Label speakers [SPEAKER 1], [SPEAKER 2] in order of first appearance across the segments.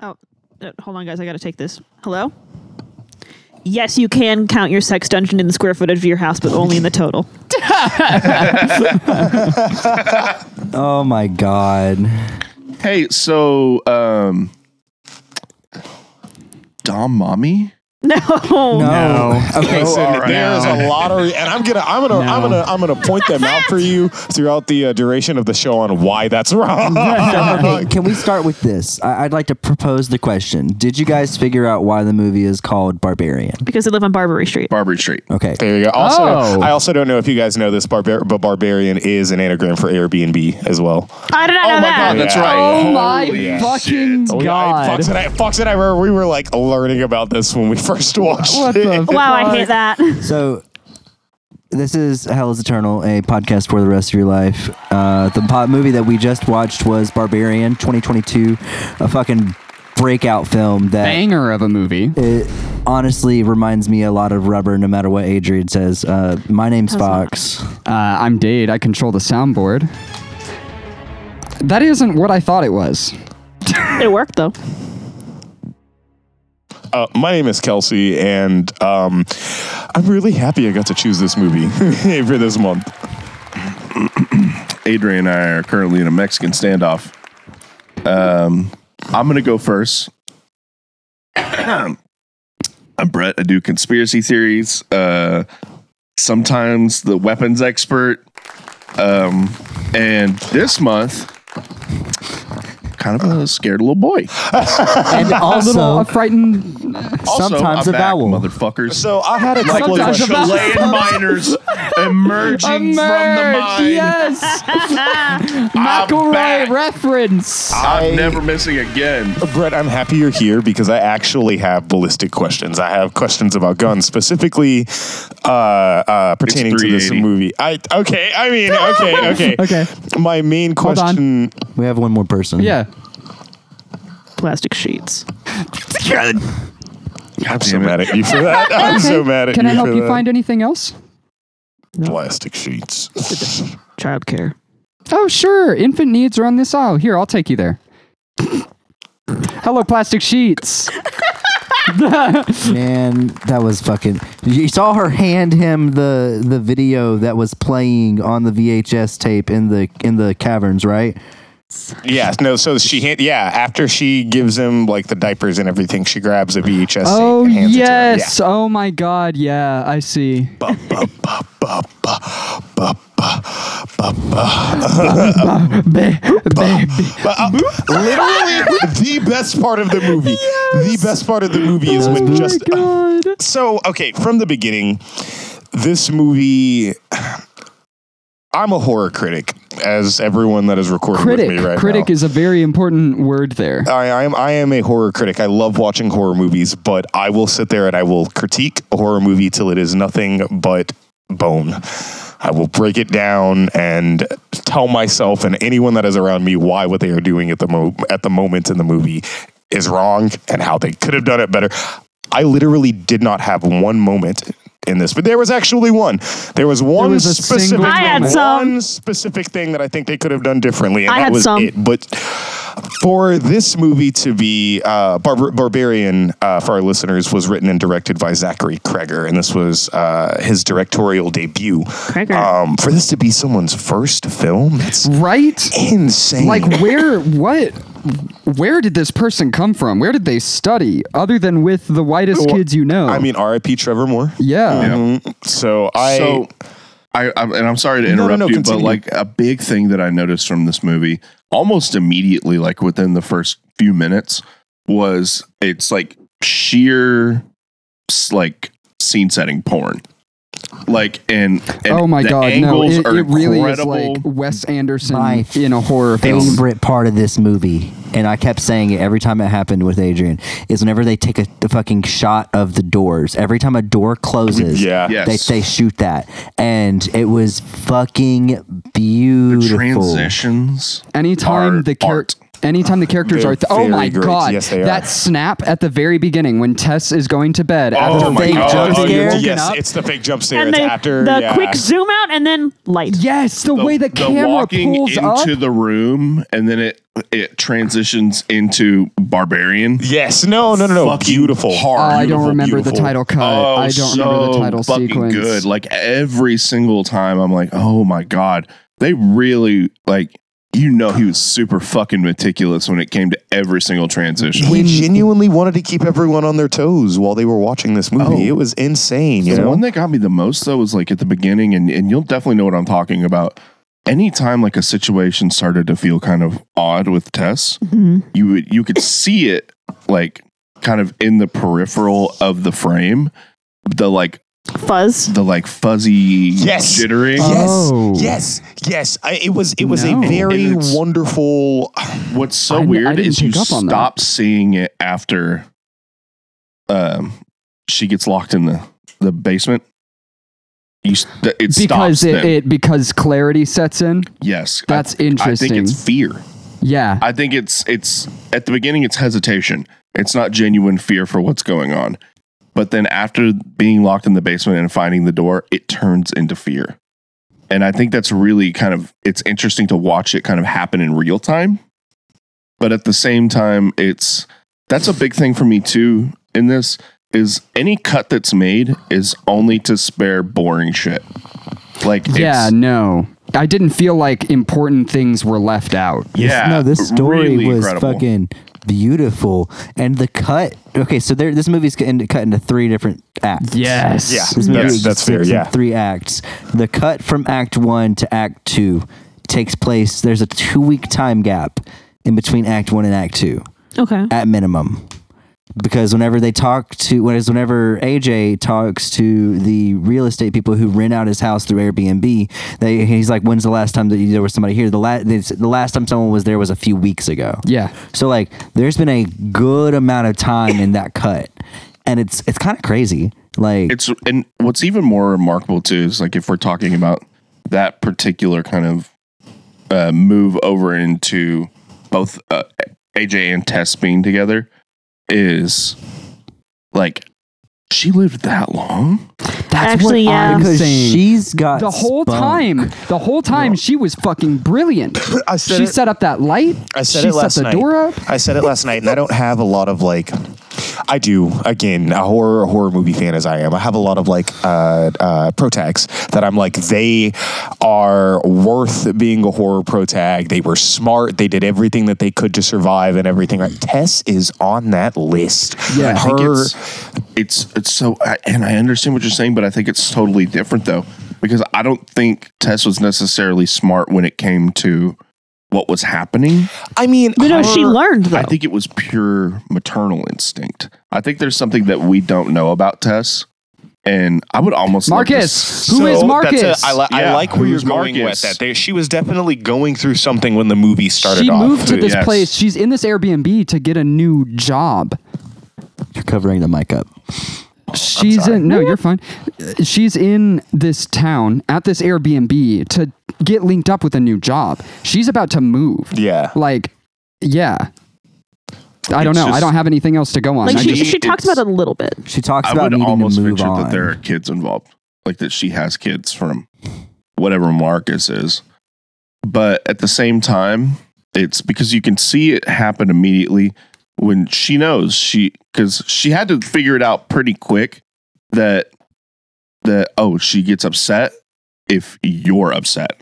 [SPEAKER 1] Oh, uh, hold on, guys. I got to take this. Hello? Yes, you can count your sex dungeon in the square footage of your house, but only in the total.
[SPEAKER 2] Oh my god.
[SPEAKER 3] Hey, so um Dom Mommy?
[SPEAKER 1] No.
[SPEAKER 3] Oh,
[SPEAKER 2] No. Okay.
[SPEAKER 4] Listen,
[SPEAKER 3] all right.
[SPEAKER 4] there is a lottery, and I'm gonna, I'm gonna, I'm gonna, I'm gonna point them out for you throughout the uh, duration of the show on why that's wrong.
[SPEAKER 2] okay, can we start with this? I- I'd like to propose the question. Did you guys figure out why the movie is called Barbarian?
[SPEAKER 1] Because they live on Barbary Street.
[SPEAKER 3] Barbary Street.
[SPEAKER 2] Okay.
[SPEAKER 4] There you go. Also,
[SPEAKER 5] Oh.
[SPEAKER 4] I also don't know if you guys know this, barbar- but barbarian is an anagram for Airbnb as well.
[SPEAKER 1] I did not know
[SPEAKER 3] my
[SPEAKER 1] that.
[SPEAKER 3] God, that's
[SPEAKER 4] Yeah.
[SPEAKER 3] right.
[SPEAKER 5] Oh my
[SPEAKER 3] Holy
[SPEAKER 5] fucking
[SPEAKER 3] shit.
[SPEAKER 4] Oh, yeah, I-
[SPEAKER 5] god.
[SPEAKER 4] Fox and I, Fox and I remember we were like learning about this when we first watched
[SPEAKER 5] What
[SPEAKER 4] it.
[SPEAKER 5] the
[SPEAKER 1] Wow, I
[SPEAKER 5] fuck?
[SPEAKER 1] hate that.
[SPEAKER 2] So this is Hell is Eternal, a podcast for the rest of your life. Uh, the po- movie that we just watched was Barbarian 2022, a fucking breakout film that
[SPEAKER 5] Banger of a movie. Uh,
[SPEAKER 2] it honestly reminds me a lot of Rubber, no matter what Adrian says. Uh, my name's Fox.
[SPEAKER 5] Uh, I'm Dade. I control the soundboard. That isn't what I thought it was.
[SPEAKER 1] It worked, though.
[SPEAKER 4] Uh, my name is Kelsey, and um, I'm really happy I got to choose this movie for this month.
[SPEAKER 3] Adrian and I are currently in a Mexican standoff. Um, I'm going to go first. I'm Brett. I do conspiracy theories. Uh, sometimes the weapons expert. Um, and this month, kind of a scared little boy.
[SPEAKER 2] And
[SPEAKER 5] a little
[SPEAKER 2] also,
[SPEAKER 5] a frightened.
[SPEAKER 3] Also,
[SPEAKER 2] sometimes
[SPEAKER 3] I'm
[SPEAKER 2] a
[SPEAKER 3] back,
[SPEAKER 2] vowel.
[SPEAKER 3] motherfuckers.
[SPEAKER 4] So I had a
[SPEAKER 3] like
[SPEAKER 4] couple of
[SPEAKER 3] the
[SPEAKER 5] Sometimes
[SPEAKER 4] questions.
[SPEAKER 3] Chilean
[SPEAKER 5] about-
[SPEAKER 3] miners emerging from the
[SPEAKER 5] Emerge,
[SPEAKER 3] mine.
[SPEAKER 5] yes.
[SPEAKER 3] back.
[SPEAKER 5] McElroy reference.
[SPEAKER 3] I'm never missing again.
[SPEAKER 4] Brett, I'm happy you're here because I actually have ballistic questions. I have questions about guns, specifically uh, uh, pertaining to this
[SPEAKER 3] 380.
[SPEAKER 4] movie. I okay. I mean, okay, okay,
[SPEAKER 5] Okay.
[SPEAKER 4] My main
[SPEAKER 5] Hold on.
[SPEAKER 4] question.
[SPEAKER 2] we have one more person.
[SPEAKER 5] Yeah.
[SPEAKER 1] Plastic sheets.
[SPEAKER 4] I'm so mad at you for that. I'm so mad at
[SPEAKER 5] Can
[SPEAKER 4] you
[SPEAKER 5] I help
[SPEAKER 4] for
[SPEAKER 5] you
[SPEAKER 4] that.
[SPEAKER 5] find anything else?
[SPEAKER 4] plastic sheets?
[SPEAKER 1] Childcare.
[SPEAKER 5] Oh, sure. Infant needs are on this aisle. Here, I'll take you there. Hello, plastic sheets.
[SPEAKER 2] Man, that was fucking. You saw her hand him the the video that was playing on the VHS tape in the in the caverns, right?
[SPEAKER 4] yeah. No. So she. hand- Yeah. After she gives him like the diapers and everything, she grabs a VHS. tape
[SPEAKER 5] Oh,
[SPEAKER 4] and hands it to him.
[SPEAKER 5] yes. Oh, my God. Yeah, I see.
[SPEAKER 4] But, uh, literally the best part of the movie. The best part of the movie is when just
[SPEAKER 5] Oh God.
[SPEAKER 4] so okay from the beginning. This movie. I'm a horror critic, as everyone that is recording
[SPEAKER 5] Critic.
[SPEAKER 4] with me right
[SPEAKER 5] Critic
[SPEAKER 4] now.
[SPEAKER 5] is a very important word there.
[SPEAKER 4] I, I am I am a horror critic. I love watching horror movies, but I will sit there and I will critique a horror movie till it is nothing but bone. I will break it down and tell myself and anyone that is around me why what they are doing at the mo- at the moment in the movie is wrong and how they could have done it better. I literally did not have one moment in this, but there was actually one. There was one
[SPEAKER 5] was a
[SPEAKER 4] specific
[SPEAKER 5] single
[SPEAKER 4] thing,
[SPEAKER 1] I had some.
[SPEAKER 4] one specific thing that I think they could have done differently, and
[SPEAKER 1] I
[SPEAKER 4] that
[SPEAKER 1] had
[SPEAKER 4] was
[SPEAKER 1] some.
[SPEAKER 4] it. But for this movie to be uh, Barbar- Barbarian uh, for our listeners was written and directed by Zachary Kreger, and this was uh, his directorial debut.
[SPEAKER 1] Kreger.
[SPEAKER 4] Um, for this to be someone's first film, it's
[SPEAKER 5] Right?
[SPEAKER 4] insane.
[SPEAKER 5] Like, where, what, where did this person come from? Where did they study other than with the whitest
[SPEAKER 4] Well,
[SPEAKER 5] kids you know?
[SPEAKER 4] I mean, R.I.P. Trevor Moore. Mm-hmm.
[SPEAKER 5] yeah.
[SPEAKER 4] So I.
[SPEAKER 3] so I, I'm, and I'm sorry to
[SPEAKER 4] No, no,
[SPEAKER 3] interrupt
[SPEAKER 4] no,
[SPEAKER 3] you,
[SPEAKER 4] continue.
[SPEAKER 3] but like a big thing that I noticed from this movie almost immediately, like within the first few minutes, was it's like sheer s- like scene setting porn. Like and, and
[SPEAKER 5] oh my
[SPEAKER 3] the
[SPEAKER 5] god! No,
[SPEAKER 3] angles
[SPEAKER 5] it,
[SPEAKER 3] are
[SPEAKER 5] it really is
[SPEAKER 3] incredible.
[SPEAKER 5] like Wes Anderson
[SPEAKER 2] My
[SPEAKER 5] in a horror film.
[SPEAKER 2] favorite part of this movie, and I kept saying it every time it happened with Adrian, is whenever they take a, the fucking shot of the doors. Every time a door closes,
[SPEAKER 4] Yeah.
[SPEAKER 3] Yes.
[SPEAKER 2] they, they shoot that, and it was fucking beautiful.
[SPEAKER 3] transitions.
[SPEAKER 5] Anytime
[SPEAKER 3] Art,
[SPEAKER 5] the char-
[SPEAKER 3] art.
[SPEAKER 5] Anytime the characters
[SPEAKER 4] They're
[SPEAKER 5] are, th- oh
[SPEAKER 4] very
[SPEAKER 5] my
[SPEAKER 4] great.
[SPEAKER 5] god,
[SPEAKER 4] Yes, they are.
[SPEAKER 5] that snap at the very beginning when Tess is going to bed
[SPEAKER 4] Oh
[SPEAKER 5] after
[SPEAKER 4] my
[SPEAKER 5] they
[SPEAKER 4] god!
[SPEAKER 5] just
[SPEAKER 4] Oh,
[SPEAKER 5] get
[SPEAKER 4] you-
[SPEAKER 5] woken
[SPEAKER 4] yes,
[SPEAKER 5] up.
[SPEAKER 4] it's the big jump scare.
[SPEAKER 1] and
[SPEAKER 4] It's
[SPEAKER 1] they-
[SPEAKER 4] after
[SPEAKER 1] the
[SPEAKER 4] yeah.
[SPEAKER 1] quick zoom out and then light.
[SPEAKER 5] Yes, the, way the, camera
[SPEAKER 3] walking
[SPEAKER 5] pulls
[SPEAKER 3] into
[SPEAKER 5] up.
[SPEAKER 3] the room and then it it transitions into barbarian.
[SPEAKER 4] Yes, no, no, no, no.
[SPEAKER 3] Fucking
[SPEAKER 4] Beautiful.
[SPEAKER 3] hard.
[SPEAKER 5] Oh, I don't remember the
[SPEAKER 4] beautiful.
[SPEAKER 5] title cut.
[SPEAKER 3] Oh,
[SPEAKER 5] I don't
[SPEAKER 3] so
[SPEAKER 5] remember the title
[SPEAKER 3] fucking
[SPEAKER 5] sequence.
[SPEAKER 3] good. Like every single time, I'm like, oh my god, they really like. You know, he was super fucking meticulous when it came to every single transition.
[SPEAKER 4] He genuinely wanted to keep everyone on their toes while they were watching this movie.
[SPEAKER 3] Oh.
[SPEAKER 4] It was insane. You
[SPEAKER 3] the
[SPEAKER 4] know?
[SPEAKER 3] one that got me the most though was like at the beginning, and, and you'll definitely know what I'm talking about. Anytime like a situation started to feel kind of odd with Tess,
[SPEAKER 1] Mhm.
[SPEAKER 3] you would you could see it like kind of in the peripheral of the frame, the like
[SPEAKER 1] Fuzz.
[SPEAKER 3] the like fuzzy
[SPEAKER 4] Yes.
[SPEAKER 3] jittering.
[SPEAKER 4] Yes,
[SPEAKER 5] Oh.
[SPEAKER 4] yes, yes. I, it was it was
[SPEAKER 5] No.
[SPEAKER 4] a very
[SPEAKER 3] And it's-
[SPEAKER 4] wonderful.
[SPEAKER 3] What's
[SPEAKER 5] I
[SPEAKER 3] so
[SPEAKER 5] kn- I
[SPEAKER 3] weird
[SPEAKER 5] didn't
[SPEAKER 3] is you
[SPEAKER 5] pick up on that.
[SPEAKER 3] stop seeing it after um she gets locked in the the basement. You s- th- it stops
[SPEAKER 5] because it,
[SPEAKER 3] then.
[SPEAKER 5] it because clarity sets in.
[SPEAKER 3] yes, I-
[SPEAKER 5] That's
[SPEAKER 3] I think
[SPEAKER 5] interesting.
[SPEAKER 3] it's fear.
[SPEAKER 5] yeah.
[SPEAKER 3] I think it's it's at the beginning it's hesitation. It's not genuine fear for what's going on. But then after being locked in the basement and finding the door, it turns into fear. And I think that's really kind of it's interesting to watch it kind of happen in real time. But at the same time, it's that's a big thing for me too in this is any cut that's made is only to spare boring shit. Like
[SPEAKER 5] yeah.
[SPEAKER 3] it's,
[SPEAKER 5] No, I didn't feel like important things were left out.
[SPEAKER 3] yeah,
[SPEAKER 2] no, this story
[SPEAKER 3] really
[SPEAKER 2] was
[SPEAKER 3] incredible.
[SPEAKER 2] fucking beautiful, and the cut. Okay, so there, this movie's cut into, cut into three different acts.
[SPEAKER 5] Yes.
[SPEAKER 4] Yeah.
[SPEAKER 2] This movie
[SPEAKER 4] That's-
[SPEAKER 2] is
[SPEAKER 4] that's
[SPEAKER 2] six
[SPEAKER 4] fair,
[SPEAKER 2] in
[SPEAKER 4] yeah.
[SPEAKER 2] Three acts. The cut from Act One to Act Two takes place. There's a two week time gap in between Act One and Act Two,
[SPEAKER 1] Okay.
[SPEAKER 2] at minimum. Because whenever they talk to, whereas whenever AJ talks to the real estate people who rent out his house through Airbnb, they, he's like, "When's the last time that you- there was somebody here? The last the last time someone was there was a few weeks ago."
[SPEAKER 5] Yeah.
[SPEAKER 2] So like, there's been a good amount of time in that cut, and it's it's kind of crazy. Like,
[SPEAKER 3] it's and what's even more remarkable too is like if we're talking about that particular kind of uh, move over into both uh, AJ and Tess being together is like she lived that long.
[SPEAKER 5] That's
[SPEAKER 1] Actually,
[SPEAKER 5] what
[SPEAKER 1] yeah.
[SPEAKER 5] I'm
[SPEAKER 2] because
[SPEAKER 5] saying.
[SPEAKER 2] she's got
[SPEAKER 5] the whole
[SPEAKER 2] spunk.
[SPEAKER 5] time, the whole time, she was fucking brilliant.
[SPEAKER 4] I
[SPEAKER 5] She set up that light.
[SPEAKER 4] I said
[SPEAKER 5] she
[SPEAKER 4] it last
[SPEAKER 5] set
[SPEAKER 4] night.
[SPEAKER 5] the door up.
[SPEAKER 4] I said it last night, and I don't have a lot of like. I do again a horror a horror movie fan as I am. I have a lot of like uh, uh, pro tags that I'm like they are worth being a horror pro tag. They were smart. They did everything that they could to survive and everything. Right? Tess is on that list.
[SPEAKER 5] Yeah. I
[SPEAKER 3] I think
[SPEAKER 4] her.
[SPEAKER 3] it's it's it's so I- and I understand what you're saying, but I think it's totally different though because I don't think Tess was necessarily smart when it came to what was happening.
[SPEAKER 4] I mean,
[SPEAKER 1] But no,
[SPEAKER 4] her-
[SPEAKER 1] she learned though.
[SPEAKER 3] I think it was pure maternal instinct. I think there's something that we don't know about Tess, and I would almost like to
[SPEAKER 5] Marcus,
[SPEAKER 3] s-
[SPEAKER 5] who is
[SPEAKER 4] So
[SPEAKER 5] Marcus?
[SPEAKER 4] That's a, I, li- I
[SPEAKER 3] Yeah,
[SPEAKER 4] like where you're
[SPEAKER 3] who's
[SPEAKER 4] going with
[SPEAKER 3] Marcus?
[SPEAKER 4] that. They, she was definitely going through something when the movie started
[SPEAKER 5] she
[SPEAKER 4] off.
[SPEAKER 5] moved to
[SPEAKER 4] too.
[SPEAKER 5] this
[SPEAKER 3] yes.
[SPEAKER 5] place. She's in this Airbnb to get a new job.
[SPEAKER 2] You're covering the mic up.
[SPEAKER 5] She's in. No, you're fine. Uh, She's in this town at this Airbnb to get linked up with a new job. She's about to move.
[SPEAKER 4] Yeah.
[SPEAKER 5] Like, yeah. I don't
[SPEAKER 3] It's
[SPEAKER 5] know. I
[SPEAKER 3] just-
[SPEAKER 5] don't have anything else to go on.
[SPEAKER 1] like
[SPEAKER 5] I
[SPEAKER 1] she,
[SPEAKER 5] just,
[SPEAKER 1] she talked
[SPEAKER 3] it's-
[SPEAKER 1] about it a little bit.
[SPEAKER 2] She talks
[SPEAKER 3] I
[SPEAKER 2] about
[SPEAKER 3] would
[SPEAKER 2] needing
[SPEAKER 3] almost
[SPEAKER 2] to move
[SPEAKER 3] picture
[SPEAKER 2] on.
[SPEAKER 3] that there are kids involved, like that she has kids from whatever Marcus is. But at the same time, it's because you can see it happen immediately when she knows she because she had to figure it out pretty quick that that oh she gets upset if you're upset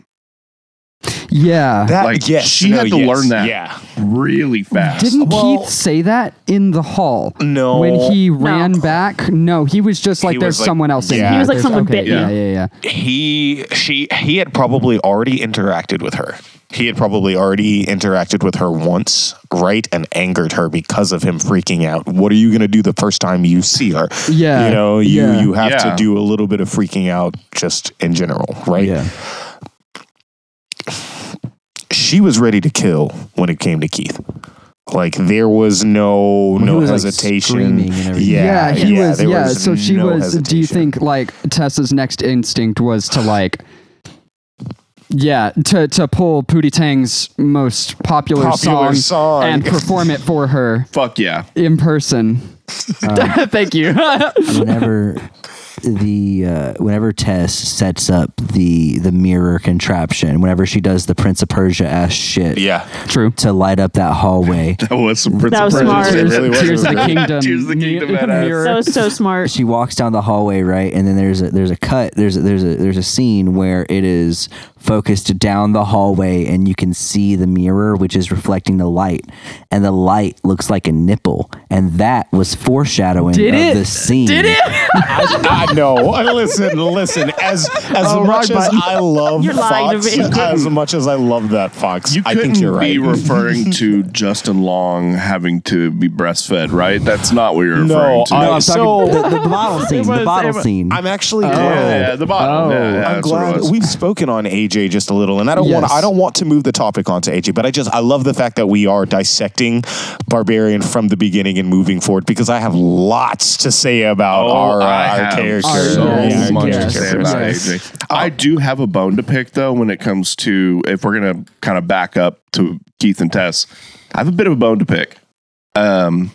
[SPEAKER 5] yeah.
[SPEAKER 4] That,
[SPEAKER 3] Like, she had to learn that.
[SPEAKER 4] Yeah.
[SPEAKER 3] really fast.
[SPEAKER 5] Didn't
[SPEAKER 4] Well-
[SPEAKER 5] Keith say that in the hall?
[SPEAKER 4] No.
[SPEAKER 5] When he ran back, no, he was just like,
[SPEAKER 4] He
[SPEAKER 5] "There's
[SPEAKER 4] was like-
[SPEAKER 5] someone else in
[SPEAKER 4] yeah.
[SPEAKER 5] here."
[SPEAKER 4] He
[SPEAKER 1] was like,
[SPEAKER 5] There's-
[SPEAKER 1] "Someone
[SPEAKER 5] okay,
[SPEAKER 1] bit
[SPEAKER 5] Yeah,
[SPEAKER 1] me."
[SPEAKER 5] yeah, yeah.
[SPEAKER 4] he she he had probably already interacted with her. He had probably already interacted with her once, right, and angered her because of him freaking out. What are you going to do the first time you see her?
[SPEAKER 5] Yeah.
[SPEAKER 4] you know, you
[SPEAKER 5] Yeah.
[SPEAKER 4] you have
[SPEAKER 3] Yeah.
[SPEAKER 4] to do a little bit of freaking out just in general, right?
[SPEAKER 2] Yeah.
[SPEAKER 4] She was ready to kill when it came to Keith. Like there was no
[SPEAKER 2] he
[SPEAKER 4] no
[SPEAKER 2] was, like,
[SPEAKER 4] hesitation.
[SPEAKER 2] screaming and everything.
[SPEAKER 4] yeah,
[SPEAKER 5] he was.
[SPEAKER 4] there
[SPEAKER 5] Yeah, so she
[SPEAKER 4] no
[SPEAKER 5] was. Do you
[SPEAKER 4] hesitation.
[SPEAKER 5] think like Tessa's next instinct was to like Yeah, to, to pull Pootie Tang's most popular,
[SPEAKER 4] Popular
[SPEAKER 5] song,
[SPEAKER 4] song.
[SPEAKER 5] and perform it for her
[SPEAKER 3] Fuck yeah.
[SPEAKER 5] in person. Thank you.
[SPEAKER 2] whenever the uh, whenever Tess sets up the the mirror contraption, whenever she does the Prince of Persia ass shit,
[SPEAKER 4] Yeah.
[SPEAKER 5] True.
[SPEAKER 2] to light up that hallway,
[SPEAKER 3] That was some Prince
[SPEAKER 1] That
[SPEAKER 3] of
[SPEAKER 1] was
[SPEAKER 3] Persia
[SPEAKER 1] smart.
[SPEAKER 3] shit.
[SPEAKER 1] It
[SPEAKER 4] really was.
[SPEAKER 5] Tears of the
[SPEAKER 4] Tears
[SPEAKER 5] Kingdom.
[SPEAKER 3] of the Kingdom, badass.
[SPEAKER 5] mirror.
[SPEAKER 1] So so smart.
[SPEAKER 2] she walks down the hallway, right, and then there's a there's a cut, there's a, there's a there's a scene where it is focused down the hallway, and you can see the mirror, which is reflecting the light, and the light looks like a nipple, and that was foreshadowing
[SPEAKER 5] Did
[SPEAKER 2] of
[SPEAKER 5] it?
[SPEAKER 2] the scene.
[SPEAKER 5] Did it?
[SPEAKER 4] I know. Listen, listen. As as
[SPEAKER 5] Oh,
[SPEAKER 4] much
[SPEAKER 5] wrong
[SPEAKER 4] as
[SPEAKER 5] button.
[SPEAKER 4] I love
[SPEAKER 1] You're lying to
[SPEAKER 4] Fox,
[SPEAKER 1] me. You
[SPEAKER 4] as much as I love that Fox,
[SPEAKER 3] You
[SPEAKER 4] I
[SPEAKER 3] couldn't
[SPEAKER 4] think you're right.
[SPEAKER 3] be referring to Justin Long having to be breastfed, right? That's not what you're
[SPEAKER 4] No,
[SPEAKER 3] referring to.
[SPEAKER 4] I-
[SPEAKER 2] No, I'm
[SPEAKER 4] So-
[SPEAKER 2] talking the, the bottle scene.
[SPEAKER 1] was-
[SPEAKER 2] the
[SPEAKER 1] it
[SPEAKER 2] bottle
[SPEAKER 1] was-
[SPEAKER 2] scene.
[SPEAKER 4] I'm actually
[SPEAKER 3] yeah, yeah,
[SPEAKER 4] glad.
[SPEAKER 3] the bottom.
[SPEAKER 5] Oh.
[SPEAKER 3] yeah, yeah,
[SPEAKER 4] I'm
[SPEAKER 3] that's what it
[SPEAKER 4] glad
[SPEAKER 3] was.
[SPEAKER 4] we've spoken on AJ just a little, and I don't want
[SPEAKER 5] Yes.
[SPEAKER 4] to. I don't want to move the topic onto AJ, but I just I love the fact that we are dissecting Barbarian from the beginning and moving forward because I have lots to say about
[SPEAKER 3] Oh,
[SPEAKER 4] our,
[SPEAKER 3] I
[SPEAKER 4] our
[SPEAKER 3] have
[SPEAKER 4] characters.
[SPEAKER 3] So
[SPEAKER 5] Yeah,
[SPEAKER 3] much
[SPEAKER 5] yes,
[SPEAKER 3] to say about Uh,
[SPEAKER 5] yes.
[SPEAKER 3] AJ. I do have a bone to pick though when it comes to if we're gonna kind of back up to Keith and Tess. I have a bit of a bone to pick. Um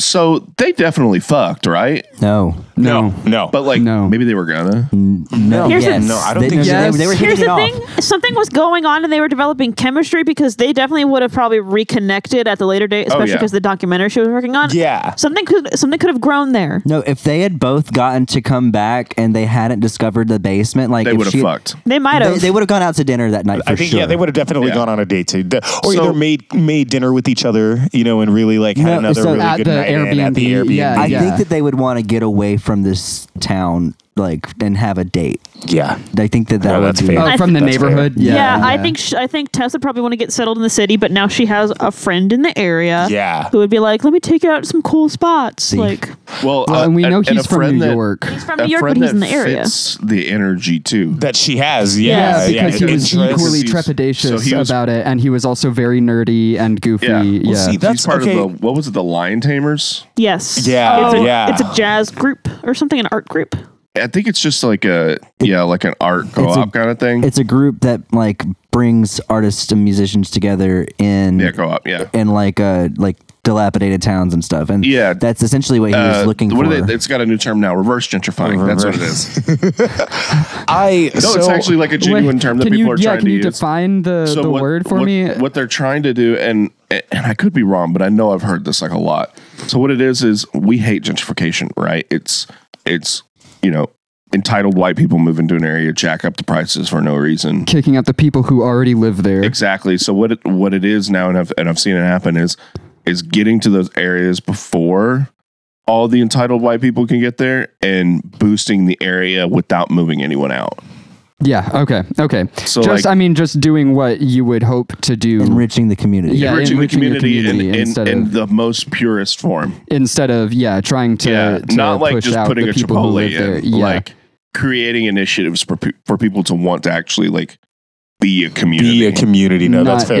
[SPEAKER 3] so they definitely fucked, right?
[SPEAKER 2] no.
[SPEAKER 5] No.
[SPEAKER 4] No,
[SPEAKER 3] But like
[SPEAKER 5] No.
[SPEAKER 3] maybe they were gonna.
[SPEAKER 2] No,
[SPEAKER 1] Here's the-
[SPEAKER 2] yes.
[SPEAKER 4] No, I don't
[SPEAKER 2] they,
[SPEAKER 4] think
[SPEAKER 2] they-
[SPEAKER 5] so.
[SPEAKER 2] they, they were
[SPEAKER 1] Here's
[SPEAKER 2] hitting it
[SPEAKER 1] the
[SPEAKER 2] off.
[SPEAKER 1] thing: something was going on, and they were developing chemistry because they definitely would have probably reconnected at the later date, especially
[SPEAKER 3] yeah.
[SPEAKER 1] because the documentary she was working on.
[SPEAKER 4] Yeah.
[SPEAKER 1] something could something could have grown there.
[SPEAKER 2] No, if they had both gotten to come back and they hadn't discovered the basement, like
[SPEAKER 3] They
[SPEAKER 2] if
[SPEAKER 3] would have
[SPEAKER 2] she-
[SPEAKER 3] fucked.
[SPEAKER 1] They might
[SPEAKER 2] They,
[SPEAKER 1] have.
[SPEAKER 2] they would have gone out to dinner that night. For
[SPEAKER 4] I think
[SPEAKER 2] sure.
[SPEAKER 4] yeah, they would have definitely
[SPEAKER 3] Yeah.
[SPEAKER 4] gone on a date to, de- or
[SPEAKER 3] So-
[SPEAKER 4] either made made dinner with each other, you know, and really like had
[SPEAKER 2] No,
[SPEAKER 4] another
[SPEAKER 2] so-
[SPEAKER 4] really
[SPEAKER 5] At
[SPEAKER 4] good
[SPEAKER 5] the
[SPEAKER 4] night in at the
[SPEAKER 5] Airbnb,
[SPEAKER 4] Airbnb.
[SPEAKER 5] yeah,
[SPEAKER 2] I
[SPEAKER 5] yeah.
[SPEAKER 2] think that they would want to get away from this town, like, and have a date.
[SPEAKER 4] yeah.
[SPEAKER 2] I think that that
[SPEAKER 4] No,
[SPEAKER 2] would
[SPEAKER 4] that's
[SPEAKER 2] be.
[SPEAKER 4] fair.
[SPEAKER 5] Oh, from the
[SPEAKER 4] That's fair.
[SPEAKER 5] neighborhood.
[SPEAKER 1] yeah,
[SPEAKER 5] Yeah.
[SPEAKER 1] I think sh- I think Tessa probably want to get settled in the city, but now she has a friend in the area.
[SPEAKER 4] Yeah.
[SPEAKER 1] who would be like, "Let me take you out to some cool spots."
[SPEAKER 2] See.
[SPEAKER 1] Like
[SPEAKER 3] Well,
[SPEAKER 5] Well,
[SPEAKER 3] uh,
[SPEAKER 5] and we know
[SPEAKER 3] a
[SPEAKER 5] he's from
[SPEAKER 3] friend
[SPEAKER 5] New
[SPEAKER 3] that- Uh,
[SPEAKER 5] York.
[SPEAKER 1] he's from
[SPEAKER 3] a
[SPEAKER 1] New York, but
[SPEAKER 3] friend
[SPEAKER 1] he's in
[SPEAKER 3] that
[SPEAKER 1] the area.
[SPEAKER 3] fits the energy too.
[SPEAKER 4] That she has,
[SPEAKER 5] Yeah,
[SPEAKER 4] yeah,
[SPEAKER 5] because
[SPEAKER 4] yeah,
[SPEAKER 5] he was
[SPEAKER 4] interest.
[SPEAKER 5] equally
[SPEAKER 3] He's- so
[SPEAKER 5] trepidatious
[SPEAKER 3] he was-
[SPEAKER 5] about it, and he was also very nerdy and goofy.
[SPEAKER 3] Yeah.
[SPEAKER 5] Yeah,
[SPEAKER 3] Well,
[SPEAKER 4] see, that-
[SPEAKER 3] That's
[SPEAKER 4] That's-
[SPEAKER 3] he's part
[SPEAKER 4] okay.
[SPEAKER 3] of the what was it? The Lion Tamers.
[SPEAKER 1] Yes.
[SPEAKER 4] Yeah,
[SPEAKER 1] It's a,
[SPEAKER 4] yeah.
[SPEAKER 1] It's a jazz group or something, an art group.
[SPEAKER 3] I think it's just like a yeah, like an art co-op kind of thing.
[SPEAKER 2] It's a group that like brings artists and musicians together in
[SPEAKER 3] Yeah, co-op. Yeah.
[SPEAKER 2] in like uh like dilapidated towns and stuff. And
[SPEAKER 3] Yeah.
[SPEAKER 2] that's essentially what he was
[SPEAKER 3] Uh,
[SPEAKER 2] looking
[SPEAKER 3] what
[SPEAKER 2] for.
[SPEAKER 3] Are they, it's got a new term now. Reverse gentrifying. That's what it is.
[SPEAKER 4] I
[SPEAKER 3] No, it's actually like a genuine term that
[SPEAKER 5] can
[SPEAKER 3] people
[SPEAKER 5] you,
[SPEAKER 3] are
[SPEAKER 5] yeah,
[SPEAKER 3] trying
[SPEAKER 5] can
[SPEAKER 3] to
[SPEAKER 5] you
[SPEAKER 3] use.
[SPEAKER 5] define the, the
[SPEAKER 3] what-
[SPEAKER 5] word for
[SPEAKER 3] what-
[SPEAKER 5] me?
[SPEAKER 3] What they're trying to do, and and I could be wrong, but I know I've heard this like a lot. So what it is is we hate gentrification, right? It's it's you know entitled white people move into an area, jack up the prices for no reason.
[SPEAKER 5] Kicking out the people who already live there.
[SPEAKER 3] Exactly. So what it, what it is now, and I've and I've seen it happen is is getting to those areas before all the entitled white people can get there and boosting the area without moving anyone out.
[SPEAKER 5] Yeah. Okay. Okay.
[SPEAKER 3] So,
[SPEAKER 5] just
[SPEAKER 3] like-
[SPEAKER 5] I mean, just doing what you would hope to do
[SPEAKER 2] enriching the community.
[SPEAKER 5] Yeah.
[SPEAKER 3] enriching the
[SPEAKER 5] enriching your
[SPEAKER 3] community, in,
[SPEAKER 5] community
[SPEAKER 3] in,
[SPEAKER 5] instead
[SPEAKER 3] in
[SPEAKER 5] of-
[SPEAKER 3] the most purest form.
[SPEAKER 5] instead of yeah trying to,
[SPEAKER 3] yeah,
[SPEAKER 5] to
[SPEAKER 3] not like
[SPEAKER 5] push
[SPEAKER 3] just
[SPEAKER 5] out
[SPEAKER 3] putting
[SPEAKER 5] the
[SPEAKER 3] a
[SPEAKER 5] people who
[SPEAKER 3] Chipotle
[SPEAKER 5] live there.
[SPEAKER 3] in,
[SPEAKER 5] Yeah.
[SPEAKER 3] like creating initiatives for pe- for people to want to actually like be a community.
[SPEAKER 4] be a community. No,
[SPEAKER 5] not
[SPEAKER 4] that's fair.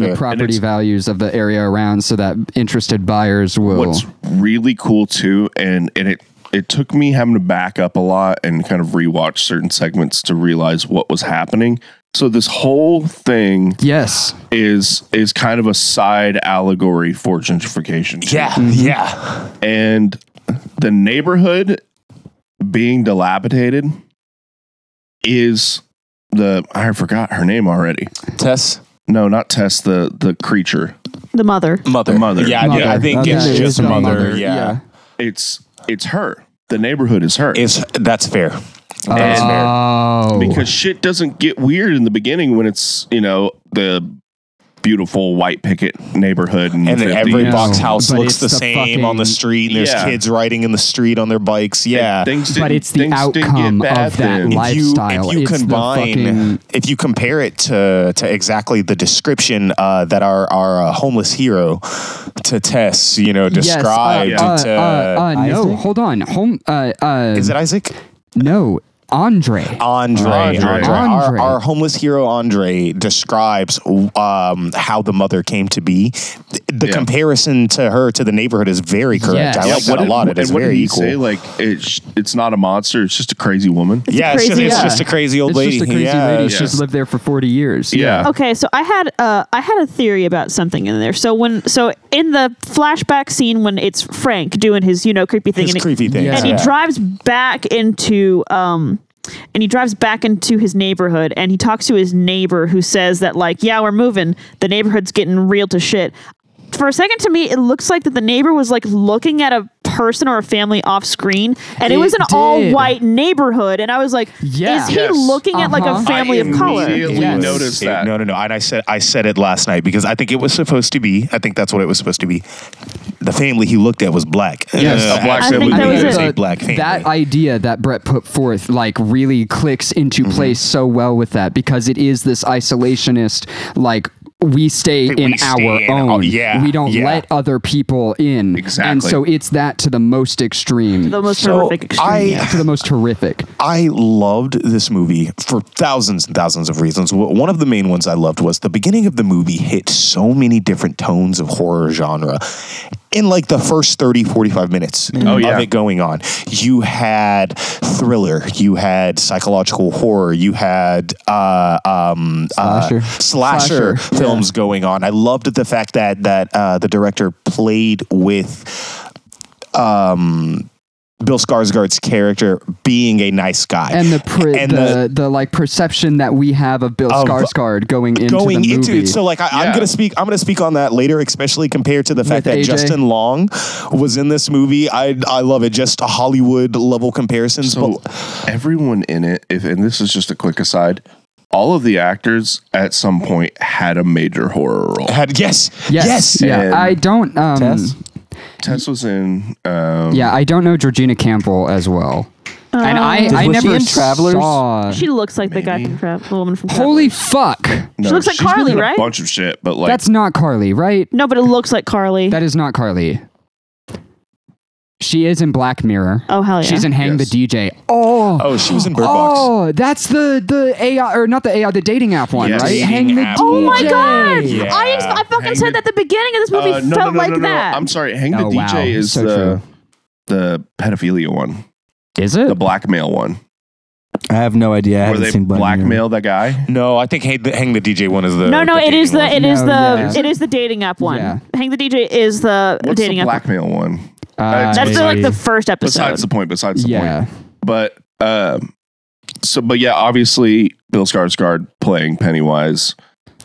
[SPEAKER 4] that's
[SPEAKER 5] the
[SPEAKER 4] fair.
[SPEAKER 5] property
[SPEAKER 3] it's-
[SPEAKER 5] values of the area around so that interested buyers will.
[SPEAKER 3] What's really cool too, and and it it took me having to back up a lot and kind of rewatch certain segments to realize what was happening. So this whole thing
[SPEAKER 5] yes.
[SPEAKER 3] is is kind of a side allegory for gentrification. too.
[SPEAKER 4] yeah,
[SPEAKER 5] Mm-hmm.
[SPEAKER 4] yeah,
[SPEAKER 3] and the neighborhood being dilapidated is the I forgot her name already.
[SPEAKER 4] Tess,
[SPEAKER 3] No, not Tess. The the creature.
[SPEAKER 1] The mother.
[SPEAKER 4] mother,
[SPEAKER 3] Mother.
[SPEAKER 4] Yeah, I think- I
[SPEAKER 5] Mother.
[SPEAKER 4] think
[SPEAKER 2] Okay.
[SPEAKER 4] it's
[SPEAKER 2] Yeah,
[SPEAKER 4] just
[SPEAKER 2] it's
[SPEAKER 4] mother.
[SPEAKER 2] mother,
[SPEAKER 4] Yeah,
[SPEAKER 3] It's it's her. The neighborhood is her.
[SPEAKER 4] is that's fair. That's fair.
[SPEAKER 5] Oh.
[SPEAKER 3] because shit doesn't get weird in the beginning when it's you know the beautiful white picket neighborhood and,
[SPEAKER 4] And then every
[SPEAKER 5] No,
[SPEAKER 4] box house
[SPEAKER 5] but
[SPEAKER 4] looks
[SPEAKER 5] it's
[SPEAKER 4] the,
[SPEAKER 5] the
[SPEAKER 4] same
[SPEAKER 5] fucking-
[SPEAKER 4] on the street, and there's
[SPEAKER 3] Yeah.
[SPEAKER 4] kids riding in the street on their bikes. Yeah,
[SPEAKER 3] things
[SPEAKER 5] but
[SPEAKER 3] didn't-
[SPEAKER 5] it's the
[SPEAKER 3] things didn't get
[SPEAKER 5] outcome
[SPEAKER 3] bad
[SPEAKER 5] of that
[SPEAKER 3] then.
[SPEAKER 5] life.
[SPEAKER 4] if you,
[SPEAKER 5] lifestyle.
[SPEAKER 4] If you
[SPEAKER 5] It's the
[SPEAKER 4] combine,
[SPEAKER 5] fucking-
[SPEAKER 4] if you compare it to to exactly the description uh, that our our uh, homeless hero to Tess, you know, described
[SPEAKER 5] Yes, uh, uh,
[SPEAKER 4] to.
[SPEAKER 5] uh, uh, no,
[SPEAKER 2] Isaac?
[SPEAKER 5] hold on. Home. Uh, uh,
[SPEAKER 4] is it Isaac?
[SPEAKER 5] no? Andre.
[SPEAKER 4] Andre,
[SPEAKER 3] Andre.
[SPEAKER 4] Our,
[SPEAKER 5] Andre.
[SPEAKER 4] our homeless hero Andre describes um, how the mother came to be. The, the
[SPEAKER 3] Yeah.
[SPEAKER 4] comparison to her to the neighborhood is very correct.
[SPEAKER 5] Yes.
[SPEAKER 4] I
[SPEAKER 5] Yeah,
[SPEAKER 4] like that a
[SPEAKER 3] did-
[SPEAKER 4] lot. It is
[SPEAKER 3] and what did
[SPEAKER 4] very
[SPEAKER 3] he
[SPEAKER 4] equal.
[SPEAKER 3] Say? Like it's it's not a monster. It's just a crazy woman.
[SPEAKER 4] yeah, it's, just,
[SPEAKER 1] crazy-
[SPEAKER 4] it's
[SPEAKER 1] yeah.
[SPEAKER 4] just a crazy old
[SPEAKER 5] it's
[SPEAKER 4] lady.
[SPEAKER 5] just a crazy
[SPEAKER 4] yeah,
[SPEAKER 5] lady.
[SPEAKER 4] it's
[SPEAKER 5] She's
[SPEAKER 3] just-
[SPEAKER 5] lived there for 40 years.
[SPEAKER 3] Yeah.
[SPEAKER 1] Okay, so I had uh, I had a theory about something in there. So when so in the flashback scene when it's Frank doing his you know creepy thing
[SPEAKER 4] His
[SPEAKER 1] and it-
[SPEAKER 4] creepy thing.
[SPEAKER 5] Yeah.
[SPEAKER 1] and
[SPEAKER 5] Yeah.
[SPEAKER 1] he drives back into um and he drives back into his neighborhood and he talks to his neighbor who says that like yeah we're moving the neighborhood's getting real to shit for a second to me it looks like that the neighbor was like looking at a person or a family off screen and it,
[SPEAKER 5] It
[SPEAKER 1] was an
[SPEAKER 5] did.
[SPEAKER 1] all white neighborhood and i was like
[SPEAKER 5] Yeah.
[SPEAKER 1] is he
[SPEAKER 3] Yes.
[SPEAKER 1] looking at like a
[SPEAKER 5] Uh-huh.
[SPEAKER 1] family
[SPEAKER 3] I
[SPEAKER 1] of color
[SPEAKER 3] immediately
[SPEAKER 5] Yes.
[SPEAKER 3] noticed
[SPEAKER 4] It-
[SPEAKER 3] that.
[SPEAKER 4] No, no, no. And I said I said it last night because I think it was supposed to be. I think that's what it was supposed to be. The family he looked at was black.
[SPEAKER 5] Yes.
[SPEAKER 4] Uh,
[SPEAKER 3] A black
[SPEAKER 4] I
[SPEAKER 3] family.
[SPEAKER 4] think
[SPEAKER 1] I think
[SPEAKER 4] it
[SPEAKER 1] that
[SPEAKER 4] was
[SPEAKER 1] was
[SPEAKER 4] a
[SPEAKER 5] the-
[SPEAKER 4] black family.
[SPEAKER 5] That idea that Brett put forth like really clicks into
[SPEAKER 4] Mm-hmm.
[SPEAKER 5] place so well with that because it is this isolationist like we stay
[SPEAKER 4] We
[SPEAKER 5] in
[SPEAKER 4] stay
[SPEAKER 5] our
[SPEAKER 4] in
[SPEAKER 5] own.
[SPEAKER 4] our- yeah,
[SPEAKER 5] we don't
[SPEAKER 4] yeah.
[SPEAKER 5] let other people in. And
[SPEAKER 3] Exactly.
[SPEAKER 5] so it's that to the most extreme.
[SPEAKER 1] the most
[SPEAKER 4] So,
[SPEAKER 1] horrific extreme
[SPEAKER 4] I-
[SPEAKER 1] yeah.
[SPEAKER 5] to the most horrific.
[SPEAKER 4] I loved this movie for thousands and thousands of reasons. W- One of the main ones I loved was the beginning of the movie hit so many different tones of horror genre in like the first 30, 45 minutes
[SPEAKER 5] Mm.
[SPEAKER 3] Oh,
[SPEAKER 4] of
[SPEAKER 3] yeah.
[SPEAKER 4] it going on. You had thriller, you had psychological horror, you had uh, um,
[SPEAKER 2] Slasher.
[SPEAKER 4] uh, slasher,
[SPEAKER 5] Slasher,
[SPEAKER 4] films going on. I loved the fact that, that uh, the director played with. Um, Bill Skarsgård's character being a nice guy
[SPEAKER 5] And the pre-
[SPEAKER 4] And
[SPEAKER 5] the, the like perception that we have of Bill
[SPEAKER 4] Of-
[SPEAKER 5] Skarsgård going into
[SPEAKER 4] going
[SPEAKER 5] the
[SPEAKER 4] into
[SPEAKER 5] movie.
[SPEAKER 4] it. So like I, I'm
[SPEAKER 3] Yeah.
[SPEAKER 4] gonna speak I'm gonna speak on that later, especially compared to the fact
[SPEAKER 5] With
[SPEAKER 4] that
[SPEAKER 5] AJ.
[SPEAKER 4] Justin Long was in this movie. I I love it. Just a Hollywood level comparisons.
[SPEAKER 3] So
[SPEAKER 4] but
[SPEAKER 3] everyone in it, if and this is just a quick aside, all of the actors at some point had a major horror role.
[SPEAKER 4] had yes.
[SPEAKER 5] yes,
[SPEAKER 4] Yes.
[SPEAKER 5] yeah.
[SPEAKER 3] And-
[SPEAKER 5] I don't um
[SPEAKER 2] Tess?
[SPEAKER 3] Tess was in. Um,
[SPEAKER 5] yeah, I don't know Georgina Campbell as well. and I, I
[SPEAKER 2] Oh. was she
[SPEAKER 5] never
[SPEAKER 2] in Travelers?
[SPEAKER 5] saw
[SPEAKER 1] she looks like the guy from Trap, the woman from Trap.
[SPEAKER 5] Holy fuck.
[SPEAKER 3] no,
[SPEAKER 1] She looks like
[SPEAKER 3] she's been
[SPEAKER 1] Carly,
[SPEAKER 3] in
[SPEAKER 1] right?
[SPEAKER 3] A bunch of shit, but like
[SPEAKER 5] That's not Carly, right?
[SPEAKER 1] no but it looks like carly
[SPEAKER 5] That is not Carly. She is in Black Mirror.
[SPEAKER 1] oh hell yeah
[SPEAKER 5] She's in Hang
[SPEAKER 3] Yes.
[SPEAKER 5] the DJ. Oh.
[SPEAKER 4] Oh, she was in Bird Box.
[SPEAKER 5] Oh, that's the the AI or not the AI, the dating app one,
[SPEAKER 3] Yes.
[SPEAKER 5] right?
[SPEAKER 3] Dating
[SPEAKER 5] Hang the
[SPEAKER 4] app.
[SPEAKER 5] DJ.
[SPEAKER 1] Oh my god!
[SPEAKER 4] Yeah.
[SPEAKER 1] I, ex- I fucking
[SPEAKER 3] Hang
[SPEAKER 1] said
[SPEAKER 3] the-
[SPEAKER 1] that at the beginning of this movie
[SPEAKER 3] Uh, no,
[SPEAKER 1] felt like that.
[SPEAKER 3] I'm sorry. Hang
[SPEAKER 5] Oh,
[SPEAKER 3] the
[SPEAKER 5] wow.
[SPEAKER 3] DJ is
[SPEAKER 5] So
[SPEAKER 3] the
[SPEAKER 5] true.
[SPEAKER 3] the pedophilia one,
[SPEAKER 5] Is it?
[SPEAKER 3] the blackmail one,
[SPEAKER 2] I have no idea. I
[SPEAKER 3] where
[SPEAKER 2] haven't
[SPEAKER 3] they
[SPEAKER 2] seen Black Mirror.
[SPEAKER 3] blackmail that guy.
[SPEAKER 4] No, I think hang the, hang the DJ one is the
[SPEAKER 1] no, no, it is
[SPEAKER 4] dating
[SPEAKER 1] the
[SPEAKER 4] one.
[SPEAKER 1] it is
[SPEAKER 5] No,
[SPEAKER 1] the
[SPEAKER 5] yeah.
[SPEAKER 1] it is the dating app one.
[SPEAKER 5] Yeah.
[SPEAKER 1] Hang the DJ is the
[SPEAKER 3] What's
[SPEAKER 1] dating
[SPEAKER 3] the
[SPEAKER 1] app.
[SPEAKER 3] blackmail one?
[SPEAKER 5] Uh,
[SPEAKER 1] That's the, like the
[SPEAKER 5] maybe.
[SPEAKER 1] first episode.
[SPEAKER 3] Besides the point. Besides the point.
[SPEAKER 5] yeah.
[SPEAKER 3] But um, so but yeah, obviously Bill Skarsgård playing Pennywise,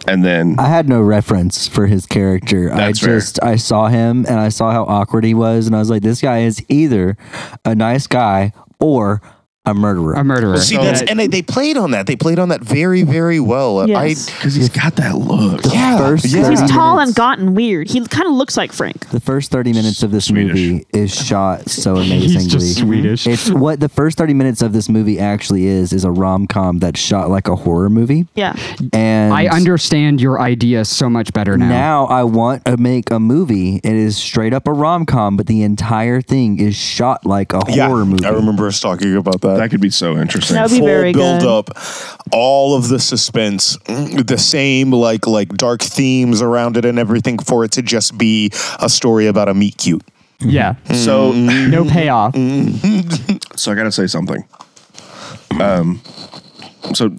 [SPEAKER 3] and
[SPEAKER 5] Uh,
[SPEAKER 3] then
[SPEAKER 2] I had no reference for his character.
[SPEAKER 3] That's
[SPEAKER 2] I
[SPEAKER 3] fair.
[SPEAKER 2] just I saw him and I saw how awkward he was, and I was like, this guy is either a nice guy or a murderer.
[SPEAKER 5] A murderer.
[SPEAKER 4] Well, see, that's, and they, they played on that. They played on that very, very well. Uh,
[SPEAKER 1] Yes.
[SPEAKER 3] because he's got that look.
[SPEAKER 2] the
[SPEAKER 4] yeah,
[SPEAKER 2] first
[SPEAKER 4] yeah.
[SPEAKER 2] 30
[SPEAKER 1] He's tall
[SPEAKER 2] minutes,
[SPEAKER 1] and gaunt and weird. He kind of looks like Frank.
[SPEAKER 2] The first thirty minutes of this
[SPEAKER 3] Swedish.
[SPEAKER 2] movie is shot so amazingly.
[SPEAKER 5] Swedish.
[SPEAKER 2] It's what the first 30 minutes of this movie actually is is a rom-com that's shot like a horror movie
[SPEAKER 1] Yeah,
[SPEAKER 2] and
[SPEAKER 5] I understand your idea so much better now.
[SPEAKER 2] now I want to make a movie. It is straight up a rom-com, but the entire thing is shot like a
[SPEAKER 4] Yeah,
[SPEAKER 2] horror movie.
[SPEAKER 4] I remember us talking about that.
[SPEAKER 3] That could be so interesting.
[SPEAKER 1] That would be
[SPEAKER 4] full
[SPEAKER 1] very
[SPEAKER 4] build
[SPEAKER 1] good.
[SPEAKER 4] up all of the suspense mm, the same like like dark themes around it and everything for it to just be a story about a meet cute
[SPEAKER 5] Yeah.
[SPEAKER 3] so
[SPEAKER 5] No payoff.
[SPEAKER 3] so I gotta say something. Um, so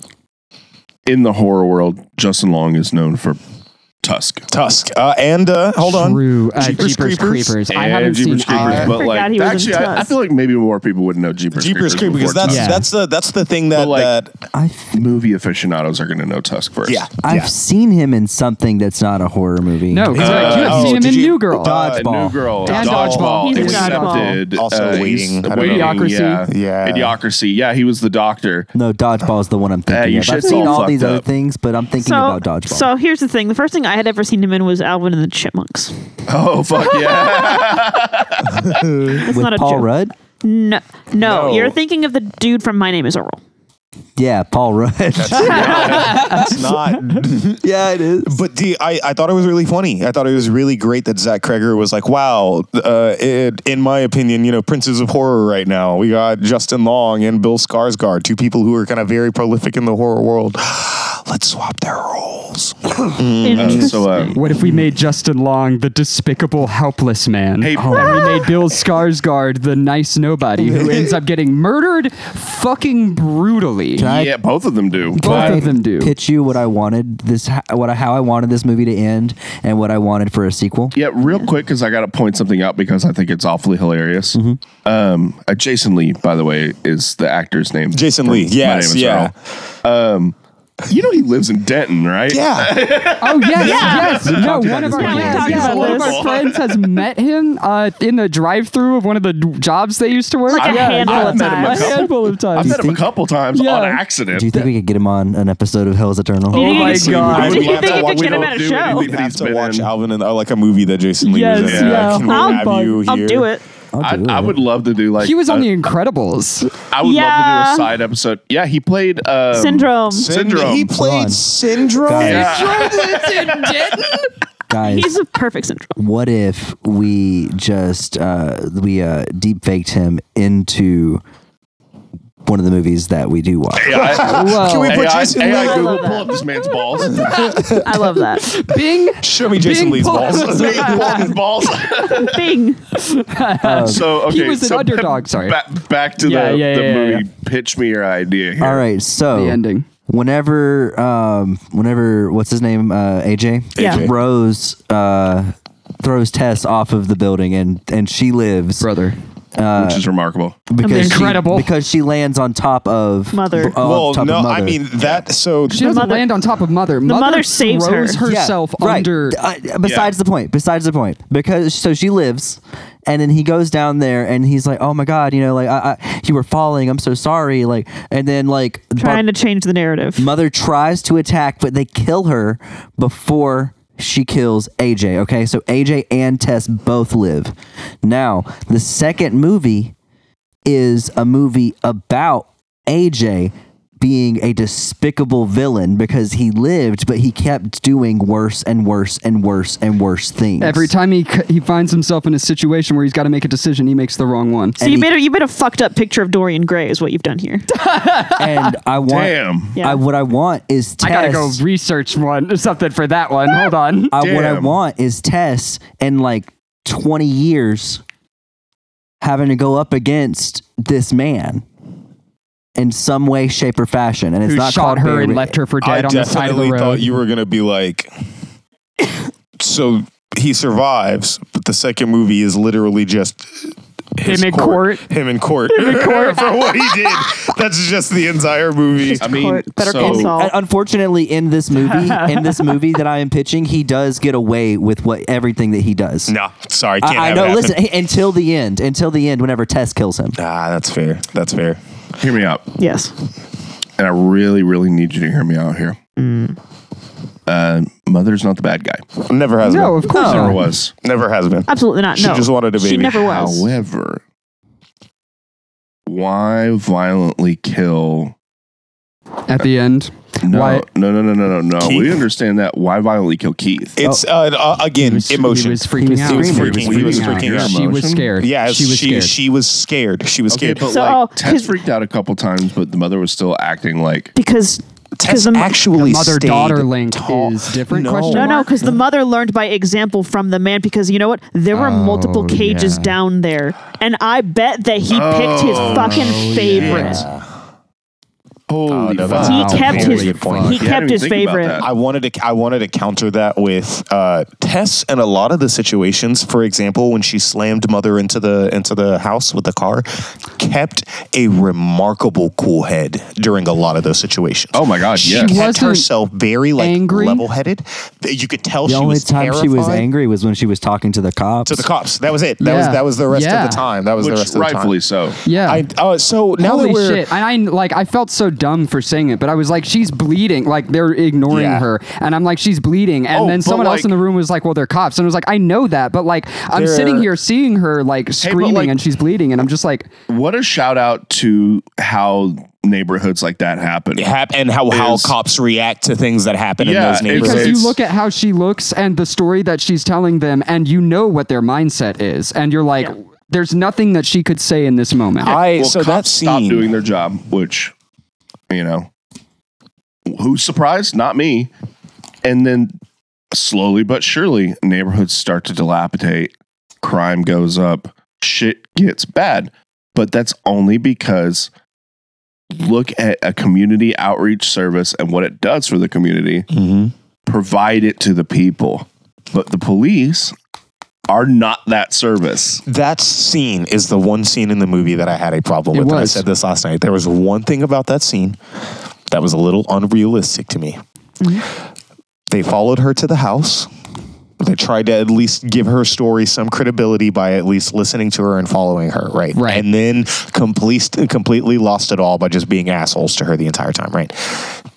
[SPEAKER 3] in the horror world, Justin Long is known for Tusk.
[SPEAKER 4] tusk uh, and uh, hold on
[SPEAKER 5] True. Uh,
[SPEAKER 4] Jeepers
[SPEAKER 5] Jeepers, Creepers.
[SPEAKER 4] Creepers.
[SPEAKER 5] I
[SPEAKER 3] and
[SPEAKER 5] haven't
[SPEAKER 3] Jeepers
[SPEAKER 5] seen
[SPEAKER 3] Creepers,
[SPEAKER 5] either.
[SPEAKER 1] I
[SPEAKER 3] but
[SPEAKER 1] forgot he
[SPEAKER 3] like
[SPEAKER 1] was in
[SPEAKER 3] actually, I, I
[SPEAKER 1] Tusk.
[SPEAKER 3] feel like maybe more people would know Jeepers,
[SPEAKER 4] Jeepers Creepers
[SPEAKER 3] before
[SPEAKER 4] because that's
[SPEAKER 3] Tusk.
[SPEAKER 4] that's the that's the thing that
[SPEAKER 3] But, like,
[SPEAKER 4] that
[SPEAKER 2] I f-
[SPEAKER 3] movie aficionados are gonna know Tusk first.
[SPEAKER 4] yeah
[SPEAKER 2] I've
[SPEAKER 4] yeah.
[SPEAKER 2] seen him in something that's not a horror movie.
[SPEAKER 5] No, he's like, you have
[SPEAKER 4] oh,
[SPEAKER 5] seen him
[SPEAKER 4] did
[SPEAKER 5] in
[SPEAKER 4] you-
[SPEAKER 5] New Girl.
[SPEAKER 4] Uh,
[SPEAKER 3] Uh,
[SPEAKER 2] Dodgeball.
[SPEAKER 3] New Girl,
[SPEAKER 5] And
[SPEAKER 1] Dodgeball.
[SPEAKER 3] Dodgeball,
[SPEAKER 1] He's in
[SPEAKER 3] accepted. uh,
[SPEAKER 4] Dodgeball. Also
[SPEAKER 3] he's
[SPEAKER 4] Waiting. I don't
[SPEAKER 3] waiting,
[SPEAKER 5] know. Idiocracy.
[SPEAKER 3] Yeah.
[SPEAKER 4] Yeah.
[SPEAKER 3] Idiocracy. Yeah, he was the doctor.
[SPEAKER 2] no, dodgeball is the one I'm thinking
[SPEAKER 3] Hey, your
[SPEAKER 2] of. I've
[SPEAKER 3] shit's
[SPEAKER 2] seen
[SPEAKER 3] all
[SPEAKER 2] all these
[SPEAKER 3] fucked
[SPEAKER 2] other
[SPEAKER 3] up.
[SPEAKER 2] things, but I'm thinking
[SPEAKER 1] So
[SPEAKER 2] about dodgeball.
[SPEAKER 1] so here's the thing. The first thing I had ever seen him in was Alvin and the Chipmunks.
[SPEAKER 3] Oh fuck yeah!
[SPEAKER 1] That's
[SPEAKER 2] With
[SPEAKER 1] not a
[SPEAKER 2] Paul
[SPEAKER 1] joke.
[SPEAKER 2] Rudd,
[SPEAKER 1] No, no,
[SPEAKER 4] No.
[SPEAKER 1] you're thinking of the dude from My Name Is Earl.
[SPEAKER 2] Yeah, Paul Rudd.
[SPEAKER 4] It's not.
[SPEAKER 2] yeah, it is.
[SPEAKER 4] But D, I, I thought it was really funny. I thought it was really great that Zach Kreger was like, wow, uh, it, in my opinion, you know, princes of horror right now. We got Justin Long and Bill Skarsgård, two people who are kind of very prolific in the horror world. Let's swap their roles.
[SPEAKER 3] Uh,
[SPEAKER 1] Interesting.
[SPEAKER 3] so um,
[SPEAKER 5] What if we made Justin Long the despicable, helpless man?
[SPEAKER 3] Hey,
[SPEAKER 5] and we made Bill Skarsgård the nice nobody who ends up getting murdered fucking brutally.
[SPEAKER 2] I-
[SPEAKER 3] yeah, both of them do.
[SPEAKER 5] Both
[SPEAKER 3] but-
[SPEAKER 5] of them do.
[SPEAKER 2] Pitch you what I wanted this, what I, how I wanted this movie to end, and what I wanted for a sequel.
[SPEAKER 3] Yeah, real quick because I got to point something out because I think it's awfully hilarious.
[SPEAKER 4] Mm-hmm.
[SPEAKER 3] Um, uh, Jason Lee, by the way, is the actor's name.
[SPEAKER 4] Jason
[SPEAKER 3] From
[SPEAKER 4] Lee,
[SPEAKER 3] My
[SPEAKER 4] yes,
[SPEAKER 3] Name is
[SPEAKER 4] yeah.
[SPEAKER 3] Earl. Um, you know he lives in Denton, right?
[SPEAKER 4] Yeah.
[SPEAKER 5] Oh yes, yes. No, one of our
[SPEAKER 1] before.
[SPEAKER 5] yeah,
[SPEAKER 1] Talked
[SPEAKER 5] yeah,
[SPEAKER 1] about
[SPEAKER 5] one of
[SPEAKER 1] this.
[SPEAKER 5] our friends has met him uh, in the drive-through of one of the d- jobs they used to work.
[SPEAKER 1] Like a
[SPEAKER 5] yeah,
[SPEAKER 1] handful
[SPEAKER 5] yeah.
[SPEAKER 1] of
[SPEAKER 3] met him a
[SPEAKER 1] times.
[SPEAKER 5] A
[SPEAKER 3] couple-
[SPEAKER 5] handful of
[SPEAKER 3] I've
[SPEAKER 5] times.
[SPEAKER 3] met him a couple times
[SPEAKER 5] Yeah.
[SPEAKER 3] on accident.
[SPEAKER 2] Do you think we could get him on an episode of Hell's Eternal?
[SPEAKER 1] Do you think you
[SPEAKER 5] Oh my
[SPEAKER 1] could-
[SPEAKER 5] God.
[SPEAKER 1] Do you think you
[SPEAKER 4] We
[SPEAKER 1] could get him
[SPEAKER 4] don't
[SPEAKER 1] at a
[SPEAKER 3] do
[SPEAKER 1] show?
[SPEAKER 3] anything.
[SPEAKER 4] We have
[SPEAKER 3] He's
[SPEAKER 4] to
[SPEAKER 3] been
[SPEAKER 4] watch
[SPEAKER 3] in-
[SPEAKER 4] Alvin and uh, like a movie that Jason Lee
[SPEAKER 5] Yes,
[SPEAKER 4] was in.
[SPEAKER 3] yeah.
[SPEAKER 4] Can we have you
[SPEAKER 1] I'll,
[SPEAKER 4] here?
[SPEAKER 1] I'll do it.
[SPEAKER 3] I,
[SPEAKER 2] I'll do
[SPEAKER 3] I
[SPEAKER 2] it.
[SPEAKER 3] would love to do like uh,
[SPEAKER 5] He was
[SPEAKER 3] a-
[SPEAKER 5] on the Incredibles.
[SPEAKER 3] I would love to do
[SPEAKER 1] Yeah.
[SPEAKER 3] a side episode. Yeah, he played um,
[SPEAKER 1] Syndrome.
[SPEAKER 3] Syndrome.
[SPEAKER 4] He played
[SPEAKER 2] on.
[SPEAKER 4] Syndrome.
[SPEAKER 2] Guys. Guys,
[SPEAKER 1] He's a perfect syndrome.
[SPEAKER 2] what if we just uh, we uh, deep faked him into one of the movies that we do watch?
[SPEAKER 3] Yeah, I-
[SPEAKER 4] Can we
[SPEAKER 5] Whoa.
[SPEAKER 4] put
[SPEAKER 3] AI,
[SPEAKER 4] Jason
[SPEAKER 3] AI
[SPEAKER 4] Lee?
[SPEAKER 3] Google pull up this man's balls.
[SPEAKER 1] I love that.
[SPEAKER 5] Bing.
[SPEAKER 4] Show me Jason
[SPEAKER 5] Bing
[SPEAKER 4] Lee's
[SPEAKER 5] Paul.
[SPEAKER 4] balls.
[SPEAKER 3] Pull up his balls.
[SPEAKER 1] Bing.
[SPEAKER 3] so okay,
[SPEAKER 5] He was an
[SPEAKER 3] so
[SPEAKER 5] underdog,
[SPEAKER 3] ba-
[SPEAKER 5] sorry.
[SPEAKER 3] ba- back to
[SPEAKER 5] Yeah,
[SPEAKER 3] the,
[SPEAKER 5] yeah,
[SPEAKER 3] the
[SPEAKER 5] yeah, yeah,
[SPEAKER 3] movie. Pitch me your idea here.
[SPEAKER 2] All right, so
[SPEAKER 5] The ending.
[SPEAKER 2] Whenever, um, whenever, what's his name? Uh, AJ.
[SPEAKER 1] Yeah. AJ.
[SPEAKER 2] Rose uh, throws Tess off of the building, and and she lives
[SPEAKER 5] Brother.
[SPEAKER 3] which is remarkable.
[SPEAKER 2] because
[SPEAKER 5] Incredible.
[SPEAKER 2] She, because she lands on top of
[SPEAKER 1] Mother.
[SPEAKER 2] b- on
[SPEAKER 4] well,
[SPEAKER 2] top of
[SPEAKER 4] no, I
[SPEAKER 2] mother.
[SPEAKER 4] mean that. So
[SPEAKER 5] She doesn't
[SPEAKER 1] mother-
[SPEAKER 5] land on top of mother. mother,
[SPEAKER 1] mother saves her.
[SPEAKER 5] throws
[SPEAKER 2] Yeah,
[SPEAKER 5] herself
[SPEAKER 2] right.
[SPEAKER 5] under.
[SPEAKER 2] Uh, besides the point. Besides the point, because so she lives, and then he goes down there, and he's like, "Oh my god, you know, like I, I you were falling. I'm so sorry." Like, and then like the
[SPEAKER 1] Trying to change the narrative.
[SPEAKER 2] mother tries to attack, but they kill her before she kills AJ. Okay, so AJ and Tess both live. Now, the second movie is a movie about AJ being a despicable villain because he lived, but he kept doing worse and worse and worse and worse things.
[SPEAKER 5] Every time he c- he finds himself in a situation where he's got to make a decision, he makes the wrong one.
[SPEAKER 1] So
[SPEAKER 2] and
[SPEAKER 1] you
[SPEAKER 2] he-
[SPEAKER 1] made a you made a fucked up picture of Dorian Gray is what you've done here.
[SPEAKER 2] and I want,
[SPEAKER 3] Damn.
[SPEAKER 1] Yeah.
[SPEAKER 2] I, what I want is Tess.
[SPEAKER 5] I gotta go research one something for that one. Hold on.
[SPEAKER 2] I, what I
[SPEAKER 3] Damn.
[SPEAKER 2] want is Tess in like 20 years having to go up against this man in some way, shape, or fashion. And it's
[SPEAKER 5] Who
[SPEAKER 2] not
[SPEAKER 5] shot
[SPEAKER 2] called
[SPEAKER 5] her and
[SPEAKER 2] Barry-
[SPEAKER 5] left her for
[SPEAKER 4] I
[SPEAKER 5] dead on the side of the
[SPEAKER 4] definitely
[SPEAKER 5] road?
[SPEAKER 4] thought you were gonna be like. so he survives, but the second movie is literally just. his
[SPEAKER 5] Him in court.
[SPEAKER 4] Him in court. for what he did. That's just the entire movie.
[SPEAKER 3] I mean,
[SPEAKER 1] Court, Better
[SPEAKER 3] so,
[SPEAKER 1] Call Saul.
[SPEAKER 2] Uh, Unfortunately, in this movie, in this movie that I am pitching, he does get away with what everything that he does.
[SPEAKER 4] No, sorry, can't
[SPEAKER 2] I, I
[SPEAKER 4] have
[SPEAKER 2] know.
[SPEAKER 4] it happen.
[SPEAKER 2] Listen, h- until the end, until the end, whenever Tess kills him.
[SPEAKER 4] Ah, that's fair. That's fair.
[SPEAKER 3] hear me out,
[SPEAKER 1] yes.
[SPEAKER 3] and I really, really need you to hear me out here.
[SPEAKER 5] Mm.
[SPEAKER 3] Uh, mother's not the bad guy.
[SPEAKER 4] Never has
[SPEAKER 5] no,
[SPEAKER 4] been.
[SPEAKER 5] of course
[SPEAKER 3] Never
[SPEAKER 5] not.
[SPEAKER 3] was.
[SPEAKER 4] Never has been.
[SPEAKER 1] Absolutely not.
[SPEAKER 4] She
[SPEAKER 1] no.
[SPEAKER 4] just wanted a
[SPEAKER 1] She
[SPEAKER 4] baby.
[SPEAKER 1] never was.
[SPEAKER 3] However, why violently kill?
[SPEAKER 5] At the end,
[SPEAKER 3] No,
[SPEAKER 5] Why-
[SPEAKER 3] no, no, no, no, no, no.
[SPEAKER 4] Keith?
[SPEAKER 3] We understand that. Why violently kill Keith?
[SPEAKER 4] It's uh, uh, again
[SPEAKER 5] Oh. he was,
[SPEAKER 4] emotion.
[SPEAKER 5] He was freaking
[SPEAKER 2] was
[SPEAKER 5] out.
[SPEAKER 4] screaming. He was
[SPEAKER 5] He was
[SPEAKER 4] freaking out.
[SPEAKER 5] She was
[SPEAKER 3] Emotion?
[SPEAKER 5] scared.
[SPEAKER 4] yeah,
[SPEAKER 5] she was
[SPEAKER 4] she
[SPEAKER 5] scared.
[SPEAKER 4] she was scared. She was
[SPEAKER 3] Okay,
[SPEAKER 4] scared.
[SPEAKER 3] but
[SPEAKER 1] So,
[SPEAKER 3] like
[SPEAKER 1] oh,
[SPEAKER 3] Tess
[SPEAKER 1] his-
[SPEAKER 3] freaked out a couple times, but the mother was still acting like
[SPEAKER 1] because because
[SPEAKER 4] Tess
[SPEAKER 1] the, mo-
[SPEAKER 4] actually
[SPEAKER 5] mother daughter
[SPEAKER 4] stayed
[SPEAKER 5] link
[SPEAKER 4] tall.
[SPEAKER 5] is different.
[SPEAKER 4] No.
[SPEAKER 5] Question
[SPEAKER 1] no no
[SPEAKER 5] mark?
[SPEAKER 1] because the mother learned by example from the man because you know what there were
[SPEAKER 4] Oh,
[SPEAKER 1] multiple cages
[SPEAKER 5] yeah.
[SPEAKER 1] down there and I bet that he picked his
[SPEAKER 3] Oh,
[SPEAKER 4] Oh,
[SPEAKER 1] fucking favorite.
[SPEAKER 3] holy
[SPEAKER 4] no,
[SPEAKER 3] fuck.
[SPEAKER 4] that's-
[SPEAKER 1] He
[SPEAKER 4] Wow,
[SPEAKER 1] kept
[SPEAKER 4] very
[SPEAKER 1] his
[SPEAKER 4] good point.
[SPEAKER 1] he
[SPEAKER 3] Yeah, I
[SPEAKER 1] kept
[SPEAKER 3] didn't
[SPEAKER 1] his
[SPEAKER 3] think about
[SPEAKER 1] favorite.
[SPEAKER 3] that.
[SPEAKER 4] I wanted to I wanted to counter that with uh, Tess and a lot of the situations. For example, when she slammed mother into the into the house with the car, kept a remarkable cool head during a lot of those situations.
[SPEAKER 3] Oh my God,
[SPEAKER 4] she
[SPEAKER 3] yes.
[SPEAKER 4] kept
[SPEAKER 5] Wasn't
[SPEAKER 4] herself very like
[SPEAKER 5] angry.
[SPEAKER 4] level headed. You could tell
[SPEAKER 2] The
[SPEAKER 4] she
[SPEAKER 2] only
[SPEAKER 4] was
[SPEAKER 2] time she was
[SPEAKER 4] terrified.
[SPEAKER 2] angry was when she was talking to the cops.
[SPEAKER 4] to the cops. That was it. That
[SPEAKER 5] Yeah.
[SPEAKER 4] was that was the rest
[SPEAKER 5] Yeah.
[SPEAKER 4] of the time. That was the
[SPEAKER 3] Which
[SPEAKER 4] rest of the time.
[SPEAKER 3] rightfully so.
[SPEAKER 5] Yeah.
[SPEAKER 4] I, oh, so now
[SPEAKER 5] Holy
[SPEAKER 4] that we're
[SPEAKER 5] shit! And I like I felt so dumb for saying it, but I was like, she's bleeding. Like they're ignoring
[SPEAKER 4] Yeah.
[SPEAKER 5] her, and I'm like, she's bleeding. And
[SPEAKER 4] Oh,
[SPEAKER 5] then
[SPEAKER 4] but,
[SPEAKER 5] someone
[SPEAKER 4] like-
[SPEAKER 5] else in the room was like, well, they're cops, and I was like, I know that, but like I'm
[SPEAKER 4] They're-
[SPEAKER 5] sitting here seeing her like screaming
[SPEAKER 3] like-
[SPEAKER 5] and she's bleeding, and I'm just like,
[SPEAKER 3] What a shout out to how neighborhoods like that happen.
[SPEAKER 4] hap- and how, how
[SPEAKER 3] Is-
[SPEAKER 4] cops react to things that happen
[SPEAKER 3] Yeah,
[SPEAKER 4] in those
[SPEAKER 3] it's-
[SPEAKER 4] neighborhoods.
[SPEAKER 5] because you
[SPEAKER 3] It's-
[SPEAKER 5] look at how she looks and the story that she's telling them, and you know what their mindset is, and you're like, there's nothing that she could say in this moment.
[SPEAKER 4] I
[SPEAKER 3] Well,
[SPEAKER 4] so that
[SPEAKER 3] cops stopped
[SPEAKER 4] scene.
[SPEAKER 3] doing their job, which you know, who's surprised? Not me. And then slowly but surely, neighborhoods start to dilapidate. Crime goes up. Shit gets bad. But that's only because look at a community outreach service and what it does for the community.
[SPEAKER 4] Mhm.
[SPEAKER 3] Provide it to the people. But the police are not that service.
[SPEAKER 4] That scene is the one scene in the movie that I had a problem
[SPEAKER 5] It
[SPEAKER 4] with. And I
[SPEAKER 5] was.
[SPEAKER 4] said this last night. There was one thing about that scene that was a little unrealistic to me.
[SPEAKER 5] Mm-hmm.
[SPEAKER 4] They followed her to the house. They tried to at least give her story some credibility by at least listening to her and following her, right?
[SPEAKER 5] Right.
[SPEAKER 4] And then complete, completely lost it all by just being assholes to her the entire time, right?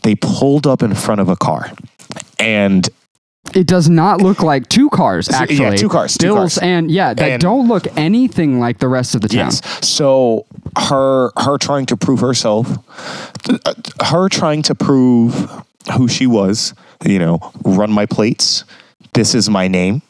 [SPEAKER 4] They pulled up in front of a car. And
[SPEAKER 5] It does not look like two cars, actually.
[SPEAKER 4] two cars, two
[SPEAKER 5] Stills
[SPEAKER 4] cars.
[SPEAKER 5] and yeah, that
[SPEAKER 4] And-
[SPEAKER 5] don't look anything like the rest of the town.
[SPEAKER 4] Yes. So her her trying to prove herself, th- uh, her trying to prove who she was. You know, run my plates. This is my name.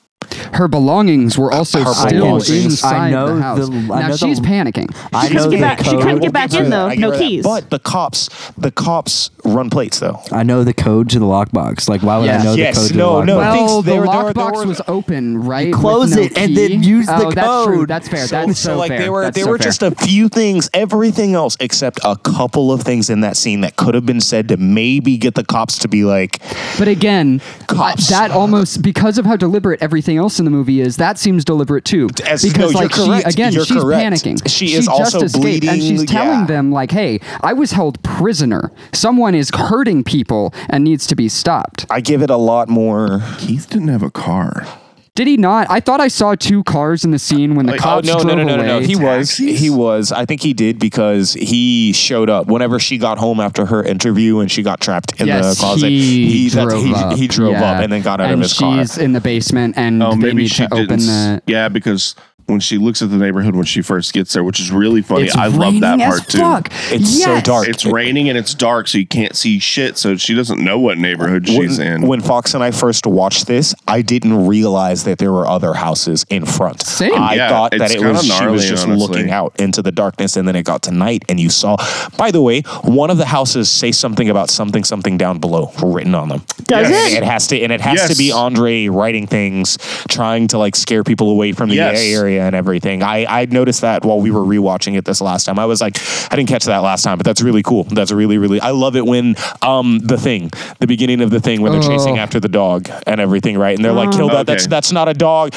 [SPEAKER 5] Her belongings were also
[SPEAKER 4] Her
[SPEAKER 5] still
[SPEAKER 4] belongings.
[SPEAKER 5] inside
[SPEAKER 2] I know
[SPEAKER 5] the house.
[SPEAKER 2] the- I
[SPEAKER 5] now
[SPEAKER 2] know the-
[SPEAKER 5] she's panicking.
[SPEAKER 1] She
[SPEAKER 2] I
[SPEAKER 1] couldn't
[SPEAKER 2] know
[SPEAKER 1] get
[SPEAKER 2] the
[SPEAKER 1] back- she
[SPEAKER 2] code.
[SPEAKER 1] couldn't get back in, though.
[SPEAKER 4] I get
[SPEAKER 1] No
[SPEAKER 4] rid of that.
[SPEAKER 1] keys.
[SPEAKER 4] But the cops, the cops run plates though.
[SPEAKER 2] I know the code to the lockbox. Like, why would I
[SPEAKER 5] Yes.
[SPEAKER 2] know
[SPEAKER 4] Yes,
[SPEAKER 2] the code?
[SPEAKER 4] no,
[SPEAKER 2] to the
[SPEAKER 4] no.
[SPEAKER 2] lockbox?
[SPEAKER 4] I think
[SPEAKER 5] Well, the
[SPEAKER 4] there- there were- there
[SPEAKER 5] lockbox
[SPEAKER 4] were-
[SPEAKER 5] was open, right? with
[SPEAKER 2] close
[SPEAKER 5] no
[SPEAKER 2] it and then
[SPEAKER 5] key?
[SPEAKER 2] use the
[SPEAKER 5] oh, That's true.
[SPEAKER 2] code.
[SPEAKER 5] That's fair.
[SPEAKER 4] So,
[SPEAKER 5] that's so,
[SPEAKER 4] so like
[SPEAKER 5] fair.
[SPEAKER 4] they were
[SPEAKER 5] That's
[SPEAKER 4] they
[SPEAKER 5] so
[SPEAKER 4] were
[SPEAKER 5] fair.
[SPEAKER 4] just a few things. Everything else except a couple of things in that scene that could have been said to maybe get the cops to be like,
[SPEAKER 5] But again,
[SPEAKER 4] Cops.
[SPEAKER 5] I- that almost because of how deliberate everything else in the movie is, that seems deliberate too.
[SPEAKER 4] As- no,
[SPEAKER 5] because
[SPEAKER 4] you're
[SPEAKER 5] like
[SPEAKER 4] correct.
[SPEAKER 5] she again,
[SPEAKER 4] You're
[SPEAKER 5] she's
[SPEAKER 4] correct.
[SPEAKER 5] panicking.
[SPEAKER 4] She is
[SPEAKER 5] just
[SPEAKER 4] also
[SPEAKER 5] escaped, and she's
[SPEAKER 4] bleeding,
[SPEAKER 5] telling
[SPEAKER 4] yeah.
[SPEAKER 5] them like, "Hey, I was held prisoner. Someone is hurting people and needs to be stopped."
[SPEAKER 4] I give it a lot more.
[SPEAKER 3] Keith didn't have a car.
[SPEAKER 5] Did he not? I thought I saw two cars in the scene when the
[SPEAKER 3] Like, oh,
[SPEAKER 5] cops drove away.
[SPEAKER 4] He was.
[SPEAKER 3] Taxis?
[SPEAKER 4] He was. I think he did because he showed up whenever she got home after her interview and she got trapped in
[SPEAKER 5] yes,
[SPEAKER 4] the closet.
[SPEAKER 5] he,
[SPEAKER 4] that's-
[SPEAKER 5] drove
[SPEAKER 4] he,
[SPEAKER 5] up.
[SPEAKER 4] he drove
[SPEAKER 5] yeah.
[SPEAKER 4] up and then got out
[SPEAKER 5] and
[SPEAKER 4] of his car.
[SPEAKER 5] She's in the basement, and
[SPEAKER 3] Oh,
[SPEAKER 5] they
[SPEAKER 3] maybe
[SPEAKER 5] need
[SPEAKER 3] she
[SPEAKER 5] to
[SPEAKER 3] didn't.
[SPEAKER 5] open
[SPEAKER 3] s-
[SPEAKER 5] the.
[SPEAKER 3] yeah, because when she looks at the neighborhood when she first gets there, which is really funny. I love that
[SPEAKER 5] raining as
[SPEAKER 3] part too.
[SPEAKER 5] fuck.
[SPEAKER 4] It's so
[SPEAKER 5] Yes.
[SPEAKER 4] dark.
[SPEAKER 3] It's raining and it's dark, so you can't see shit. So she doesn't know what neighborhood she's
[SPEAKER 4] When,
[SPEAKER 3] in.
[SPEAKER 4] when Fox and I first watched this, I didn't realize that there were other houses in front.
[SPEAKER 5] Same.
[SPEAKER 4] I
[SPEAKER 3] Yeah,
[SPEAKER 4] thought that
[SPEAKER 3] it's
[SPEAKER 4] it
[SPEAKER 3] kinda
[SPEAKER 4] was she was
[SPEAKER 3] gnarly,
[SPEAKER 4] just
[SPEAKER 3] honestly.
[SPEAKER 4] looking out into the darkness, and then it got to night, and you saw. By the way, one of the houses say something about something something down below written on them.
[SPEAKER 1] Does
[SPEAKER 3] Yes.
[SPEAKER 1] it?
[SPEAKER 4] It has to, and it has
[SPEAKER 3] Yes.
[SPEAKER 4] to be Andre writing things, trying to like scare people away from the
[SPEAKER 3] Yes.
[SPEAKER 4] area and everything. I I noticed that while we were rewatching it this last time. I was like, I didn't catch that last time, but that's really cool. That's really really. I love it when um the thing, the beginning of the thing when they're chasing
[SPEAKER 5] Oh. Mm.
[SPEAKER 4] after the dog and everything, right? And they're like, kill that. That's
[SPEAKER 3] Okay.
[SPEAKER 4] that's not a dog.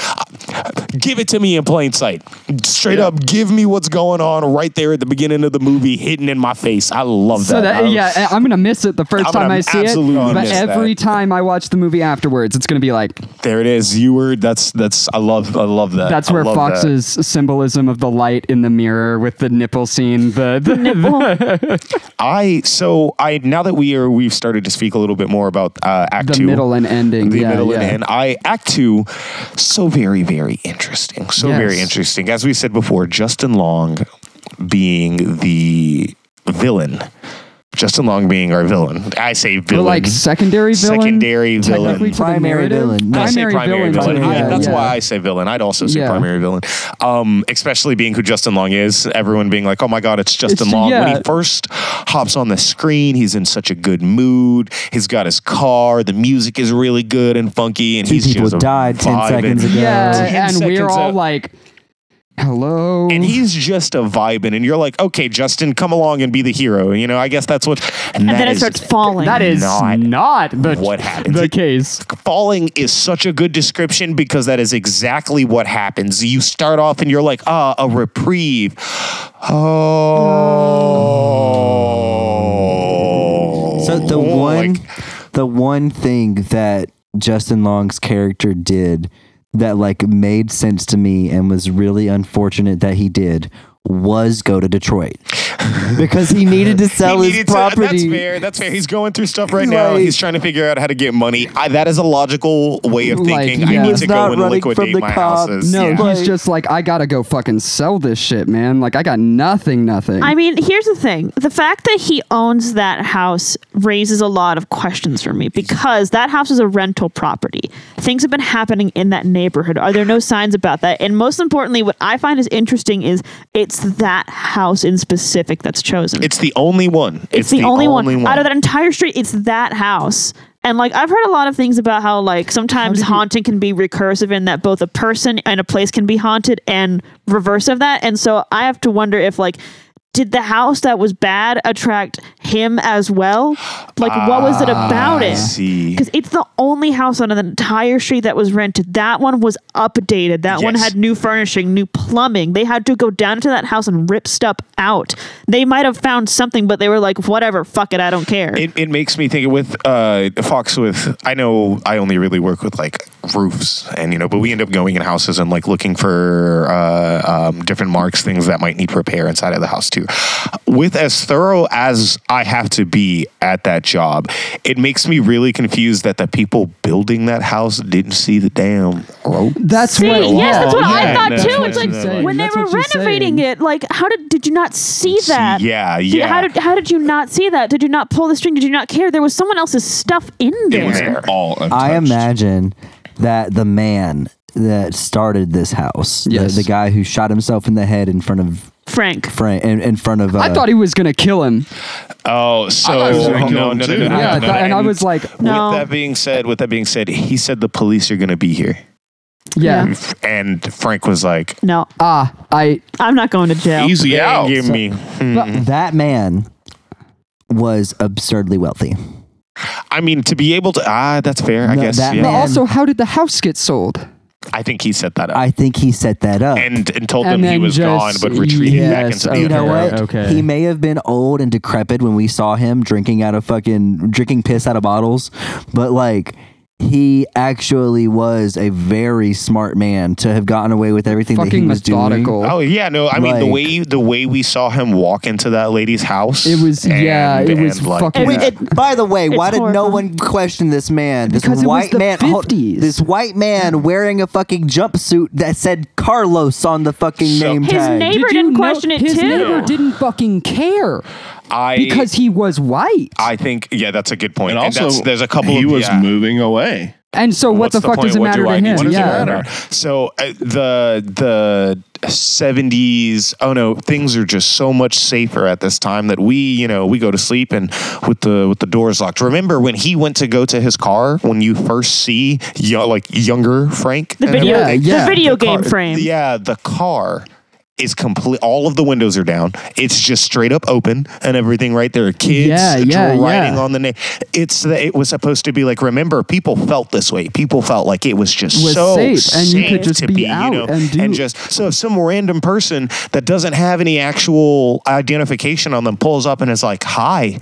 [SPEAKER 4] Give it to me in plain sight. Straight
[SPEAKER 3] Yeah.
[SPEAKER 4] up, give me what's going on right there at the beginning of the movie, hidden in my face. I love
[SPEAKER 5] So that,
[SPEAKER 4] I-
[SPEAKER 5] yeah, I- I'm gonna miss it the 1st
[SPEAKER 4] I'm
[SPEAKER 5] time
[SPEAKER 4] gonna
[SPEAKER 5] I see it.
[SPEAKER 4] absolutely
[SPEAKER 5] But
[SPEAKER 4] miss
[SPEAKER 5] every
[SPEAKER 4] that.
[SPEAKER 5] time I watch the movie afterwards, it's gonna be like
[SPEAKER 4] There it is. You were. That's that's. I love. I love that.
[SPEAKER 5] that's
[SPEAKER 4] I
[SPEAKER 5] where
[SPEAKER 4] love that.
[SPEAKER 5] Fox's symbolism of the light in the mirror with the nipple scene. The, the
[SPEAKER 4] I so I now that we are we've started to speak a little bit more about uh, Act
[SPEAKER 5] the
[SPEAKER 4] Two,
[SPEAKER 5] middle and ending.
[SPEAKER 4] the
[SPEAKER 5] yeah,
[SPEAKER 4] middle
[SPEAKER 5] yeah.
[SPEAKER 4] and end. I Act Two, so very very interesting, so
[SPEAKER 5] Yes.
[SPEAKER 4] very interesting. As we said before, Justin Long being the villain, Justin Long being our villain. I say
[SPEAKER 5] But
[SPEAKER 4] villain,
[SPEAKER 5] like secondary villain,
[SPEAKER 4] Secondary villain.
[SPEAKER 5] technically to the
[SPEAKER 2] Primary
[SPEAKER 5] narrative?
[SPEAKER 2] villain. No,
[SPEAKER 4] I say
[SPEAKER 5] primary, villain.
[SPEAKER 2] villain.
[SPEAKER 4] I-
[SPEAKER 5] yeah,
[SPEAKER 4] that's
[SPEAKER 5] yeah.
[SPEAKER 4] why I say villain. I'd also say
[SPEAKER 5] Yeah.
[SPEAKER 4] primary villain. Um, especially being who Justin Long is, everyone being like, "Oh my god, it's Justin
[SPEAKER 5] It's-
[SPEAKER 4] Long." When
[SPEAKER 5] yeah.
[SPEAKER 4] he first hops on the screen, he's in such a good mood. He's got his car. The music is really good and funky, and
[SPEAKER 2] Two
[SPEAKER 4] he's
[SPEAKER 2] people
[SPEAKER 4] just
[SPEAKER 2] died 10
[SPEAKER 4] vibing.
[SPEAKER 2] seconds ago.
[SPEAKER 4] Ten
[SPEAKER 5] Yeah, and we're
[SPEAKER 4] seconds
[SPEAKER 5] all
[SPEAKER 4] of-
[SPEAKER 5] like, "Hello."
[SPEAKER 4] And he's just a vibing, and you're like, okay, Justin, come along and be the hero. You know, I guess that's what. And,
[SPEAKER 1] and
[SPEAKER 4] that
[SPEAKER 1] then it
[SPEAKER 4] is-
[SPEAKER 1] starts falling.
[SPEAKER 5] that is
[SPEAKER 4] not
[SPEAKER 5] not, the,
[SPEAKER 4] what happens.
[SPEAKER 5] The case.
[SPEAKER 4] falling is such a good description because that is exactly what happens. You start off and you're like, ah, a reprieve. Oh.
[SPEAKER 2] So the one,
[SPEAKER 4] Like,
[SPEAKER 2] the one thing that Justin Long's character did that like made sense to me and was really unfortunate that he did was go to Detroit. because he needed to sell
[SPEAKER 4] He
[SPEAKER 2] his
[SPEAKER 4] needed to-
[SPEAKER 2] property.
[SPEAKER 4] that's fair. That's fair. He's going through stuff right now.
[SPEAKER 2] Right.
[SPEAKER 4] He's trying to figure out how to get money. I, that is a logical way of
[SPEAKER 5] Like,
[SPEAKER 4] thinking.
[SPEAKER 5] he
[SPEAKER 4] I need
[SPEAKER 5] was
[SPEAKER 4] to go
[SPEAKER 2] not
[SPEAKER 4] and
[SPEAKER 2] running from
[SPEAKER 4] liquidate
[SPEAKER 2] the
[SPEAKER 4] my
[SPEAKER 2] cops.
[SPEAKER 4] houses.
[SPEAKER 5] No,
[SPEAKER 4] Yeah.
[SPEAKER 5] he's
[SPEAKER 2] Like-
[SPEAKER 5] just like, I gotta go fucking sell this shit, man. Like, I got nothing, nothing.
[SPEAKER 1] I mean, here's the thing. The fact that he owns that house raises a lot of questions for me because that house is a rental property. Things have been happening in that neighborhood. Are there no signs about that? And most importantly, what I find is interesting is it's that house in specific that's chosen.
[SPEAKER 4] It's the only one.
[SPEAKER 1] It's
[SPEAKER 4] It's,
[SPEAKER 1] the, only, one. out of that entire street. It's that house. And like I've heard a lot of things about how like sometimes haunting can be recursive in that both a person and a place can be haunted and reverse of that. And so I have to wonder if like did the house that was bad attract him as well? Like what was it about
[SPEAKER 4] I
[SPEAKER 1] it?
[SPEAKER 4] see.
[SPEAKER 1] Because it's the only house on an entire street that was rented. That one was updated. That one
[SPEAKER 4] Yes.
[SPEAKER 1] had new furnishing, new plumbing. They had to go down to that house and rip stuff out. They might have found something, but they were like, whatever, fuck it, I don't care.
[SPEAKER 4] It, it makes me think with uh, Fox with I know I only really work with like roofs and you know but we end up going in houses and like looking for uh, um, different marks things that might need repair inside of the house too. With as thorough as I have to be at that job, it makes me really confused that the people building that house didn't see the damn rope.
[SPEAKER 5] that's
[SPEAKER 1] See,
[SPEAKER 5] what.
[SPEAKER 1] yes, that's what
[SPEAKER 4] yeah,
[SPEAKER 1] I thought
[SPEAKER 4] that's
[SPEAKER 1] too.
[SPEAKER 4] what
[SPEAKER 1] It's
[SPEAKER 4] she's
[SPEAKER 1] like
[SPEAKER 5] saying.
[SPEAKER 1] when they
[SPEAKER 5] That's
[SPEAKER 1] were
[SPEAKER 5] what she's
[SPEAKER 1] renovating
[SPEAKER 5] saying.
[SPEAKER 1] it, like how did did you not see
[SPEAKER 4] See,
[SPEAKER 1] that?
[SPEAKER 4] yeah,
[SPEAKER 1] Did-
[SPEAKER 4] yeah.
[SPEAKER 1] How did how did you not see that? Did you not pull the string? Did you not care? There was someone else's stuff in there.
[SPEAKER 4] was there.
[SPEAKER 3] all untouched.
[SPEAKER 2] I imagine that the man that started this house, the-
[SPEAKER 5] Yes.
[SPEAKER 2] the, guy who shot himself in the head in front of
[SPEAKER 1] Frank.
[SPEAKER 2] Frank, in, in front of. Uh,
[SPEAKER 5] I thought he was gonna kill him.
[SPEAKER 4] Oh, so
[SPEAKER 3] thought he was
[SPEAKER 4] no,
[SPEAKER 3] gonna
[SPEAKER 4] no,
[SPEAKER 3] kill
[SPEAKER 4] no,
[SPEAKER 3] him
[SPEAKER 4] no,
[SPEAKER 3] too.
[SPEAKER 4] no, no,
[SPEAKER 5] Yeah, I
[SPEAKER 4] no,
[SPEAKER 5] thought- and I
[SPEAKER 4] and
[SPEAKER 5] was like,
[SPEAKER 1] No.
[SPEAKER 4] With that being said, with that being said, he said the police are going to be here,
[SPEAKER 5] yeah,
[SPEAKER 1] Yeah.
[SPEAKER 4] and Frank was like,
[SPEAKER 1] No,
[SPEAKER 5] ah, I
[SPEAKER 1] I'm not going to jail.
[SPEAKER 3] Easy out.
[SPEAKER 4] Give me. Mm-hmm.
[SPEAKER 2] that man was absurdly wealthy.
[SPEAKER 4] I mean, to be able to ah, that's fair. I
[SPEAKER 2] No,
[SPEAKER 4] guess.
[SPEAKER 2] that
[SPEAKER 4] Yeah.
[SPEAKER 5] But
[SPEAKER 2] man-
[SPEAKER 5] also, how did the house get sold?
[SPEAKER 4] I think he set that up
[SPEAKER 2] I think he set that up.
[SPEAKER 4] and and told them
[SPEAKER 5] And
[SPEAKER 4] he
[SPEAKER 5] then
[SPEAKER 4] was
[SPEAKER 5] just-
[SPEAKER 4] gone, but retreated back
[SPEAKER 5] yes,
[SPEAKER 4] into
[SPEAKER 5] okay.
[SPEAKER 4] the
[SPEAKER 2] you know
[SPEAKER 4] underworld.
[SPEAKER 2] what?
[SPEAKER 5] okay.
[SPEAKER 2] He may have been old and decrepit when we saw him drinking out of fucking drinking piss out of bottles, but like he actually was a very smart man to have gotten away with everything that he
[SPEAKER 5] Fucking
[SPEAKER 2] was doing.
[SPEAKER 5] methodical.
[SPEAKER 4] Oh yeah, no. I mean, the
[SPEAKER 2] Like-
[SPEAKER 4] way the way we saw him walk into that lady's house.
[SPEAKER 5] It was- yeah, it was fucking-
[SPEAKER 2] Which,
[SPEAKER 5] Yeah.
[SPEAKER 2] by the way, why
[SPEAKER 1] It's
[SPEAKER 2] did no
[SPEAKER 1] horrifying.
[SPEAKER 2] one question this man? This
[SPEAKER 5] Because it was
[SPEAKER 2] white
[SPEAKER 5] the
[SPEAKER 2] man, hold-
[SPEAKER 5] 50s.
[SPEAKER 2] this white man wearing a fucking jumpsuit that said Carlos on the fucking
[SPEAKER 4] So-
[SPEAKER 2] name
[SPEAKER 1] His name-
[SPEAKER 2] tag.
[SPEAKER 1] Neighbor
[SPEAKER 5] Did you
[SPEAKER 1] didn't
[SPEAKER 5] know-
[SPEAKER 1] question it,
[SPEAKER 5] his
[SPEAKER 1] too.
[SPEAKER 5] neighbor didn't fucking care
[SPEAKER 4] I
[SPEAKER 5] because he was white.
[SPEAKER 4] I think yeah, that's a good point.
[SPEAKER 3] and
[SPEAKER 4] And,
[SPEAKER 3] also,
[SPEAKER 4] that's, there's a couple.
[SPEAKER 3] He
[SPEAKER 4] of,
[SPEAKER 3] was
[SPEAKER 4] yeah.
[SPEAKER 3] moving away.
[SPEAKER 5] and so, what
[SPEAKER 4] What's
[SPEAKER 5] the, fuck
[SPEAKER 4] point?
[SPEAKER 5] does it
[SPEAKER 4] What do
[SPEAKER 5] matter
[SPEAKER 4] I
[SPEAKER 5] to
[SPEAKER 4] need
[SPEAKER 5] him?
[SPEAKER 3] What does it
[SPEAKER 5] yeah.
[SPEAKER 3] matter?
[SPEAKER 4] So uh, the the seventies. Oh no, things are just so much safer at this time that we, you know, we go to sleep and with the with the doors locked. Remember when he went to go to his car when you first see yo- like younger Frank?
[SPEAKER 1] The
[SPEAKER 4] and
[SPEAKER 1] video,
[SPEAKER 5] Yeah, yeah.
[SPEAKER 1] the video game
[SPEAKER 4] car-
[SPEAKER 1] frame.
[SPEAKER 4] Yeah, the car is complete. All of the windows are down. It's just straight up open and everything right there. Kids
[SPEAKER 5] Yeah, yeah,
[SPEAKER 4] riding
[SPEAKER 5] yeah.
[SPEAKER 4] on the name. It's the, it was supposed to be like. Remember, people felt this way. People felt like it was just
[SPEAKER 5] Was
[SPEAKER 4] so
[SPEAKER 5] safe, and you could
[SPEAKER 4] safe
[SPEAKER 5] just
[SPEAKER 4] to
[SPEAKER 5] be
[SPEAKER 4] be,
[SPEAKER 5] out
[SPEAKER 4] you know,
[SPEAKER 5] and do-
[SPEAKER 4] just so if some random person that doesn't have any actual identification on them pulls up and is like, "Hi."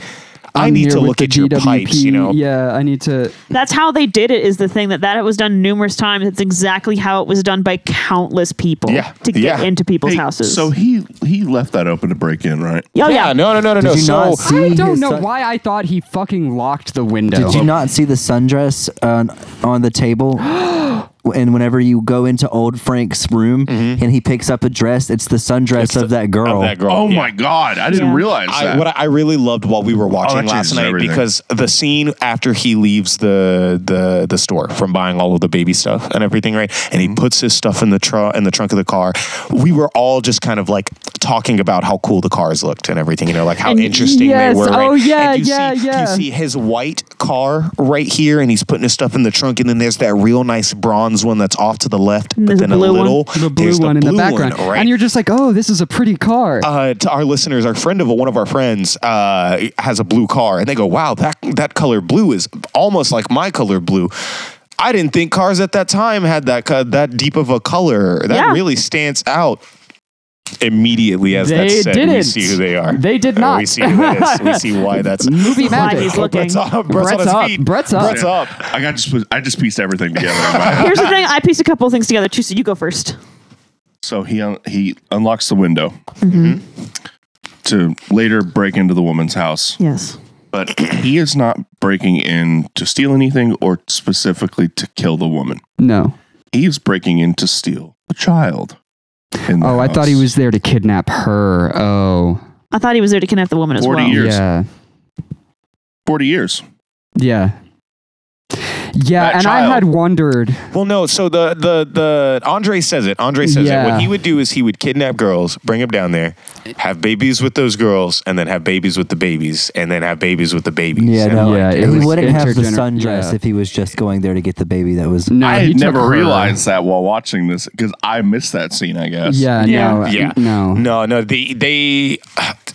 [SPEAKER 4] I
[SPEAKER 5] I'm
[SPEAKER 4] need
[SPEAKER 5] here
[SPEAKER 4] to
[SPEAKER 5] with
[SPEAKER 4] look
[SPEAKER 5] the
[SPEAKER 4] at your
[SPEAKER 5] DWP.
[SPEAKER 4] pipes, you know.
[SPEAKER 5] Yeah, I need to.
[SPEAKER 1] That's how they did it. Is the thing that that was done numerous times. It's exactly how it was done by countless people
[SPEAKER 4] Yeah,
[SPEAKER 1] to get
[SPEAKER 4] yeah.
[SPEAKER 1] into people's
[SPEAKER 3] Hey,
[SPEAKER 1] houses.
[SPEAKER 3] So he he left that open to break in, right?
[SPEAKER 1] oh yeah,
[SPEAKER 4] no, no, no, no,
[SPEAKER 2] Did
[SPEAKER 4] no.
[SPEAKER 2] you
[SPEAKER 4] So
[SPEAKER 2] not see
[SPEAKER 5] I don't
[SPEAKER 2] his
[SPEAKER 5] know
[SPEAKER 2] son-
[SPEAKER 5] why I thought he fucking locked the window.
[SPEAKER 2] Did you not see the sundress on on the table? and whenever you go into old Frank's room and he picks up a dress, it's the sundress of that girl.
[SPEAKER 4] of that girl.
[SPEAKER 3] Oh
[SPEAKER 4] yeah.
[SPEAKER 3] my god, I didn't
[SPEAKER 1] Yeah.
[SPEAKER 3] realize
[SPEAKER 4] I,
[SPEAKER 3] that. Oh,
[SPEAKER 4] what I I really loved while we were watching
[SPEAKER 3] that
[SPEAKER 4] last
[SPEAKER 3] changes
[SPEAKER 4] night
[SPEAKER 3] everything.
[SPEAKER 4] because the scene after he leaves the the the store from buying all of the baby stuff and everything, right? And he
[SPEAKER 3] Mm-hmm.
[SPEAKER 4] puts his stuff in the tru- in the trunk of the car. We were all just kind of like talking about how cool the cars looked and everything, you know, like how
[SPEAKER 1] And-
[SPEAKER 4] interesting
[SPEAKER 5] yes,
[SPEAKER 4] they were. right?
[SPEAKER 5] oh, yeah,
[SPEAKER 4] And you
[SPEAKER 5] yeah,
[SPEAKER 4] see,
[SPEAKER 5] yeah.
[SPEAKER 4] You see his white car right here, and he's putting his stuff in the trunk, and then there's that real nice bronze one that's off to the left,
[SPEAKER 1] And
[SPEAKER 4] but
[SPEAKER 1] there's a
[SPEAKER 4] then a
[SPEAKER 1] blue one.
[SPEAKER 4] little
[SPEAKER 5] the blue
[SPEAKER 4] there's
[SPEAKER 5] one in the
[SPEAKER 4] blue
[SPEAKER 5] background,
[SPEAKER 4] right?
[SPEAKER 5] and you're just like, "Oh, this is a pretty car."
[SPEAKER 4] uh, to our listeners, our friend of one of our friends uh, has a blue car, and they go, "Wow, that that color blue is almost like my color blue." I didn't think cars at that time had that co- that deep of a color. That
[SPEAKER 1] Yeah.
[SPEAKER 4] really stands out immediately as
[SPEAKER 5] They
[SPEAKER 4] that's said. We
[SPEAKER 5] didn't.
[SPEAKER 4] see who they are.
[SPEAKER 5] They did
[SPEAKER 4] Uh,
[SPEAKER 5] not.
[SPEAKER 4] We see who it is. We see why that's.
[SPEAKER 5] Movie magic.
[SPEAKER 1] he's looking.
[SPEAKER 4] Brett's up. Brett's, on
[SPEAKER 5] Brett's
[SPEAKER 4] his
[SPEAKER 5] up.
[SPEAKER 4] feet.
[SPEAKER 5] Brett's up.
[SPEAKER 4] Brett's up.
[SPEAKER 3] I got just put- I just pieced everything together. in my head.
[SPEAKER 1] Here's the thing. I pieced a couple of things together too. So you go first.
[SPEAKER 5] Mm-hmm.
[SPEAKER 3] so he un- he unlocks the window. to later break into the woman's house.
[SPEAKER 1] Yes.
[SPEAKER 3] But he is not breaking in to steal anything or specifically to kill the woman.
[SPEAKER 5] No.
[SPEAKER 3] He is breaking in to steal a child. in the
[SPEAKER 5] Oh, I thought he
[SPEAKER 3] house.
[SPEAKER 5] was there to kidnap her. Oh.
[SPEAKER 1] I thought he was there to kidnap the woman as
[SPEAKER 3] 40
[SPEAKER 1] well.
[SPEAKER 3] Years.
[SPEAKER 5] Yeah.
[SPEAKER 3] 40 years.
[SPEAKER 5] Yeah. Yeah,
[SPEAKER 3] That
[SPEAKER 5] and
[SPEAKER 3] child.
[SPEAKER 5] I had wondered.
[SPEAKER 4] Well, no. So the the the Andre says it. Andre says it.
[SPEAKER 5] Yeah.
[SPEAKER 4] What he would do is he would kidnap girls, bring them down there, have babies with those girls, and then have babies with the babies, and then have babies with the babies.
[SPEAKER 2] Yeah,
[SPEAKER 4] And,
[SPEAKER 2] no,
[SPEAKER 4] like,
[SPEAKER 5] Yeah, it
[SPEAKER 2] he
[SPEAKER 5] was
[SPEAKER 2] wouldn't have the
[SPEAKER 5] intergener-
[SPEAKER 2] sundress
[SPEAKER 5] yeah.
[SPEAKER 2] if he was just going there to get the baby. That was
[SPEAKER 5] No,
[SPEAKER 3] I
[SPEAKER 5] he
[SPEAKER 3] had
[SPEAKER 5] took
[SPEAKER 3] never
[SPEAKER 5] her.
[SPEAKER 3] realized that while watching this because I missed that scene, I guess.
[SPEAKER 5] Yeah,
[SPEAKER 1] Yeah.
[SPEAKER 5] no,
[SPEAKER 4] Yeah.
[SPEAKER 5] no.
[SPEAKER 4] No, no. They they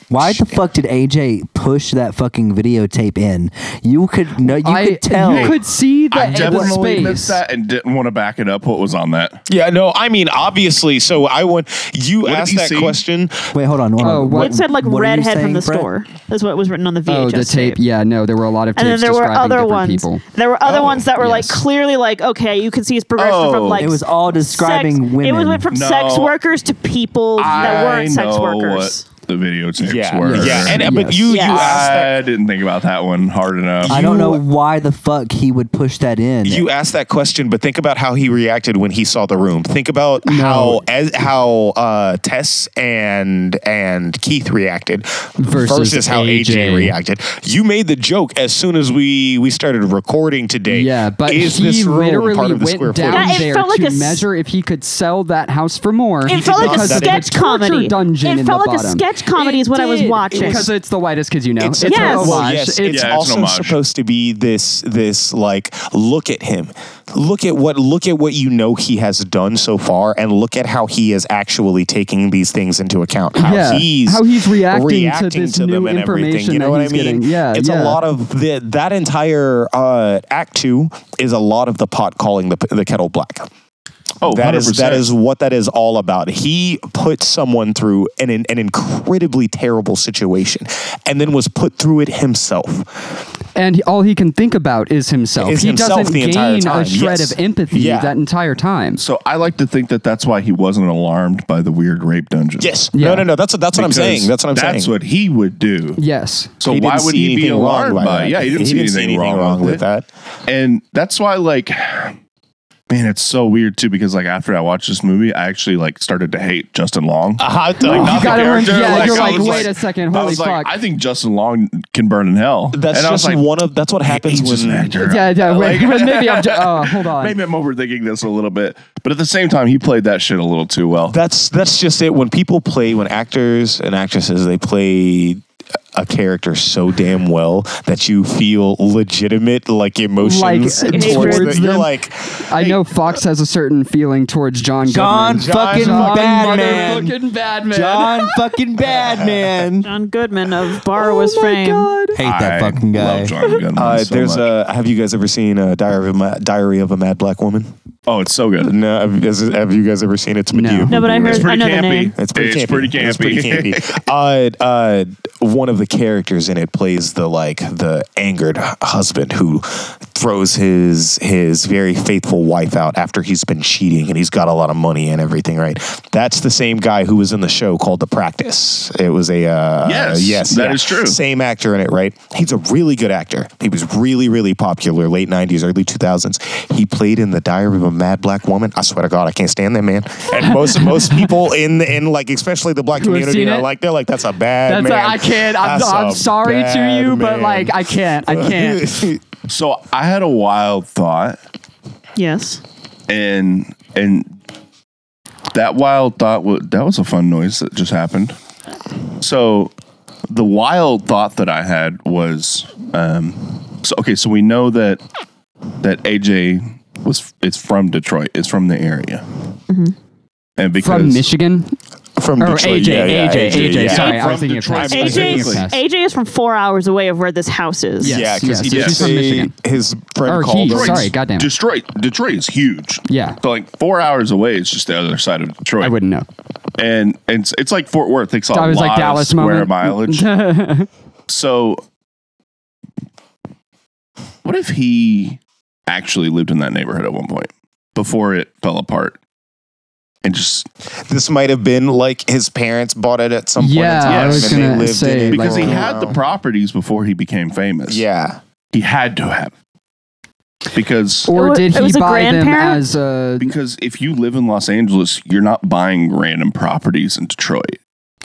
[SPEAKER 2] why the fuck did AJ push that fucking videotape in? You could no, you
[SPEAKER 5] I,
[SPEAKER 2] could tell.
[SPEAKER 5] You could see the,
[SPEAKER 3] I
[SPEAKER 5] the
[SPEAKER 3] definitely missed
[SPEAKER 5] space.
[SPEAKER 3] that and didn't want to back it up. What was on that?
[SPEAKER 4] Yeah, no, I mean obviously. So I want you
[SPEAKER 3] did
[SPEAKER 4] asked
[SPEAKER 3] you
[SPEAKER 4] that
[SPEAKER 3] see?
[SPEAKER 4] question.
[SPEAKER 2] Wait, hold on. Hold
[SPEAKER 5] Oh,
[SPEAKER 2] on.
[SPEAKER 5] what-
[SPEAKER 2] What,
[SPEAKER 1] It said like
[SPEAKER 2] what are you
[SPEAKER 1] redhead from
[SPEAKER 2] saying,
[SPEAKER 1] the
[SPEAKER 2] Brett?
[SPEAKER 1] store. That's what was written on the VHS
[SPEAKER 5] Oh, the tape. Yeah, no, there were a lot of tapes
[SPEAKER 1] And then there were
[SPEAKER 5] describing
[SPEAKER 1] other
[SPEAKER 5] different
[SPEAKER 1] ones.
[SPEAKER 5] people. Oh,
[SPEAKER 1] There were other ones that were like
[SPEAKER 5] yes.
[SPEAKER 1] clearly like okay, you can see his progression from
[SPEAKER 3] Oh,
[SPEAKER 1] like
[SPEAKER 2] It was all describing
[SPEAKER 1] sex-
[SPEAKER 2] women.
[SPEAKER 1] It was went from sex
[SPEAKER 3] No.
[SPEAKER 1] workers to people that weren't sex workers.
[SPEAKER 3] what the videotapes
[SPEAKER 4] Yeah,
[SPEAKER 3] were.
[SPEAKER 4] yeah, and but
[SPEAKER 5] Yes.
[SPEAKER 4] you
[SPEAKER 1] Yes.
[SPEAKER 4] you asked that
[SPEAKER 3] I didn't think about that one hard enough.
[SPEAKER 2] I don't know why the fuck he would push that in.
[SPEAKER 4] you asked that question, but think about how he reacted when he saw the room. Think about how as how uh, Tess and and Keith reacted
[SPEAKER 5] Versus
[SPEAKER 4] versus, how AJ.
[SPEAKER 5] AJ.
[SPEAKER 4] reacted. You made the joke as soon as we we started recording today.
[SPEAKER 5] Yeah, but
[SPEAKER 4] is
[SPEAKER 5] he
[SPEAKER 4] this room
[SPEAKER 5] literally
[SPEAKER 4] part of the
[SPEAKER 5] went
[SPEAKER 4] square
[SPEAKER 5] down
[SPEAKER 4] footage?
[SPEAKER 1] Yeah, it
[SPEAKER 5] there
[SPEAKER 1] felt like
[SPEAKER 5] to
[SPEAKER 1] a s-
[SPEAKER 5] measure if he could sell that house for more.
[SPEAKER 1] It felt like a
[SPEAKER 4] not. That is a
[SPEAKER 1] sketch comedy.
[SPEAKER 5] Dungeon
[SPEAKER 1] it
[SPEAKER 5] in
[SPEAKER 1] felt
[SPEAKER 5] the
[SPEAKER 1] like a
[SPEAKER 5] bottom.
[SPEAKER 1] sketch comedy
[SPEAKER 5] It
[SPEAKER 1] is what I was
[SPEAKER 5] did,
[SPEAKER 1] watching.
[SPEAKER 5] because it's the whitest kids you know. It's,
[SPEAKER 1] Yes.
[SPEAKER 5] a
[SPEAKER 1] Well,
[SPEAKER 5] homage.
[SPEAKER 4] yes,
[SPEAKER 5] it's,
[SPEAKER 4] it's,
[SPEAKER 3] yeah, it's an
[SPEAKER 4] also
[SPEAKER 3] homage.
[SPEAKER 4] supposed to be this this like look at him, look at what look at what you know he has done so far, and look at how he is actually taking these things into account. How
[SPEAKER 5] Yeah,
[SPEAKER 4] he's
[SPEAKER 5] how he's reacting to
[SPEAKER 4] reacting
[SPEAKER 5] this
[SPEAKER 4] them
[SPEAKER 5] new
[SPEAKER 4] and everything,
[SPEAKER 5] information
[SPEAKER 4] You know
[SPEAKER 5] that
[SPEAKER 4] what I
[SPEAKER 5] he's
[SPEAKER 4] mean?
[SPEAKER 5] getting. Yeah,
[SPEAKER 4] it's a
[SPEAKER 5] yeah.
[SPEAKER 4] lot of the, that entire uh, act two is a lot of the pot calling the the kettle black.
[SPEAKER 3] Oh,
[SPEAKER 4] That is
[SPEAKER 3] 100%.
[SPEAKER 4] that is what that is all about. He put someone through an an incredibly terrible situation, and then was put through it himself.
[SPEAKER 5] and he- all he can think about is himself.
[SPEAKER 4] Is
[SPEAKER 5] he
[SPEAKER 4] himself
[SPEAKER 5] doesn't
[SPEAKER 4] the entire
[SPEAKER 5] gain a
[SPEAKER 4] time,
[SPEAKER 5] shred
[SPEAKER 4] yes.
[SPEAKER 5] of empathy
[SPEAKER 4] Yeah.
[SPEAKER 5] that entire time.
[SPEAKER 3] So I like to think that that's why he wasn't alarmed by the weird rape dungeon.
[SPEAKER 4] Yes.
[SPEAKER 5] Yeah.
[SPEAKER 4] No, no, no. That's what that's what I'm
[SPEAKER 3] Because
[SPEAKER 4] saying. That's what I'm
[SPEAKER 3] That's
[SPEAKER 4] saying.
[SPEAKER 3] what he would do.
[SPEAKER 5] Yes.
[SPEAKER 3] So
[SPEAKER 4] He
[SPEAKER 3] why
[SPEAKER 4] didn't
[SPEAKER 3] would
[SPEAKER 4] see
[SPEAKER 3] he be
[SPEAKER 4] anything wrong
[SPEAKER 3] alarmed
[SPEAKER 4] by
[SPEAKER 3] by?
[SPEAKER 4] that.
[SPEAKER 3] it? Yeah, he didn't see anything, wrong, with, it.
[SPEAKER 4] that.
[SPEAKER 3] And that's why, like, man, it's so weird too. Because like after I watched this movie, I actually like started to hate Justin Long.
[SPEAKER 4] Uh,
[SPEAKER 5] you gotta learn.
[SPEAKER 3] character,
[SPEAKER 5] Yeah,
[SPEAKER 3] like,
[SPEAKER 5] you're
[SPEAKER 3] I
[SPEAKER 5] like,
[SPEAKER 3] was like-
[SPEAKER 5] wait a second,
[SPEAKER 3] I
[SPEAKER 5] holy
[SPEAKER 3] was like,
[SPEAKER 5] fuck.
[SPEAKER 3] I think Justin Long can burn in hell.
[SPEAKER 4] that's
[SPEAKER 3] and I was
[SPEAKER 4] just
[SPEAKER 3] like,
[SPEAKER 4] one of that's what happens
[SPEAKER 3] he's just an
[SPEAKER 4] when
[SPEAKER 3] actor.
[SPEAKER 5] yeah, yeah. Wait,
[SPEAKER 3] Like-
[SPEAKER 5] maybe I'm. Ju- oh, hold on.
[SPEAKER 3] Maybe I'm overthinking this a little bit, but at the same time, he played that shit a little too well.
[SPEAKER 4] that's that's just it. When people play, when actors and actresses, they play a character so damn well that you feel legitimate like emotions
[SPEAKER 5] Like,
[SPEAKER 4] towards,
[SPEAKER 5] towards
[SPEAKER 4] the, you're
[SPEAKER 5] them.
[SPEAKER 4] like
[SPEAKER 5] I know Fox has a certain feeling towards John.
[SPEAKER 2] John
[SPEAKER 5] Goodman.
[SPEAKER 2] fucking
[SPEAKER 5] John
[SPEAKER 2] Badman.
[SPEAKER 5] motherfucking Badman.
[SPEAKER 2] John fucking Badman.
[SPEAKER 1] John Goodman of
[SPEAKER 5] Oh
[SPEAKER 1] Borrower's
[SPEAKER 5] my
[SPEAKER 1] fame.
[SPEAKER 5] God.
[SPEAKER 2] Hate that
[SPEAKER 3] I
[SPEAKER 2] fucking guy.
[SPEAKER 3] Love John Goodman
[SPEAKER 4] uh,
[SPEAKER 3] so
[SPEAKER 4] there's
[SPEAKER 3] much.
[SPEAKER 4] a have you guys ever seen a diary of a, Ma- diary of a mad black woman
[SPEAKER 3] oh, it's so good.
[SPEAKER 4] no have, has- have you guys ever seen it? it's
[SPEAKER 5] No.
[SPEAKER 4] medieval
[SPEAKER 1] No, but I
[SPEAKER 3] It's
[SPEAKER 1] heard I
[SPEAKER 3] pretty
[SPEAKER 1] know the
[SPEAKER 3] campy.
[SPEAKER 1] name.
[SPEAKER 4] It's pretty
[SPEAKER 3] It's
[SPEAKER 4] campy.
[SPEAKER 3] pretty
[SPEAKER 4] It's pretty
[SPEAKER 3] campy.
[SPEAKER 4] campy. uh, uh, one of the characters in it plays the like the angered h- husband who throws his his very faithful wife out after he's been cheating and he's got a lot of money and everything. Right? That's the same guy who was in the show called The Practice. It was a uh,
[SPEAKER 3] Yes,
[SPEAKER 4] yes,
[SPEAKER 3] that
[SPEAKER 4] yeah.
[SPEAKER 3] is true.
[SPEAKER 4] Same actor in it, right? He's a really good actor. He was really really popular late '90s, early 2000s. He played in The Diary of a Mad Black Woman. I swear to God, I can't stand that man. And most most people in in like especially the black
[SPEAKER 5] Who have
[SPEAKER 4] community
[SPEAKER 5] seen
[SPEAKER 4] are
[SPEAKER 5] it?
[SPEAKER 4] like they're like that's a bad
[SPEAKER 5] That's
[SPEAKER 4] man.
[SPEAKER 5] a, I can't. I'm,
[SPEAKER 4] That's
[SPEAKER 5] I'm
[SPEAKER 4] a
[SPEAKER 5] sorry to
[SPEAKER 4] bad
[SPEAKER 5] you, but
[SPEAKER 4] man."
[SPEAKER 5] like I can't. I can't.
[SPEAKER 3] So I had a wild thought,
[SPEAKER 1] Yes.
[SPEAKER 3] and and that wild thought was that was a fun noise that just happened. So the wild thought that I had was, um, so okay, so we know that that AJ was it's from Detroit, it's from the area, and because
[SPEAKER 5] Mm-hmm. From Michigan
[SPEAKER 4] from
[SPEAKER 5] or
[SPEAKER 4] Detroit,
[SPEAKER 5] AJ,
[SPEAKER 4] yeah, yeah,
[SPEAKER 5] AJ, AJ,
[SPEAKER 4] yeah.
[SPEAKER 5] Sorry, I
[SPEAKER 3] From
[SPEAKER 5] was thinking of
[SPEAKER 3] Detroit.
[SPEAKER 5] Tess. I was
[SPEAKER 1] AJ
[SPEAKER 5] thinking
[SPEAKER 1] is,
[SPEAKER 5] of Tess.
[SPEAKER 1] AJ is from four hours away of where this house is.
[SPEAKER 5] Yes.
[SPEAKER 4] Yeah, because he
[SPEAKER 5] yes,
[SPEAKER 4] did
[SPEAKER 5] she's from
[SPEAKER 4] say
[SPEAKER 5] Michigan.
[SPEAKER 4] his friend
[SPEAKER 5] Or
[SPEAKER 4] called.
[SPEAKER 5] he,
[SPEAKER 4] him.
[SPEAKER 5] sorry, goddamn. it.
[SPEAKER 3] Detroit, Detroit is huge.
[SPEAKER 5] Yeah.
[SPEAKER 3] so like four hours away is just the other side of Detroit.
[SPEAKER 5] I wouldn't know.
[SPEAKER 3] and and it's, it's like Fort Worth. It's a
[SPEAKER 5] I was
[SPEAKER 3] lot
[SPEAKER 5] like Dallas
[SPEAKER 3] of square
[SPEAKER 5] moment.
[SPEAKER 3] mileage. so, what if he actually lived in that neighborhood at one point before it fell apart? and just
[SPEAKER 4] This might have been like his parents bought it at some point.
[SPEAKER 5] Yeah,
[SPEAKER 4] in
[SPEAKER 5] I
[SPEAKER 4] time
[SPEAKER 3] was
[SPEAKER 4] and they
[SPEAKER 5] gonna
[SPEAKER 4] lived
[SPEAKER 5] say,
[SPEAKER 4] in it
[SPEAKER 3] because
[SPEAKER 5] like,
[SPEAKER 3] he
[SPEAKER 4] for a
[SPEAKER 3] had the
[SPEAKER 4] while.
[SPEAKER 3] properties before he became famous.
[SPEAKER 4] Yeah.
[SPEAKER 3] he had to have because
[SPEAKER 1] It
[SPEAKER 5] Or
[SPEAKER 1] wa-
[SPEAKER 5] did
[SPEAKER 1] it
[SPEAKER 5] he
[SPEAKER 1] was a
[SPEAKER 5] buy them
[SPEAKER 1] grandparent?
[SPEAKER 5] as a?
[SPEAKER 3] because if you live in Los Angeles, you're not buying random properties in Detroit.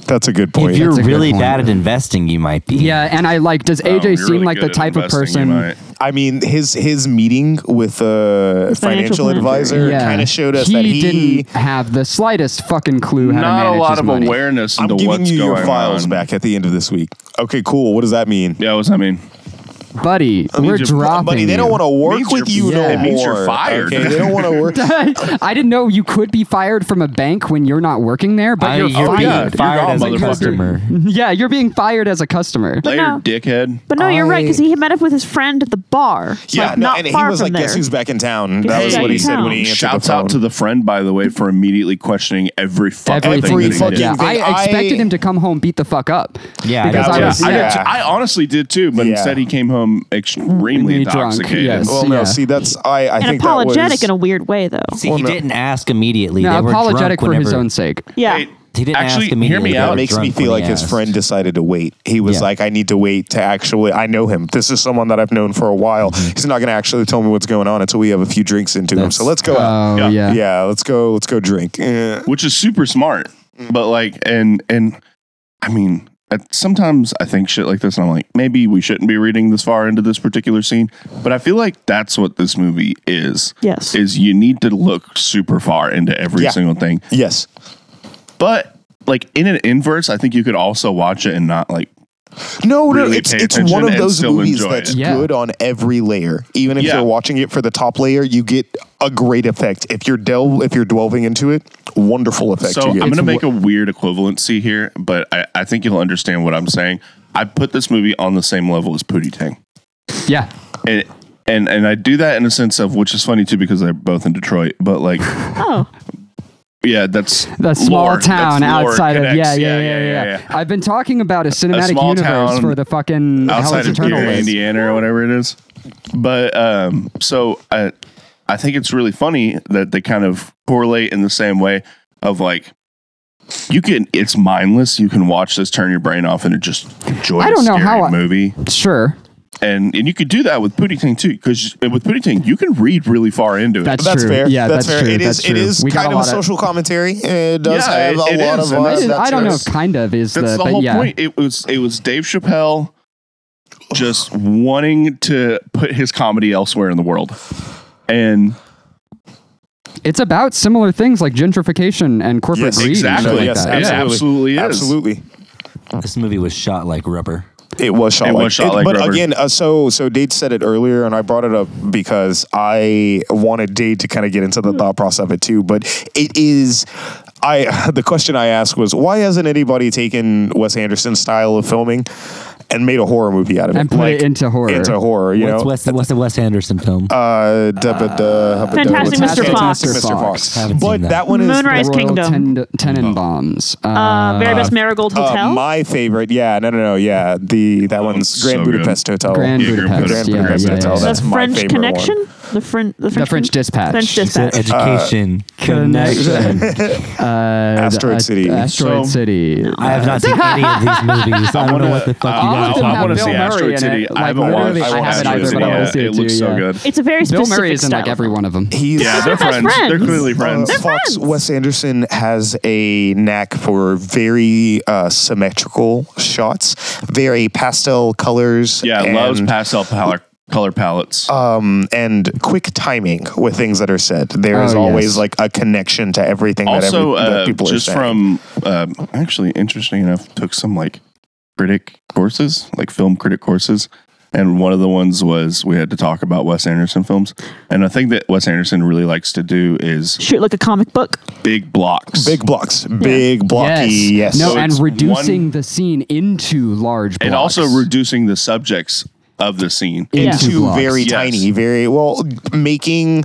[SPEAKER 4] That's a good
[SPEAKER 2] If
[SPEAKER 4] point.
[SPEAKER 2] you're
[SPEAKER 5] That's a good
[SPEAKER 2] really
[SPEAKER 5] point.
[SPEAKER 2] bad at investing, you might be.
[SPEAKER 5] Yeah, and I like. Does
[SPEAKER 3] Um,
[SPEAKER 5] AJ
[SPEAKER 3] you're
[SPEAKER 5] seem
[SPEAKER 3] really
[SPEAKER 5] like the
[SPEAKER 3] good at
[SPEAKER 5] type of
[SPEAKER 3] investing, you
[SPEAKER 5] person?
[SPEAKER 3] might.
[SPEAKER 4] I mean, his his meeting with a
[SPEAKER 1] His financial
[SPEAKER 4] financial,
[SPEAKER 1] planner.
[SPEAKER 4] advisor
[SPEAKER 5] Yeah,
[SPEAKER 4] kind of showed us that he.
[SPEAKER 5] didn't have the slightest fucking clue how to
[SPEAKER 3] Not
[SPEAKER 5] manage
[SPEAKER 3] a lot
[SPEAKER 5] his
[SPEAKER 3] of
[SPEAKER 5] money.
[SPEAKER 3] awareness
[SPEAKER 4] I'm
[SPEAKER 3] into
[SPEAKER 4] giving
[SPEAKER 3] what's
[SPEAKER 4] you
[SPEAKER 3] going
[SPEAKER 4] your files
[SPEAKER 3] on.
[SPEAKER 4] back at the end of this week. Okay, cool. What does that mean?
[SPEAKER 3] Yeah, what's I mean?
[SPEAKER 5] buddy. we're
[SPEAKER 3] your-
[SPEAKER 5] dropping.
[SPEAKER 4] Buddy, they don't want to work
[SPEAKER 3] Means
[SPEAKER 4] with
[SPEAKER 3] you're-
[SPEAKER 4] you no
[SPEAKER 3] yeah. It means you're
[SPEAKER 4] more.
[SPEAKER 3] fired.
[SPEAKER 4] Okay, they don't want to work.
[SPEAKER 5] to. I didn't know you could be fired from a bank when you're not working there, but
[SPEAKER 2] I,
[SPEAKER 5] you're,
[SPEAKER 2] you're,
[SPEAKER 5] fired.
[SPEAKER 2] being
[SPEAKER 3] yeah, you're
[SPEAKER 2] fired
[SPEAKER 3] gone,
[SPEAKER 2] as a
[SPEAKER 3] motherfucker.
[SPEAKER 2] customer.
[SPEAKER 5] Yeah, you're being fired as a customer.
[SPEAKER 3] Later,
[SPEAKER 1] no.
[SPEAKER 3] dickhead.
[SPEAKER 1] But no, you're right
[SPEAKER 2] I-
[SPEAKER 1] because he met up with his friend at the bar.
[SPEAKER 4] Yeah,
[SPEAKER 1] like,
[SPEAKER 4] no,
[SPEAKER 1] not
[SPEAKER 4] and he
[SPEAKER 1] far
[SPEAKER 4] was
[SPEAKER 1] from
[SPEAKER 4] like,
[SPEAKER 1] there.
[SPEAKER 4] "Guess who's back in town?" That
[SPEAKER 1] He's
[SPEAKER 4] was
[SPEAKER 1] back
[SPEAKER 4] what
[SPEAKER 1] in
[SPEAKER 4] he said
[SPEAKER 1] town.
[SPEAKER 4] when he answered
[SPEAKER 3] Shouts
[SPEAKER 4] the phone.
[SPEAKER 3] out to the friend, by the way, for immediately questioning every fucking
[SPEAKER 4] Everything
[SPEAKER 3] thing.
[SPEAKER 5] Everything.
[SPEAKER 3] that he
[SPEAKER 4] fucking
[SPEAKER 3] did.
[SPEAKER 5] Yeah,
[SPEAKER 4] thing.
[SPEAKER 5] I expected
[SPEAKER 4] I-
[SPEAKER 5] him to come home beat the fuck up.
[SPEAKER 2] Yeah, I
[SPEAKER 5] because
[SPEAKER 2] did
[SPEAKER 5] I
[SPEAKER 2] too.
[SPEAKER 5] was
[SPEAKER 3] I, did
[SPEAKER 5] yeah.
[SPEAKER 3] too. I honestly did too, but
[SPEAKER 4] Yeah.
[SPEAKER 3] instead he came home extremely
[SPEAKER 5] Really drunk,
[SPEAKER 3] intoxicated.
[SPEAKER 5] yes.
[SPEAKER 4] Well, no,
[SPEAKER 5] Yeah.
[SPEAKER 4] see, that's I. I
[SPEAKER 1] and
[SPEAKER 4] think
[SPEAKER 1] apologetic
[SPEAKER 4] that
[SPEAKER 1] in a
[SPEAKER 4] was,
[SPEAKER 1] weird way, though.
[SPEAKER 2] See,
[SPEAKER 4] Well,
[SPEAKER 2] he
[SPEAKER 4] no.
[SPEAKER 2] didn't ask immediately.
[SPEAKER 5] No,
[SPEAKER 2] they were
[SPEAKER 5] apologetic
[SPEAKER 2] drunk
[SPEAKER 5] for his
[SPEAKER 2] wait,
[SPEAKER 5] own sake.
[SPEAKER 1] Yeah,
[SPEAKER 3] Wait,
[SPEAKER 2] He didn't ask
[SPEAKER 3] actually, hear
[SPEAKER 2] immediately,
[SPEAKER 3] me
[SPEAKER 2] but
[SPEAKER 3] out.
[SPEAKER 2] were
[SPEAKER 4] makes me
[SPEAKER 2] drunk
[SPEAKER 4] feel
[SPEAKER 2] when
[SPEAKER 4] like
[SPEAKER 2] he
[SPEAKER 4] his
[SPEAKER 2] asked.
[SPEAKER 4] friend decided to wait. He was
[SPEAKER 2] Yeah.
[SPEAKER 4] like, "I need to wait to actually. I know him. This is someone that I've known for a while.
[SPEAKER 5] Mm-hmm.
[SPEAKER 4] He's not going to actually tell me what's going on until we have a few drinks into him.
[SPEAKER 2] That's-
[SPEAKER 4] So let's go out.
[SPEAKER 3] Yeah.
[SPEAKER 5] Oh yeah.
[SPEAKER 4] Yeah, let's go. Let's go drink. Eh.
[SPEAKER 3] which is super smart. But like, and and I mean, at, sometimes I think shit like this, and I'm like, maybe we shouldn't be reading this far into this particular scene. But I feel like that's what this movie is.
[SPEAKER 1] Yes.
[SPEAKER 3] is you need to look super far into every
[SPEAKER 4] Yeah.
[SPEAKER 3] single thing.
[SPEAKER 4] Yes.
[SPEAKER 3] But like in an inverse, I think you could also watch it and not like
[SPEAKER 4] No, no,
[SPEAKER 3] really
[SPEAKER 4] it's
[SPEAKER 3] pay
[SPEAKER 4] it's
[SPEAKER 3] attention
[SPEAKER 4] one of
[SPEAKER 3] and
[SPEAKER 4] those
[SPEAKER 3] still
[SPEAKER 4] movies
[SPEAKER 3] enjoy
[SPEAKER 4] that's
[SPEAKER 3] it.
[SPEAKER 5] Yeah.
[SPEAKER 4] good on every layer. Even if
[SPEAKER 3] Yeah.
[SPEAKER 4] you're watching it for the top layer, you get a great effect. If you're delve, if you're delving into it, wonderful effect.
[SPEAKER 3] So
[SPEAKER 4] you
[SPEAKER 3] I'm going
[SPEAKER 4] get.
[SPEAKER 3] to make a weird equivalency here, but I, I think you'll understand what I'm saying. I put this movie on the same level as Pootie Tang,
[SPEAKER 5] Yeah.
[SPEAKER 3] and and and I do that in a sense of which is funny too because they're both in Detroit, but like
[SPEAKER 1] Oh,
[SPEAKER 3] yeah, that's
[SPEAKER 5] The small
[SPEAKER 3] lore. That's
[SPEAKER 5] town
[SPEAKER 3] lore
[SPEAKER 5] outside of
[SPEAKER 3] connects.
[SPEAKER 5] yeah yeah yeah, yeah, I've been talking about a cinematic
[SPEAKER 3] small
[SPEAKER 5] universe
[SPEAKER 3] town
[SPEAKER 5] for the fucking
[SPEAKER 3] outside
[SPEAKER 5] Hell's
[SPEAKER 3] of
[SPEAKER 5] Eternal
[SPEAKER 3] Gary,
[SPEAKER 5] list.
[SPEAKER 3] Indiana or whatever it is. But um, so I, I think it's really funny that they kind of correlate in the same way of like you can it's mindless. You can watch this, turn your brain off, and it just enjoy.
[SPEAKER 5] I
[SPEAKER 3] a
[SPEAKER 5] don't know
[SPEAKER 3] scary
[SPEAKER 5] how I-
[SPEAKER 3] movie
[SPEAKER 5] Sure.
[SPEAKER 3] and and you could do that with Pootie Tang too because with Pootie Tang you can read really far into it.
[SPEAKER 5] That's,
[SPEAKER 4] That's
[SPEAKER 5] true.
[SPEAKER 4] fair.
[SPEAKER 5] Yeah, that's,
[SPEAKER 4] fair.
[SPEAKER 5] true.
[SPEAKER 4] It is.
[SPEAKER 5] that's true.
[SPEAKER 4] It is
[SPEAKER 5] We got
[SPEAKER 4] kind
[SPEAKER 5] a
[SPEAKER 4] of a
[SPEAKER 5] lot
[SPEAKER 4] social commentary. It does
[SPEAKER 3] Yeah,
[SPEAKER 4] have
[SPEAKER 3] it-
[SPEAKER 4] a
[SPEAKER 3] it
[SPEAKER 4] lot
[SPEAKER 3] is,
[SPEAKER 4] of.
[SPEAKER 3] and
[SPEAKER 4] uh,
[SPEAKER 5] It is-
[SPEAKER 4] that's
[SPEAKER 5] I don't know.
[SPEAKER 4] us.
[SPEAKER 5] if Kind of is
[SPEAKER 3] That's
[SPEAKER 5] the,
[SPEAKER 3] the,
[SPEAKER 5] but
[SPEAKER 3] whole
[SPEAKER 5] yeah.
[SPEAKER 3] point. It was it was Dave Chappelle just wanting to put his comedy elsewhere in the world, and
[SPEAKER 5] It's about similar things like gentrification and corporate
[SPEAKER 4] Yes,
[SPEAKER 5] greed.
[SPEAKER 3] exactly.
[SPEAKER 5] And shit like
[SPEAKER 4] Yes,
[SPEAKER 5] that.
[SPEAKER 3] It absolutely is.
[SPEAKER 4] Absolutely.
[SPEAKER 2] This movie was shot like rubber.
[SPEAKER 4] It was shot
[SPEAKER 3] It
[SPEAKER 4] like,
[SPEAKER 3] was shot
[SPEAKER 4] it-
[SPEAKER 3] like
[SPEAKER 4] but
[SPEAKER 3] rubber.
[SPEAKER 4] again, uh, so so Dade said it earlier, and I brought it up because I wanted Dade to kind of get into
[SPEAKER 5] Hmm.
[SPEAKER 4] the thought process of it too. But it is. I the question I asked was why hasn't anybody taken Wes Anderson's style of filming and made a horror movie out of it
[SPEAKER 5] And put it into horror.
[SPEAKER 4] into horror you
[SPEAKER 2] What's Wes,
[SPEAKER 4] know
[SPEAKER 2] what's the Wes Anderson film?
[SPEAKER 4] uh, da- ba- da- ba- da-
[SPEAKER 1] Fantastic
[SPEAKER 4] what's
[SPEAKER 1] Mr.
[SPEAKER 4] that?
[SPEAKER 1] Fox.
[SPEAKER 4] Fantastic Mr. Fox
[SPEAKER 2] Haven't
[SPEAKER 4] but
[SPEAKER 2] seen that.
[SPEAKER 4] that one is
[SPEAKER 1] Moonrise
[SPEAKER 5] Royal
[SPEAKER 1] Kingdom.
[SPEAKER 5] Ten- Tenenbaums. Uh,
[SPEAKER 1] uh, very best Marigold
[SPEAKER 4] uh,
[SPEAKER 1] Hotel.
[SPEAKER 4] my favorite yeah no no no yeah the that one's
[SPEAKER 3] it's
[SPEAKER 4] Grand
[SPEAKER 3] so good.
[SPEAKER 4] Budapest Hotel
[SPEAKER 5] Grand
[SPEAKER 3] Yeah, Grand
[SPEAKER 5] Budapest.
[SPEAKER 3] Budapest, Oh,
[SPEAKER 5] yeah,
[SPEAKER 4] Grand Budapest.
[SPEAKER 5] yeah, yeah,
[SPEAKER 4] That's
[SPEAKER 5] yeah.
[SPEAKER 1] the
[SPEAKER 4] that's my
[SPEAKER 1] French
[SPEAKER 4] favorite one.
[SPEAKER 1] Connection. The French. The French,
[SPEAKER 5] French Dispatch.
[SPEAKER 1] French
[SPEAKER 5] She
[SPEAKER 2] So
[SPEAKER 4] uh,
[SPEAKER 1] Dispatch.
[SPEAKER 2] education connection.
[SPEAKER 4] Asteroid
[SPEAKER 5] Uh,
[SPEAKER 4] City.
[SPEAKER 5] Asteroid
[SPEAKER 3] So-
[SPEAKER 5] City.
[SPEAKER 2] I have not seen any of these movies. I don't know what the fuck
[SPEAKER 3] I,
[SPEAKER 2] you
[SPEAKER 5] all
[SPEAKER 2] guys are
[SPEAKER 5] of them
[SPEAKER 3] I,
[SPEAKER 5] have
[SPEAKER 2] talking
[SPEAKER 3] want to
[SPEAKER 5] Bill
[SPEAKER 3] see
[SPEAKER 2] about.
[SPEAKER 3] Asteroid
[SPEAKER 5] Murray in
[SPEAKER 3] City.
[SPEAKER 5] it.
[SPEAKER 3] I
[SPEAKER 5] Like,
[SPEAKER 3] haven't watched.
[SPEAKER 5] literally, I
[SPEAKER 3] watched
[SPEAKER 5] haven't
[SPEAKER 3] Asteroid
[SPEAKER 5] either,
[SPEAKER 3] City
[SPEAKER 5] but I wanna
[SPEAKER 3] yet.
[SPEAKER 5] see it
[SPEAKER 3] It looks
[SPEAKER 5] too,
[SPEAKER 3] so
[SPEAKER 5] yeah.
[SPEAKER 3] good.
[SPEAKER 1] It's a very
[SPEAKER 5] Bill
[SPEAKER 1] specific
[SPEAKER 5] Murray is in
[SPEAKER 1] style.
[SPEAKER 5] like every one of them.
[SPEAKER 4] He's
[SPEAKER 3] Yeah, they're
[SPEAKER 1] They're
[SPEAKER 3] friends. They're
[SPEAKER 1] friends.
[SPEAKER 3] clearly
[SPEAKER 1] Uh,
[SPEAKER 3] friends.
[SPEAKER 4] Uh, Fox
[SPEAKER 1] friends.
[SPEAKER 4] Wes Anderson has a knack for very uh, symmetrical shots, very pastel colors.
[SPEAKER 3] yeah,
[SPEAKER 4] and,
[SPEAKER 3] loves pastel palor- color palettes.
[SPEAKER 4] um, and quick timing with things that are said. There is
[SPEAKER 5] Oh,
[SPEAKER 4] always
[SPEAKER 5] yes.
[SPEAKER 4] like a connection to everything
[SPEAKER 3] also,
[SPEAKER 4] that, every, that
[SPEAKER 3] uh,
[SPEAKER 4] people
[SPEAKER 3] just
[SPEAKER 4] are saying.
[SPEAKER 3] from um actually interesting enough, took some like critic courses, like film critic courses, and one of the ones was we had to talk about Wes Anderson films, and a thing that Wes Anderson really likes to do is
[SPEAKER 1] Shoot like a comic book.
[SPEAKER 3] big blocks,
[SPEAKER 4] big blocks, big blocky. Yes.
[SPEAKER 5] No,
[SPEAKER 3] So
[SPEAKER 5] and
[SPEAKER 3] it's
[SPEAKER 5] reducing
[SPEAKER 3] one-
[SPEAKER 5] the scene into large blocks.
[SPEAKER 3] and also reducing the subjects of the scene,
[SPEAKER 1] Yeah.
[SPEAKER 5] Into
[SPEAKER 4] Two
[SPEAKER 5] blocks.
[SPEAKER 4] very
[SPEAKER 3] Yes.
[SPEAKER 4] tiny, very well making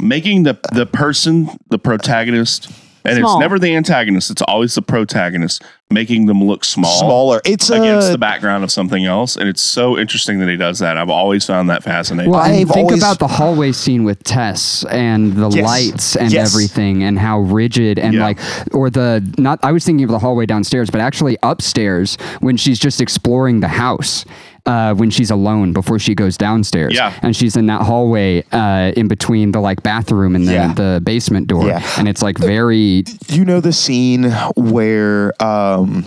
[SPEAKER 3] making the the person, the protagonist, And
[SPEAKER 1] Small.
[SPEAKER 3] it's never the antagonist, it's always the protagonist making them look small.
[SPEAKER 4] Smaller. It's uh,
[SPEAKER 3] Against the
[SPEAKER 4] a.
[SPEAKER 3] background of something else, and it's so interesting that he does that. I've always found that fascinating.
[SPEAKER 5] Well, and
[SPEAKER 4] I've
[SPEAKER 5] think
[SPEAKER 4] always-
[SPEAKER 5] about the hallway scene with Tess and the
[SPEAKER 4] Yes.
[SPEAKER 5] lights and
[SPEAKER 4] Yes.
[SPEAKER 5] everything, and how rigid and
[SPEAKER 3] Yeah.
[SPEAKER 5] like, or the not. I was thinking of the hallway downstairs, but actually upstairs when she's just exploring the house. Uh, when she's alone before she goes downstairs,
[SPEAKER 3] Yeah.
[SPEAKER 5] and she's in that hallway uh, in between the like bathroom and the,
[SPEAKER 4] Yeah.
[SPEAKER 5] the basement door,
[SPEAKER 4] Yeah.
[SPEAKER 5] and it's like very
[SPEAKER 4] You know the scene where um,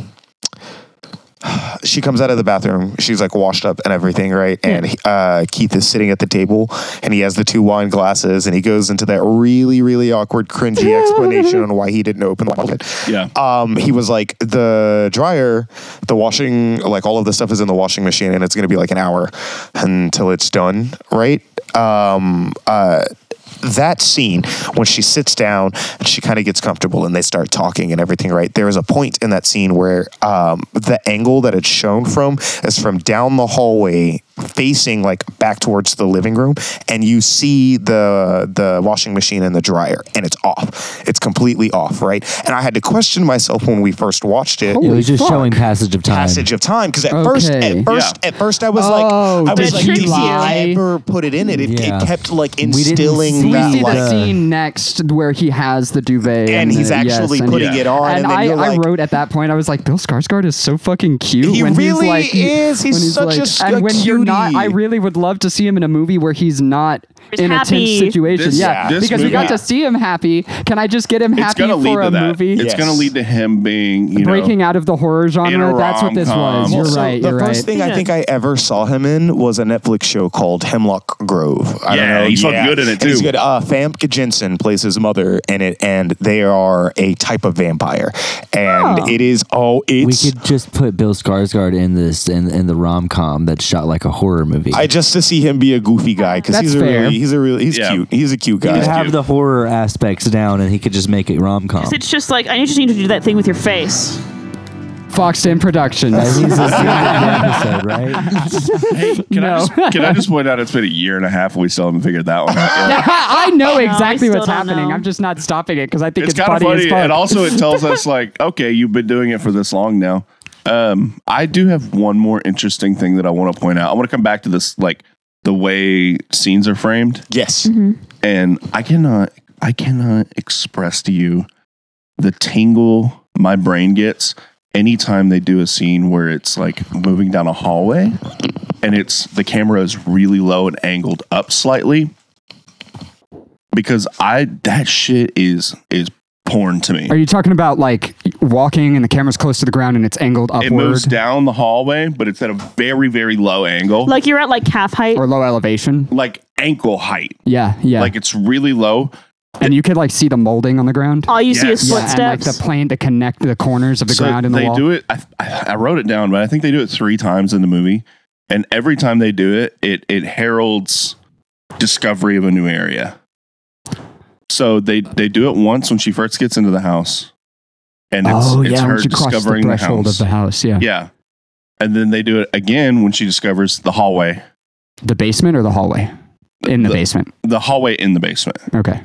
[SPEAKER 4] she comes out of the bathroom. She's like washed up and everything, right? And uh, Keith is sitting at the table and he has the two wine glasses and he goes into that really, really awkward, cringy explanation on why he didn't open the wine.
[SPEAKER 3] Yeah.
[SPEAKER 4] Um, he was like, the dryer, the washing, like all of the stuff is in the washing machine and it's going to be like an hour until it's done, right? Um, uh, that scene when she sits down and she kind of gets comfortable and they start talking and everything right there is a point in that scene where um, the angle that it's shown from is from down the hallway facing like back towards the living room and you see the the washing machine and the dryer and it's off it's completely off right and i had to question myself when we first watched it
[SPEAKER 5] Holy
[SPEAKER 2] it was just
[SPEAKER 5] fuck.
[SPEAKER 2] showing passage of time.
[SPEAKER 4] passage of time because at first
[SPEAKER 5] Okay.
[SPEAKER 4] at first
[SPEAKER 3] Yeah.
[SPEAKER 4] at first i was
[SPEAKER 5] Oh,
[SPEAKER 4] like i was
[SPEAKER 1] that
[SPEAKER 4] like did
[SPEAKER 1] tricks
[SPEAKER 4] he
[SPEAKER 5] you.
[SPEAKER 4] ever put it in it it,
[SPEAKER 2] Yeah.
[SPEAKER 4] it kept like
[SPEAKER 2] didn't
[SPEAKER 4] instilling
[SPEAKER 2] see
[SPEAKER 4] that
[SPEAKER 5] we see
[SPEAKER 4] like
[SPEAKER 5] the scene next where he has the duvet
[SPEAKER 4] and he's
[SPEAKER 5] the-
[SPEAKER 4] actually
[SPEAKER 5] yes, and-
[SPEAKER 4] putting
[SPEAKER 3] Yeah.
[SPEAKER 4] it on. And,
[SPEAKER 5] And
[SPEAKER 4] then
[SPEAKER 5] I,
[SPEAKER 4] you're
[SPEAKER 5] I
[SPEAKER 4] like,
[SPEAKER 5] wrote at that point, I was like, Bill Skarsgård is so fucking cute.
[SPEAKER 4] He really is. He's
[SPEAKER 5] when
[SPEAKER 4] such a s-
[SPEAKER 5] and
[SPEAKER 4] a
[SPEAKER 5] when you're not,
[SPEAKER 4] cutie.
[SPEAKER 5] I really would love to see him in a movie where he's not
[SPEAKER 1] He's
[SPEAKER 5] in a
[SPEAKER 1] happy.
[SPEAKER 5] tense situation.
[SPEAKER 3] This-
[SPEAKER 5] yeah,
[SPEAKER 3] this
[SPEAKER 5] because we got
[SPEAKER 3] movie-
[SPEAKER 5] to see him happy. Can I just get him
[SPEAKER 3] it's
[SPEAKER 5] happy
[SPEAKER 3] going to lead
[SPEAKER 5] for
[SPEAKER 3] to
[SPEAKER 5] a
[SPEAKER 3] that.
[SPEAKER 5] movie?
[SPEAKER 3] It's going to lead to him being you
[SPEAKER 5] Breaking
[SPEAKER 3] know,
[SPEAKER 5] out of the horror
[SPEAKER 3] in a
[SPEAKER 5] genre. That's what this was.
[SPEAKER 3] rom-com.
[SPEAKER 5] You're
[SPEAKER 3] Well,
[SPEAKER 4] So
[SPEAKER 5] right.
[SPEAKER 4] the
[SPEAKER 5] You're
[SPEAKER 4] first
[SPEAKER 5] right.
[SPEAKER 4] thing I
[SPEAKER 1] Yeah.
[SPEAKER 4] think I ever saw him in was a Netflix show called Hemlock Grove. I
[SPEAKER 3] Yeah,
[SPEAKER 4] don't know.
[SPEAKER 3] he's fucking good in it,
[SPEAKER 4] And He's
[SPEAKER 3] too.
[SPEAKER 4] good. Uh, Famke Jensen plays his mother in it, and they are a type of vampire. And it is oh,
[SPEAKER 2] we
[SPEAKER 4] it's
[SPEAKER 2] could just put Bill Skarsgård in this in, in the rom com that's shot like a horror movie.
[SPEAKER 4] I just to see him be a goofy guy because
[SPEAKER 5] That's
[SPEAKER 4] he's a
[SPEAKER 5] fair.
[SPEAKER 4] really he's a really he's
[SPEAKER 3] Yeah.
[SPEAKER 4] cute he's a cute
[SPEAKER 2] could
[SPEAKER 4] guy.
[SPEAKER 2] have
[SPEAKER 3] cute.
[SPEAKER 2] the horror aspects down, and he could just make it rom com.
[SPEAKER 1] It's just like I just need you to do that thing with your face.
[SPEAKER 5] Foxton
[SPEAKER 2] That
[SPEAKER 5] Productions.
[SPEAKER 2] needs to see in the episode, right?
[SPEAKER 3] hey, can, I
[SPEAKER 5] No.
[SPEAKER 3] just, can I just point out it's been a year and a half and we still haven't figured that one out yet.
[SPEAKER 5] I know exactly
[SPEAKER 1] still
[SPEAKER 5] what's
[SPEAKER 1] don't
[SPEAKER 5] happening.
[SPEAKER 1] know.
[SPEAKER 5] I'm just not stopping it because I think
[SPEAKER 3] It's,
[SPEAKER 5] it's,
[SPEAKER 3] kind of
[SPEAKER 5] funny,
[SPEAKER 3] funny.
[SPEAKER 5] as fuck.
[SPEAKER 3] And also, it tells us, like, okay, you've been doing it for this long now. Um, I do have one more interesting thing that I want to point out. I want to come back to this, like, the way scenes are framed.
[SPEAKER 4] Yes,
[SPEAKER 5] mm-hmm.
[SPEAKER 3] and I cannot I cannot express to you the tingle my brain gets anytime they do a scene where it's like moving down a hallway and it's the camera is really low and angled up slightly because I that shit is is porn to me.
[SPEAKER 5] Are you talking about like walking and the camera's close to the ground and it's angled
[SPEAKER 3] It
[SPEAKER 5] upward
[SPEAKER 3] moves down the hallway, but it's at a very very low angle, like,
[SPEAKER 1] Like you're at like half height.
[SPEAKER 5] or low elevation?
[SPEAKER 3] ankle height.
[SPEAKER 5] Yeah, yeah.
[SPEAKER 3] Like it's really low.
[SPEAKER 5] and you could like see the molding on the ground.
[SPEAKER 1] All you see is
[SPEAKER 3] Yes.
[SPEAKER 1] split
[SPEAKER 5] and like
[SPEAKER 1] steps.
[SPEAKER 5] the plane to connect the corners of the ground and the
[SPEAKER 3] they
[SPEAKER 5] wall.
[SPEAKER 3] do it. I, I I wrote it down, but I think they do it three times in the movie, and every time they do it, it it heralds discovery of a new area. So they they do it once when she first gets into the house, and it's
[SPEAKER 5] oh
[SPEAKER 3] it's
[SPEAKER 5] yeah,
[SPEAKER 3] her
[SPEAKER 5] when she crossed the
[SPEAKER 3] discovering the,
[SPEAKER 5] threshold
[SPEAKER 3] house.
[SPEAKER 5] of the house. Yeah.
[SPEAKER 3] yeah, and then they do it again when she discovers the hallway,
[SPEAKER 5] the basement or the hallway. In the,
[SPEAKER 3] The-
[SPEAKER 5] basement.
[SPEAKER 3] the hallway in the basement.
[SPEAKER 5] Okay.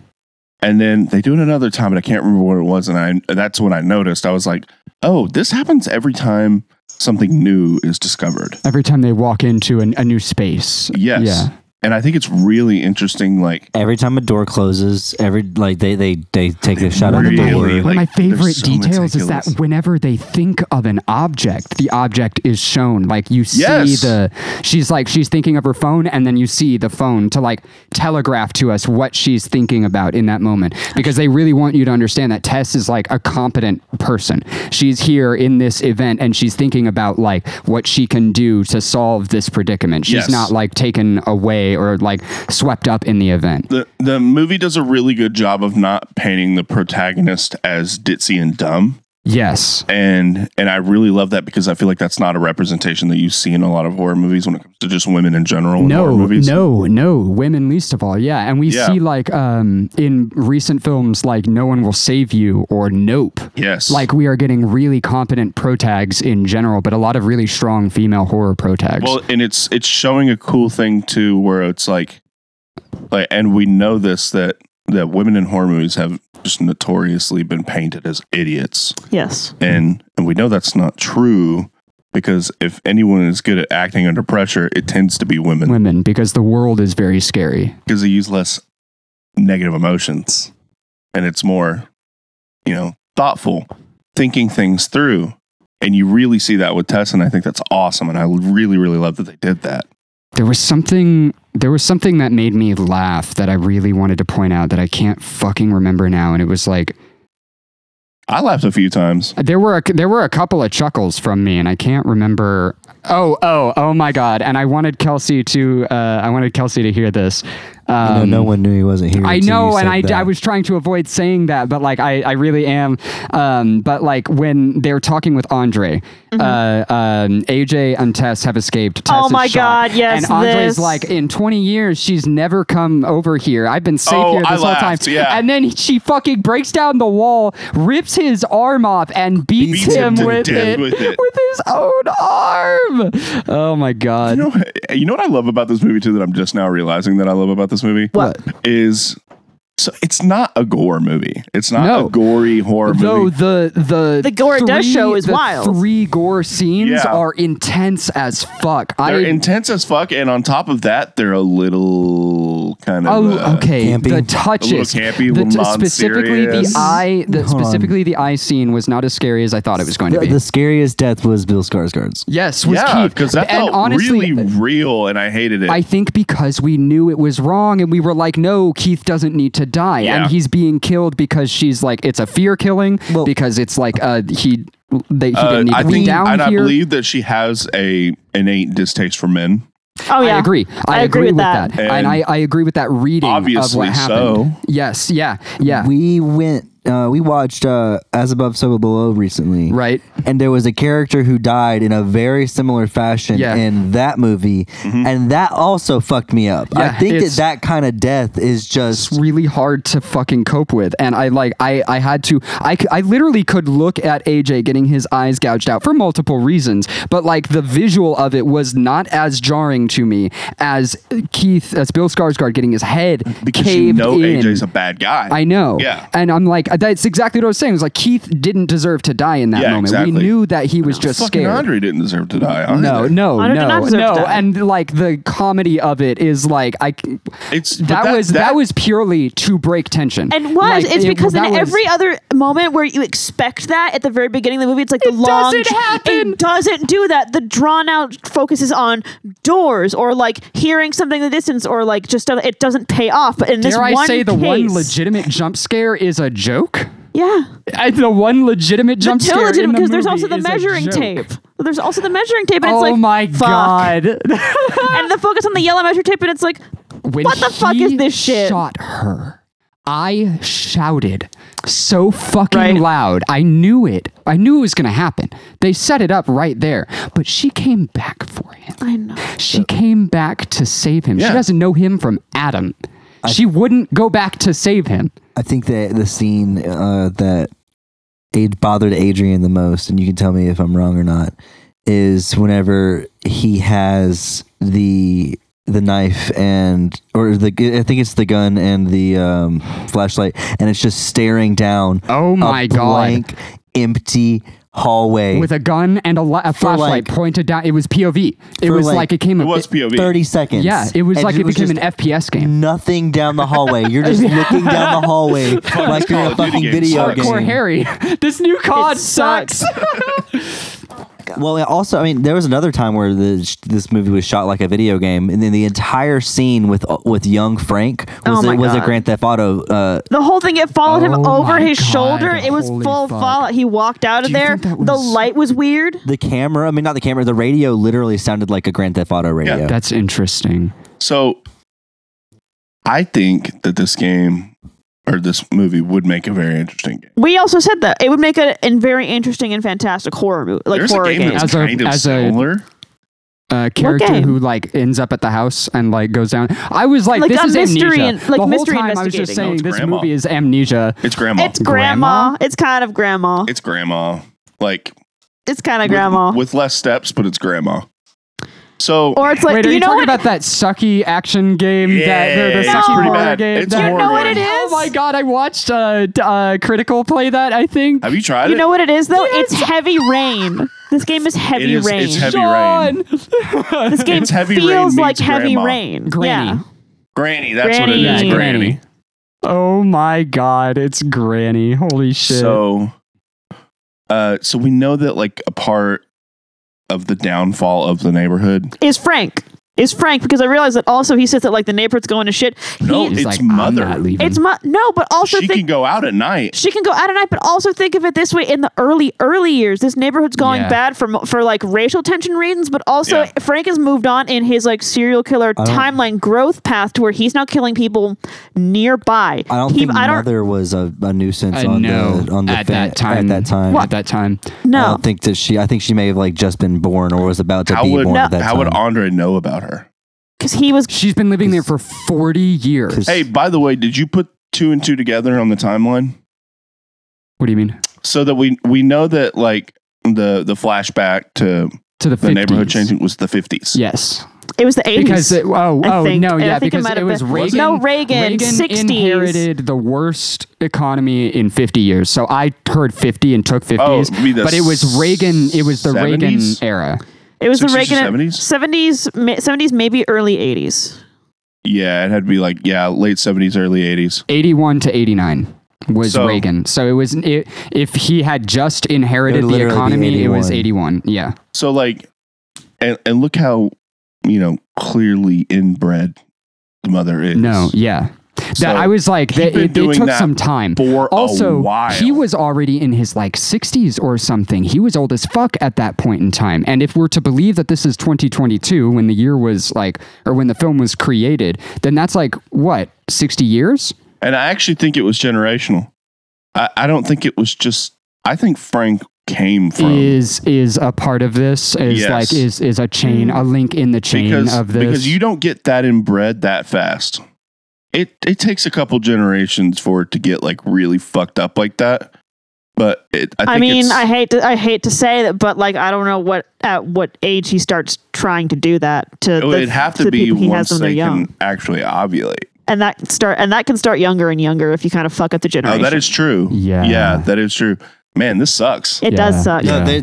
[SPEAKER 3] And then they do it another time, and I can't remember what it was. And I that's when I noticed. I was like, oh, this happens every time something new is discovered.
[SPEAKER 5] Every time they walk into an, a new space.
[SPEAKER 3] Yes.
[SPEAKER 5] Yeah.
[SPEAKER 3] And I think it's really interesting. Like,
[SPEAKER 2] Every time a door closes, every like they they they take a shot
[SPEAKER 5] One
[SPEAKER 2] of
[SPEAKER 5] of
[SPEAKER 2] the
[SPEAKER 5] my-
[SPEAKER 2] door.
[SPEAKER 3] Really?
[SPEAKER 5] one of my
[SPEAKER 3] like, they're
[SPEAKER 5] favorite
[SPEAKER 3] so
[SPEAKER 5] details is that
[SPEAKER 3] meticulous.
[SPEAKER 5] whenever they think of an object, the object is shown. Like you see
[SPEAKER 3] Yes.
[SPEAKER 5] the, she's like she's thinking of her phone, and then you see the phone to like telegraph to us what she's thinking about in that moment, because they really want you to understand that Tess is like a competent person. She's here in this event, and she's thinking about like what she can do to solve this predicament. She's
[SPEAKER 3] Yes.
[SPEAKER 5] not like taken away or like swept up in the event.
[SPEAKER 3] the the movie does a really good job of not painting the protagonist as ditzy and dumb,
[SPEAKER 5] Yes.
[SPEAKER 3] and and I really love that because I feel like that's not a representation that you see in a lot of horror movies when it comes to just women in general. in horror
[SPEAKER 5] no
[SPEAKER 3] movies.
[SPEAKER 5] no no women least of all yeah and we
[SPEAKER 3] Yeah.
[SPEAKER 5] see like um in recent films like no one will save you or nope
[SPEAKER 3] yes,
[SPEAKER 5] like we are getting really competent protags in general but a lot of really strong female horror protags
[SPEAKER 3] well, and it's it's showing a cool thing too, where it's like, like, and we know this that that women in horror movies have just notoriously been painted as idiots.
[SPEAKER 1] Yes.
[SPEAKER 3] And and we know that's not true because if anyone is good at acting under pressure, it tends to be women
[SPEAKER 5] women because the world is very scary.
[SPEAKER 3] because they use less negative emotions and it's more, you know, thoughtful, thinking things through. And you really see that with Tess, and I think that's awesome. And I really, really love that they did that.
[SPEAKER 5] There was something there was something that made me laugh that I really wanted to point out that I can't fucking remember now and it was like
[SPEAKER 3] I laughed a few times.
[SPEAKER 5] there were a, there were a couple of chuckles from me and I can't remember Oh, oh, oh my god. And I wanted Kelsey to uh, I wanted Kelsey to hear this.
[SPEAKER 2] I know
[SPEAKER 5] Um,
[SPEAKER 2] no one knew he wasn't here.
[SPEAKER 5] I
[SPEAKER 2] until you
[SPEAKER 5] know,
[SPEAKER 2] said
[SPEAKER 5] and I,
[SPEAKER 2] that.
[SPEAKER 5] I was trying to avoid saying that, but like I, I really am. Um, but like when they're talking with Andre, uh, um, AJ and Tess have escaped. Tess
[SPEAKER 1] Mm-hmm. Oh
[SPEAKER 5] is
[SPEAKER 1] my
[SPEAKER 5] shot,
[SPEAKER 1] God, yes,
[SPEAKER 5] And Andre's
[SPEAKER 1] this.
[SPEAKER 5] like, in 20 years, she's never come over here. I've been safe
[SPEAKER 3] Oh,
[SPEAKER 5] here this
[SPEAKER 3] I
[SPEAKER 5] whole
[SPEAKER 3] laughed,
[SPEAKER 5] time.
[SPEAKER 3] yeah.
[SPEAKER 5] And then she fucking breaks down the wall, rips his arm off, and beats,
[SPEAKER 3] Beats
[SPEAKER 5] him,
[SPEAKER 3] him to
[SPEAKER 5] with,
[SPEAKER 3] death
[SPEAKER 5] it,
[SPEAKER 3] with it.
[SPEAKER 5] with his own arm. Oh my
[SPEAKER 3] You
[SPEAKER 5] god.
[SPEAKER 3] know, you know what I love about this movie too that I'm just now realizing that I love about this movie
[SPEAKER 1] What?
[SPEAKER 3] is so it's not a gore movie. It's not
[SPEAKER 5] No.
[SPEAKER 3] a gory horror
[SPEAKER 5] Though
[SPEAKER 3] movie.
[SPEAKER 5] the the
[SPEAKER 1] The gore it does show is
[SPEAKER 5] the
[SPEAKER 1] wild.
[SPEAKER 5] Three gore scenes
[SPEAKER 3] Yeah.
[SPEAKER 5] are intense as fuck. I
[SPEAKER 3] They're intense as fuck, and on top of that, they're a little kind of
[SPEAKER 5] oh
[SPEAKER 3] uh,
[SPEAKER 5] okay
[SPEAKER 2] Campy.
[SPEAKER 5] the
[SPEAKER 2] A little
[SPEAKER 5] touches
[SPEAKER 3] campy,
[SPEAKER 5] the
[SPEAKER 3] little
[SPEAKER 5] specifically the
[SPEAKER 3] non-serious.
[SPEAKER 5] eye the,
[SPEAKER 2] Hold on.
[SPEAKER 5] specifically the eye scene was not as scary as I thought it was going to
[SPEAKER 2] The,
[SPEAKER 5] be.
[SPEAKER 2] the scariest death was Bill Skarsgård's.
[SPEAKER 5] yes, was
[SPEAKER 3] yeah,
[SPEAKER 5] Keith.
[SPEAKER 3] because that
[SPEAKER 5] and
[SPEAKER 3] felt
[SPEAKER 5] honestly. uh,
[SPEAKER 3] really real, and I hated it.
[SPEAKER 5] I think because we knew it was wrong and we were like, no, Keith doesn't need to die.
[SPEAKER 3] Yeah.
[SPEAKER 5] And he's being killed because she's like, it's a fear killing
[SPEAKER 2] Well-
[SPEAKER 5] because it's like, uh, he, they, he
[SPEAKER 3] Uh,
[SPEAKER 5] didn't need
[SPEAKER 3] I
[SPEAKER 5] to be
[SPEAKER 3] think,
[SPEAKER 5] down
[SPEAKER 3] and I
[SPEAKER 5] here.
[SPEAKER 3] believe that she has a innate distaste for men.
[SPEAKER 1] Oh yeah.
[SPEAKER 5] I agree. I, agree, with that. And,
[SPEAKER 3] And
[SPEAKER 5] I, I agree with that reading of
[SPEAKER 3] obviously
[SPEAKER 5] what happened.
[SPEAKER 3] so.
[SPEAKER 5] Yes. Yeah. Yeah.
[SPEAKER 2] We went. Uh, we watched uh, As Above, So Below recently,
[SPEAKER 5] right.
[SPEAKER 2] and there was a character who died in a very similar fashion
[SPEAKER 5] Yeah. Mm-hmm.
[SPEAKER 2] in that movie, and that also fucked me up.
[SPEAKER 5] Yeah,
[SPEAKER 2] I think that
[SPEAKER 5] it's-
[SPEAKER 2] that kind of death is just
[SPEAKER 5] It's really hard to fucking cope with. And I like, I, I had to, I, c- I literally could look at AJ getting his eyes gouged out for multiple reasons, but like the visual of it was not as jarring to me as Keith, as Bill Skarsgård getting his head
[SPEAKER 3] Because
[SPEAKER 5] caved
[SPEAKER 3] you know
[SPEAKER 5] in.
[SPEAKER 3] AJ's a bad guy.
[SPEAKER 5] I know.
[SPEAKER 3] Yeah.
[SPEAKER 5] And I'm like, that's exactly what I was saying. It was like Keith didn't deserve to die in that
[SPEAKER 3] Yeah,
[SPEAKER 5] moment. We
[SPEAKER 3] exactly.
[SPEAKER 5] knew that he was just
[SPEAKER 3] Fucking
[SPEAKER 5] scared.
[SPEAKER 3] Andre didn't deserve to die. either.
[SPEAKER 5] No, no,
[SPEAKER 1] I don't- I
[SPEAKER 5] no,
[SPEAKER 1] deserve to
[SPEAKER 5] no,
[SPEAKER 1] die.
[SPEAKER 5] and like the comedy of it is like I. c-
[SPEAKER 3] It's- but
[SPEAKER 5] that,
[SPEAKER 3] that-
[SPEAKER 5] was that,
[SPEAKER 3] that-
[SPEAKER 5] was purely to break tension.
[SPEAKER 1] And it was
[SPEAKER 5] Like,
[SPEAKER 1] it's
[SPEAKER 5] it-
[SPEAKER 1] because in
[SPEAKER 5] that was-
[SPEAKER 1] every other moment where you expect that at the very beginning of the movie, it's like the long
[SPEAKER 5] doesn't happen.
[SPEAKER 1] It doesn't do that. The drawn out focuses on doors or like hearing something in the distance or like just it doesn't pay off. But in this
[SPEAKER 5] dare I
[SPEAKER 1] one
[SPEAKER 5] say the one
[SPEAKER 1] case-
[SPEAKER 5] legitimate jump scare is a joke?
[SPEAKER 1] yeah,
[SPEAKER 5] I, the one legitimate jump
[SPEAKER 1] Two
[SPEAKER 5] scare in
[SPEAKER 1] legitimate
[SPEAKER 5] the
[SPEAKER 1] because there's
[SPEAKER 5] movie
[SPEAKER 1] also the
[SPEAKER 5] is a
[SPEAKER 1] measuring
[SPEAKER 5] joke.
[SPEAKER 1] tape. There's also the measuring tape, and
[SPEAKER 5] Oh
[SPEAKER 1] it's like
[SPEAKER 5] my
[SPEAKER 1] fuck.
[SPEAKER 5] god!
[SPEAKER 1] and the focus on the yellow measure tape, and it's like
[SPEAKER 5] When
[SPEAKER 1] What the fuck
[SPEAKER 5] he
[SPEAKER 1] is this shit?
[SPEAKER 5] Shot her. I shouted so fucking
[SPEAKER 1] Right.
[SPEAKER 5] loud. I knew it. I knew it was going to happen. They set it up right there. But she came back for him.
[SPEAKER 1] I know.
[SPEAKER 5] She came back to save him. She
[SPEAKER 3] Yeah.
[SPEAKER 5] doesn't know him from Adam. she wouldn't go back to save him.
[SPEAKER 2] I think that the scene uh, that it bothered Adrian the most, and you can tell me if I'm wrong or not, is whenever he has the the knife and or the I think it's the gun and the um, flashlight, and it's just staring down.
[SPEAKER 5] Oh my
[SPEAKER 2] a
[SPEAKER 5] god.
[SPEAKER 2] blank, empty hallway
[SPEAKER 5] With a gun and a, li- a flashlight
[SPEAKER 2] like-
[SPEAKER 5] pointed down. It was POV. It
[SPEAKER 2] For
[SPEAKER 5] was
[SPEAKER 2] like-
[SPEAKER 5] like, it came
[SPEAKER 3] It was POV.
[SPEAKER 2] thirty seconds.
[SPEAKER 5] Yeah, it was
[SPEAKER 2] And
[SPEAKER 5] like it, became
[SPEAKER 2] just
[SPEAKER 5] an FPS game.
[SPEAKER 2] Nothing down the hallway. You're just looking down the hallway like you're in
[SPEAKER 3] Call
[SPEAKER 2] a
[SPEAKER 3] of Duty
[SPEAKER 2] fucking
[SPEAKER 3] games
[SPEAKER 2] video
[SPEAKER 3] suck.
[SPEAKER 2] game.
[SPEAKER 5] Hardcore Harry. This new COD
[SPEAKER 1] It sucks.
[SPEAKER 5] sucks.
[SPEAKER 2] Well, yeah, also, I mean, there was another time where the, this movie was shot like a video game, and then the entire scene with uh, with young Frank
[SPEAKER 1] Oh
[SPEAKER 2] was
[SPEAKER 1] my
[SPEAKER 2] a, was a
[SPEAKER 1] God.
[SPEAKER 2] Grand Theft Auto. Uh,
[SPEAKER 1] The whole thing, it followed him
[SPEAKER 5] Oh
[SPEAKER 1] over
[SPEAKER 5] my
[SPEAKER 1] his
[SPEAKER 5] God,
[SPEAKER 1] shoulder. It was
[SPEAKER 5] holy
[SPEAKER 1] full
[SPEAKER 5] fuck.
[SPEAKER 1] fallout. He walked out of
[SPEAKER 5] Do you
[SPEAKER 1] there.
[SPEAKER 5] think that
[SPEAKER 1] The
[SPEAKER 5] was-
[SPEAKER 1] light was weird.
[SPEAKER 2] the camera, I mean, not the camera, the radio literally sounded like a Grand Theft Auto radio.
[SPEAKER 3] Yeah.
[SPEAKER 5] That's interesting.
[SPEAKER 3] So I think that this game or this movie would make a very interesting game.
[SPEAKER 1] We also said that it would make a, a very interesting and fantastic horror movie, like
[SPEAKER 3] There's
[SPEAKER 1] horror
[SPEAKER 3] a game,
[SPEAKER 1] game.
[SPEAKER 3] that's
[SPEAKER 5] As a-
[SPEAKER 3] kind of
[SPEAKER 5] as a-
[SPEAKER 3] similar.
[SPEAKER 5] A character
[SPEAKER 1] game?
[SPEAKER 5] who like ends up at the house and like goes down. I was like,
[SPEAKER 1] Like
[SPEAKER 5] this
[SPEAKER 1] a
[SPEAKER 5] is
[SPEAKER 1] mystery
[SPEAKER 5] amnesia.
[SPEAKER 1] and- like
[SPEAKER 5] the whole
[SPEAKER 1] mystery
[SPEAKER 5] time I was just
[SPEAKER 1] investigating. No,
[SPEAKER 5] saying
[SPEAKER 3] it's
[SPEAKER 5] this
[SPEAKER 3] grandma.
[SPEAKER 5] movie is amnesia.
[SPEAKER 3] it's grandma.
[SPEAKER 1] It's
[SPEAKER 3] It's,
[SPEAKER 1] grandma.
[SPEAKER 5] Grandma?
[SPEAKER 1] It's kind of grandma.
[SPEAKER 3] grandma. Like
[SPEAKER 1] It's kind of
[SPEAKER 3] with-
[SPEAKER 1] grandma.
[SPEAKER 3] with, less steps, but it's grandma. So
[SPEAKER 1] Or it's like
[SPEAKER 5] Wait, are you,
[SPEAKER 1] you know
[SPEAKER 5] talking
[SPEAKER 1] what?
[SPEAKER 5] about that sucky action game? that, the,
[SPEAKER 3] Yeah,
[SPEAKER 5] the
[SPEAKER 3] it's
[SPEAKER 5] sucky
[SPEAKER 1] pretty
[SPEAKER 5] horror
[SPEAKER 3] bad.
[SPEAKER 5] game.
[SPEAKER 3] It's
[SPEAKER 5] that-
[SPEAKER 3] You know horrible. what
[SPEAKER 1] it is?
[SPEAKER 5] Oh my god, I watched uh, d- uh, Critical play that. I think.
[SPEAKER 3] have you tried
[SPEAKER 1] you
[SPEAKER 3] it?
[SPEAKER 1] know what it is though? It's heavy rain. This game is
[SPEAKER 3] it
[SPEAKER 1] heavy
[SPEAKER 3] is
[SPEAKER 1] rain.
[SPEAKER 3] it's heavy rain.
[SPEAKER 5] John!
[SPEAKER 1] this game
[SPEAKER 3] it's heavy rain
[SPEAKER 1] feels like
[SPEAKER 3] meets
[SPEAKER 1] heavy
[SPEAKER 3] grandma.
[SPEAKER 1] rain.
[SPEAKER 5] Granny.
[SPEAKER 1] Yeah.
[SPEAKER 3] Granny, that's
[SPEAKER 1] Granny.
[SPEAKER 3] what it is.
[SPEAKER 5] Yeah,
[SPEAKER 3] Granny.
[SPEAKER 5] Granny. Oh my god, it's Granny. Holy shit.
[SPEAKER 3] So, uh, so we know that like a part of the downfall of the neighborhood.
[SPEAKER 1] Is Frank. Is Frank because I realized that also he says that like the neighborhood's going to shit. He,
[SPEAKER 3] No,
[SPEAKER 5] He's
[SPEAKER 3] it's
[SPEAKER 5] like,
[SPEAKER 3] mother.
[SPEAKER 5] I'm not leaving.
[SPEAKER 1] it's mu- no, but also
[SPEAKER 3] she
[SPEAKER 1] think
[SPEAKER 3] can go out at night.
[SPEAKER 1] she can go out at night, but also think of it this way: in the early, early years, this neighborhood's going
[SPEAKER 5] Yeah.
[SPEAKER 1] bad for mo- for like racial tension reasons, but also
[SPEAKER 3] Yeah.
[SPEAKER 1] Frank has moved on in his like serial killer
[SPEAKER 2] don't-
[SPEAKER 1] timeline growth path to where he's now killing people nearby.
[SPEAKER 2] I don't
[SPEAKER 1] He-
[SPEAKER 2] think mother was a, a nuisance
[SPEAKER 5] I
[SPEAKER 2] on
[SPEAKER 5] know.
[SPEAKER 2] the on the
[SPEAKER 5] at,
[SPEAKER 2] fan-
[SPEAKER 5] that time,
[SPEAKER 2] At that time,
[SPEAKER 5] At that time.
[SPEAKER 2] I
[SPEAKER 1] no.
[SPEAKER 2] don't think that she. I think she may have like just been born or was about to
[SPEAKER 3] How
[SPEAKER 2] be
[SPEAKER 3] would
[SPEAKER 2] born
[SPEAKER 1] No.
[SPEAKER 2] at that
[SPEAKER 3] how
[SPEAKER 2] time.
[SPEAKER 3] would Andre know about her?
[SPEAKER 1] because he was
[SPEAKER 5] She's been living there for 40 years.
[SPEAKER 2] 'Cause-
[SPEAKER 3] Hey, by the way, did you put two and two together on the timeline
[SPEAKER 5] What do you mean?
[SPEAKER 3] so that we we know that like the the flashback to
[SPEAKER 5] To the,
[SPEAKER 3] the
[SPEAKER 5] 50s.
[SPEAKER 3] neighborhood changing was the fifties.
[SPEAKER 5] Yes.
[SPEAKER 1] it was the eighties
[SPEAKER 5] Because it, oh
[SPEAKER 1] I
[SPEAKER 5] oh
[SPEAKER 1] think.
[SPEAKER 5] no
[SPEAKER 1] And I
[SPEAKER 5] yeah
[SPEAKER 1] think it
[SPEAKER 5] because
[SPEAKER 1] might
[SPEAKER 5] it,
[SPEAKER 1] have
[SPEAKER 5] was
[SPEAKER 1] been-
[SPEAKER 5] Reagan.
[SPEAKER 1] No, Reagan, 60s.
[SPEAKER 5] inherited the worst economy in 50 years. So I heard 50 and took 50s,
[SPEAKER 3] it'd be Oh, the
[SPEAKER 5] but it was Reagan. It was the
[SPEAKER 3] 70s?
[SPEAKER 5] Reagan era.
[SPEAKER 1] It was the
[SPEAKER 3] 60s or
[SPEAKER 1] Reagan
[SPEAKER 3] 70s?
[SPEAKER 1] seventies, seventies, maybe early eighties.
[SPEAKER 3] Yeah, it had to be like yeah, late seventies, early eighties.
[SPEAKER 5] 81 to 89 was
[SPEAKER 3] So-
[SPEAKER 5] Reagan. So it was it, if he had just inherited the
[SPEAKER 2] literally be
[SPEAKER 5] economy, it was
[SPEAKER 2] 81.
[SPEAKER 5] 81. Yeah.
[SPEAKER 3] So like, and and look how you know clearly inbred the mother is.
[SPEAKER 5] No, yeah. That
[SPEAKER 3] So,
[SPEAKER 5] I was like,
[SPEAKER 3] he'd
[SPEAKER 5] that,
[SPEAKER 3] been
[SPEAKER 5] it, it
[SPEAKER 3] doing
[SPEAKER 5] took
[SPEAKER 3] that
[SPEAKER 5] some time.
[SPEAKER 3] for a
[SPEAKER 5] also,
[SPEAKER 3] while.
[SPEAKER 5] he was already in his like 60s or something. He was old as fuck at that point in time. And if we're to believe that this is 2022, when the year was like, or when the film was created, then that's like what 60 years?
[SPEAKER 3] and I actually think it was generational. I, I don't think it was just. I think Frank came from
[SPEAKER 5] Is is a part of this? Is
[SPEAKER 3] Yes.
[SPEAKER 5] like is is a chain, a link in the chain
[SPEAKER 3] because
[SPEAKER 5] of this?
[SPEAKER 3] because you don't get that inbred that fast. It it takes a couple generations for it to get like really fucked up like that. But it, I, think
[SPEAKER 1] I, mean,
[SPEAKER 3] it's,
[SPEAKER 1] I hate to I hate to say that, but like I don't know what at what age he starts trying to do that to
[SPEAKER 3] it
[SPEAKER 1] the-
[SPEAKER 3] would have to
[SPEAKER 1] the
[SPEAKER 3] be
[SPEAKER 1] people he has
[SPEAKER 3] once
[SPEAKER 1] when they're
[SPEAKER 3] they
[SPEAKER 1] young,
[SPEAKER 3] can actually ovulate.
[SPEAKER 1] and that start and that can start younger and younger if you kind of fuck up the
[SPEAKER 3] Oh,
[SPEAKER 1] generation.
[SPEAKER 3] that is true.
[SPEAKER 5] Yeah.
[SPEAKER 3] yeah, that is true. Man, this sucks.
[SPEAKER 1] it
[SPEAKER 5] Yeah.
[SPEAKER 1] does suck.
[SPEAKER 5] Yeah.
[SPEAKER 2] No, the,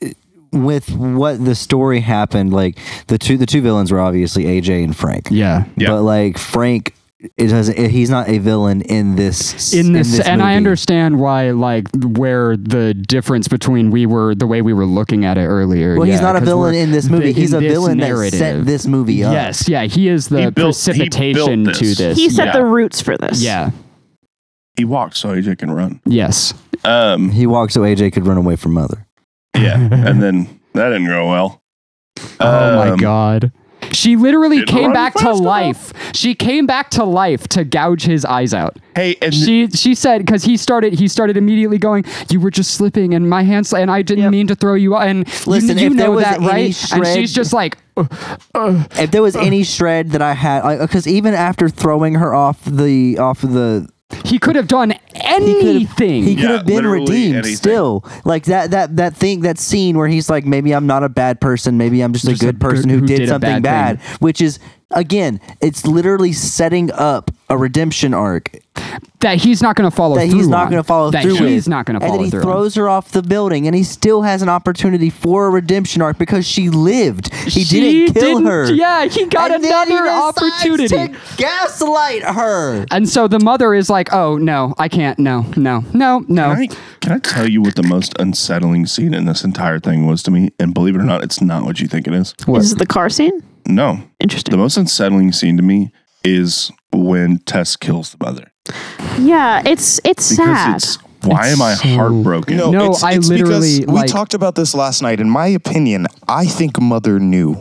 [SPEAKER 2] the with what the story happened, like the two the two villains were obviously AJ and Frank.
[SPEAKER 5] yeah.
[SPEAKER 3] Yeah.
[SPEAKER 2] But like Frank, it doesn't. He's not a villain in this.
[SPEAKER 5] in this, and I
[SPEAKER 2] movie.
[SPEAKER 5] understand why, like, where the difference between we were the way we were looking at it earlier.
[SPEAKER 2] Well, he's
[SPEAKER 5] yeah,
[SPEAKER 2] not a
[SPEAKER 5] 'cause
[SPEAKER 2] villain
[SPEAKER 5] we're-
[SPEAKER 2] in uh, this movie.
[SPEAKER 5] the-
[SPEAKER 2] he's
[SPEAKER 5] in
[SPEAKER 2] a
[SPEAKER 5] this
[SPEAKER 2] villain that set
[SPEAKER 5] narrative.
[SPEAKER 2] this movie up.
[SPEAKER 5] Yes, yeah, he is the
[SPEAKER 3] He built- he built
[SPEAKER 5] precipitation to
[SPEAKER 3] this.
[SPEAKER 5] this.
[SPEAKER 1] He set
[SPEAKER 5] yeah.
[SPEAKER 1] the roots for this.
[SPEAKER 5] yeah,
[SPEAKER 3] He walks so AJ can run.
[SPEAKER 5] yes,
[SPEAKER 3] Um,
[SPEAKER 2] He walked so AJ could run away from mother.
[SPEAKER 3] yeah, and then that didn't go well.
[SPEAKER 5] oh my
[SPEAKER 3] Um,
[SPEAKER 5] god. She literally
[SPEAKER 3] Didn't
[SPEAKER 5] came
[SPEAKER 3] run
[SPEAKER 5] back to
[SPEAKER 3] fast enough.
[SPEAKER 5] life. She came back to life to gouge his eyes out.
[SPEAKER 3] Hey, and
[SPEAKER 5] She she said because he started he started immediately going. You were just slipping, and my hands and I didn't
[SPEAKER 1] Yep.
[SPEAKER 5] mean to throw you. out," And you-
[SPEAKER 2] Listen,
[SPEAKER 5] you,
[SPEAKER 2] if there
[SPEAKER 5] know
[SPEAKER 2] was
[SPEAKER 5] that
[SPEAKER 2] any
[SPEAKER 5] right? and
[SPEAKER 2] shred-
[SPEAKER 5] she's just like,
[SPEAKER 2] If there was any shred that I had, because even after throwing her off the off of the
[SPEAKER 5] He could have done
[SPEAKER 2] he could
[SPEAKER 5] anything.
[SPEAKER 2] have, he could
[SPEAKER 3] Yeah,
[SPEAKER 2] have been
[SPEAKER 3] literally
[SPEAKER 2] redeemed
[SPEAKER 3] anything.
[SPEAKER 2] still like that that that thing that scene where he's like maybe i'm not a bad person maybe i'm just,
[SPEAKER 5] Just
[SPEAKER 2] a
[SPEAKER 5] a
[SPEAKER 2] good
[SPEAKER 5] good-
[SPEAKER 2] person who,
[SPEAKER 5] who
[SPEAKER 2] did,
[SPEAKER 5] did a
[SPEAKER 2] something bad,
[SPEAKER 5] bad
[SPEAKER 2] which is again it's literally setting up a redemption arc
[SPEAKER 5] that he's not going to follow
[SPEAKER 2] that
[SPEAKER 5] through.
[SPEAKER 2] he's not
[SPEAKER 5] on.
[SPEAKER 2] going to follow
[SPEAKER 5] that
[SPEAKER 2] through
[SPEAKER 5] He's
[SPEAKER 2] with.
[SPEAKER 5] not going to
[SPEAKER 2] and
[SPEAKER 5] follow
[SPEAKER 2] then he
[SPEAKER 5] through. on.
[SPEAKER 2] throws her off the building and he still has an opportunity for a redemption arc because she lived he
[SPEAKER 5] She
[SPEAKER 2] didn't kill
[SPEAKER 5] didn't-
[SPEAKER 2] her
[SPEAKER 5] Yeah, he got
[SPEAKER 2] And then he
[SPEAKER 5] another
[SPEAKER 2] decides
[SPEAKER 5] opportunity.
[SPEAKER 2] to gaslight her
[SPEAKER 5] And so the mother is like, "Oh no, I can't. No, no, no, no."
[SPEAKER 3] Can I, can I tell you what the most unsettling scene in this entire thing was to me? And believe it or not, it's not what you think it is.
[SPEAKER 5] What?
[SPEAKER 1] Is this the car scene?
[SPEAKER 3] No.
[SPEAKER 1] Interesting.
[SPEAKER 3] The most unsettling scene to me is when Tess kills the mother.
[SPEAKER 1] yeah, it's it's sad.
[SPEAKER 3] Because it's why am I
[SPEAKER 5] It's so-
[SPEAKER 3] heartbroken?
[SPEAKER 5] No, I literally,
[SPEAKER 4] we
[SPEAKER 5] like-
[SPEAKER 4] talked about this last night. In my opinion, I think Mother knew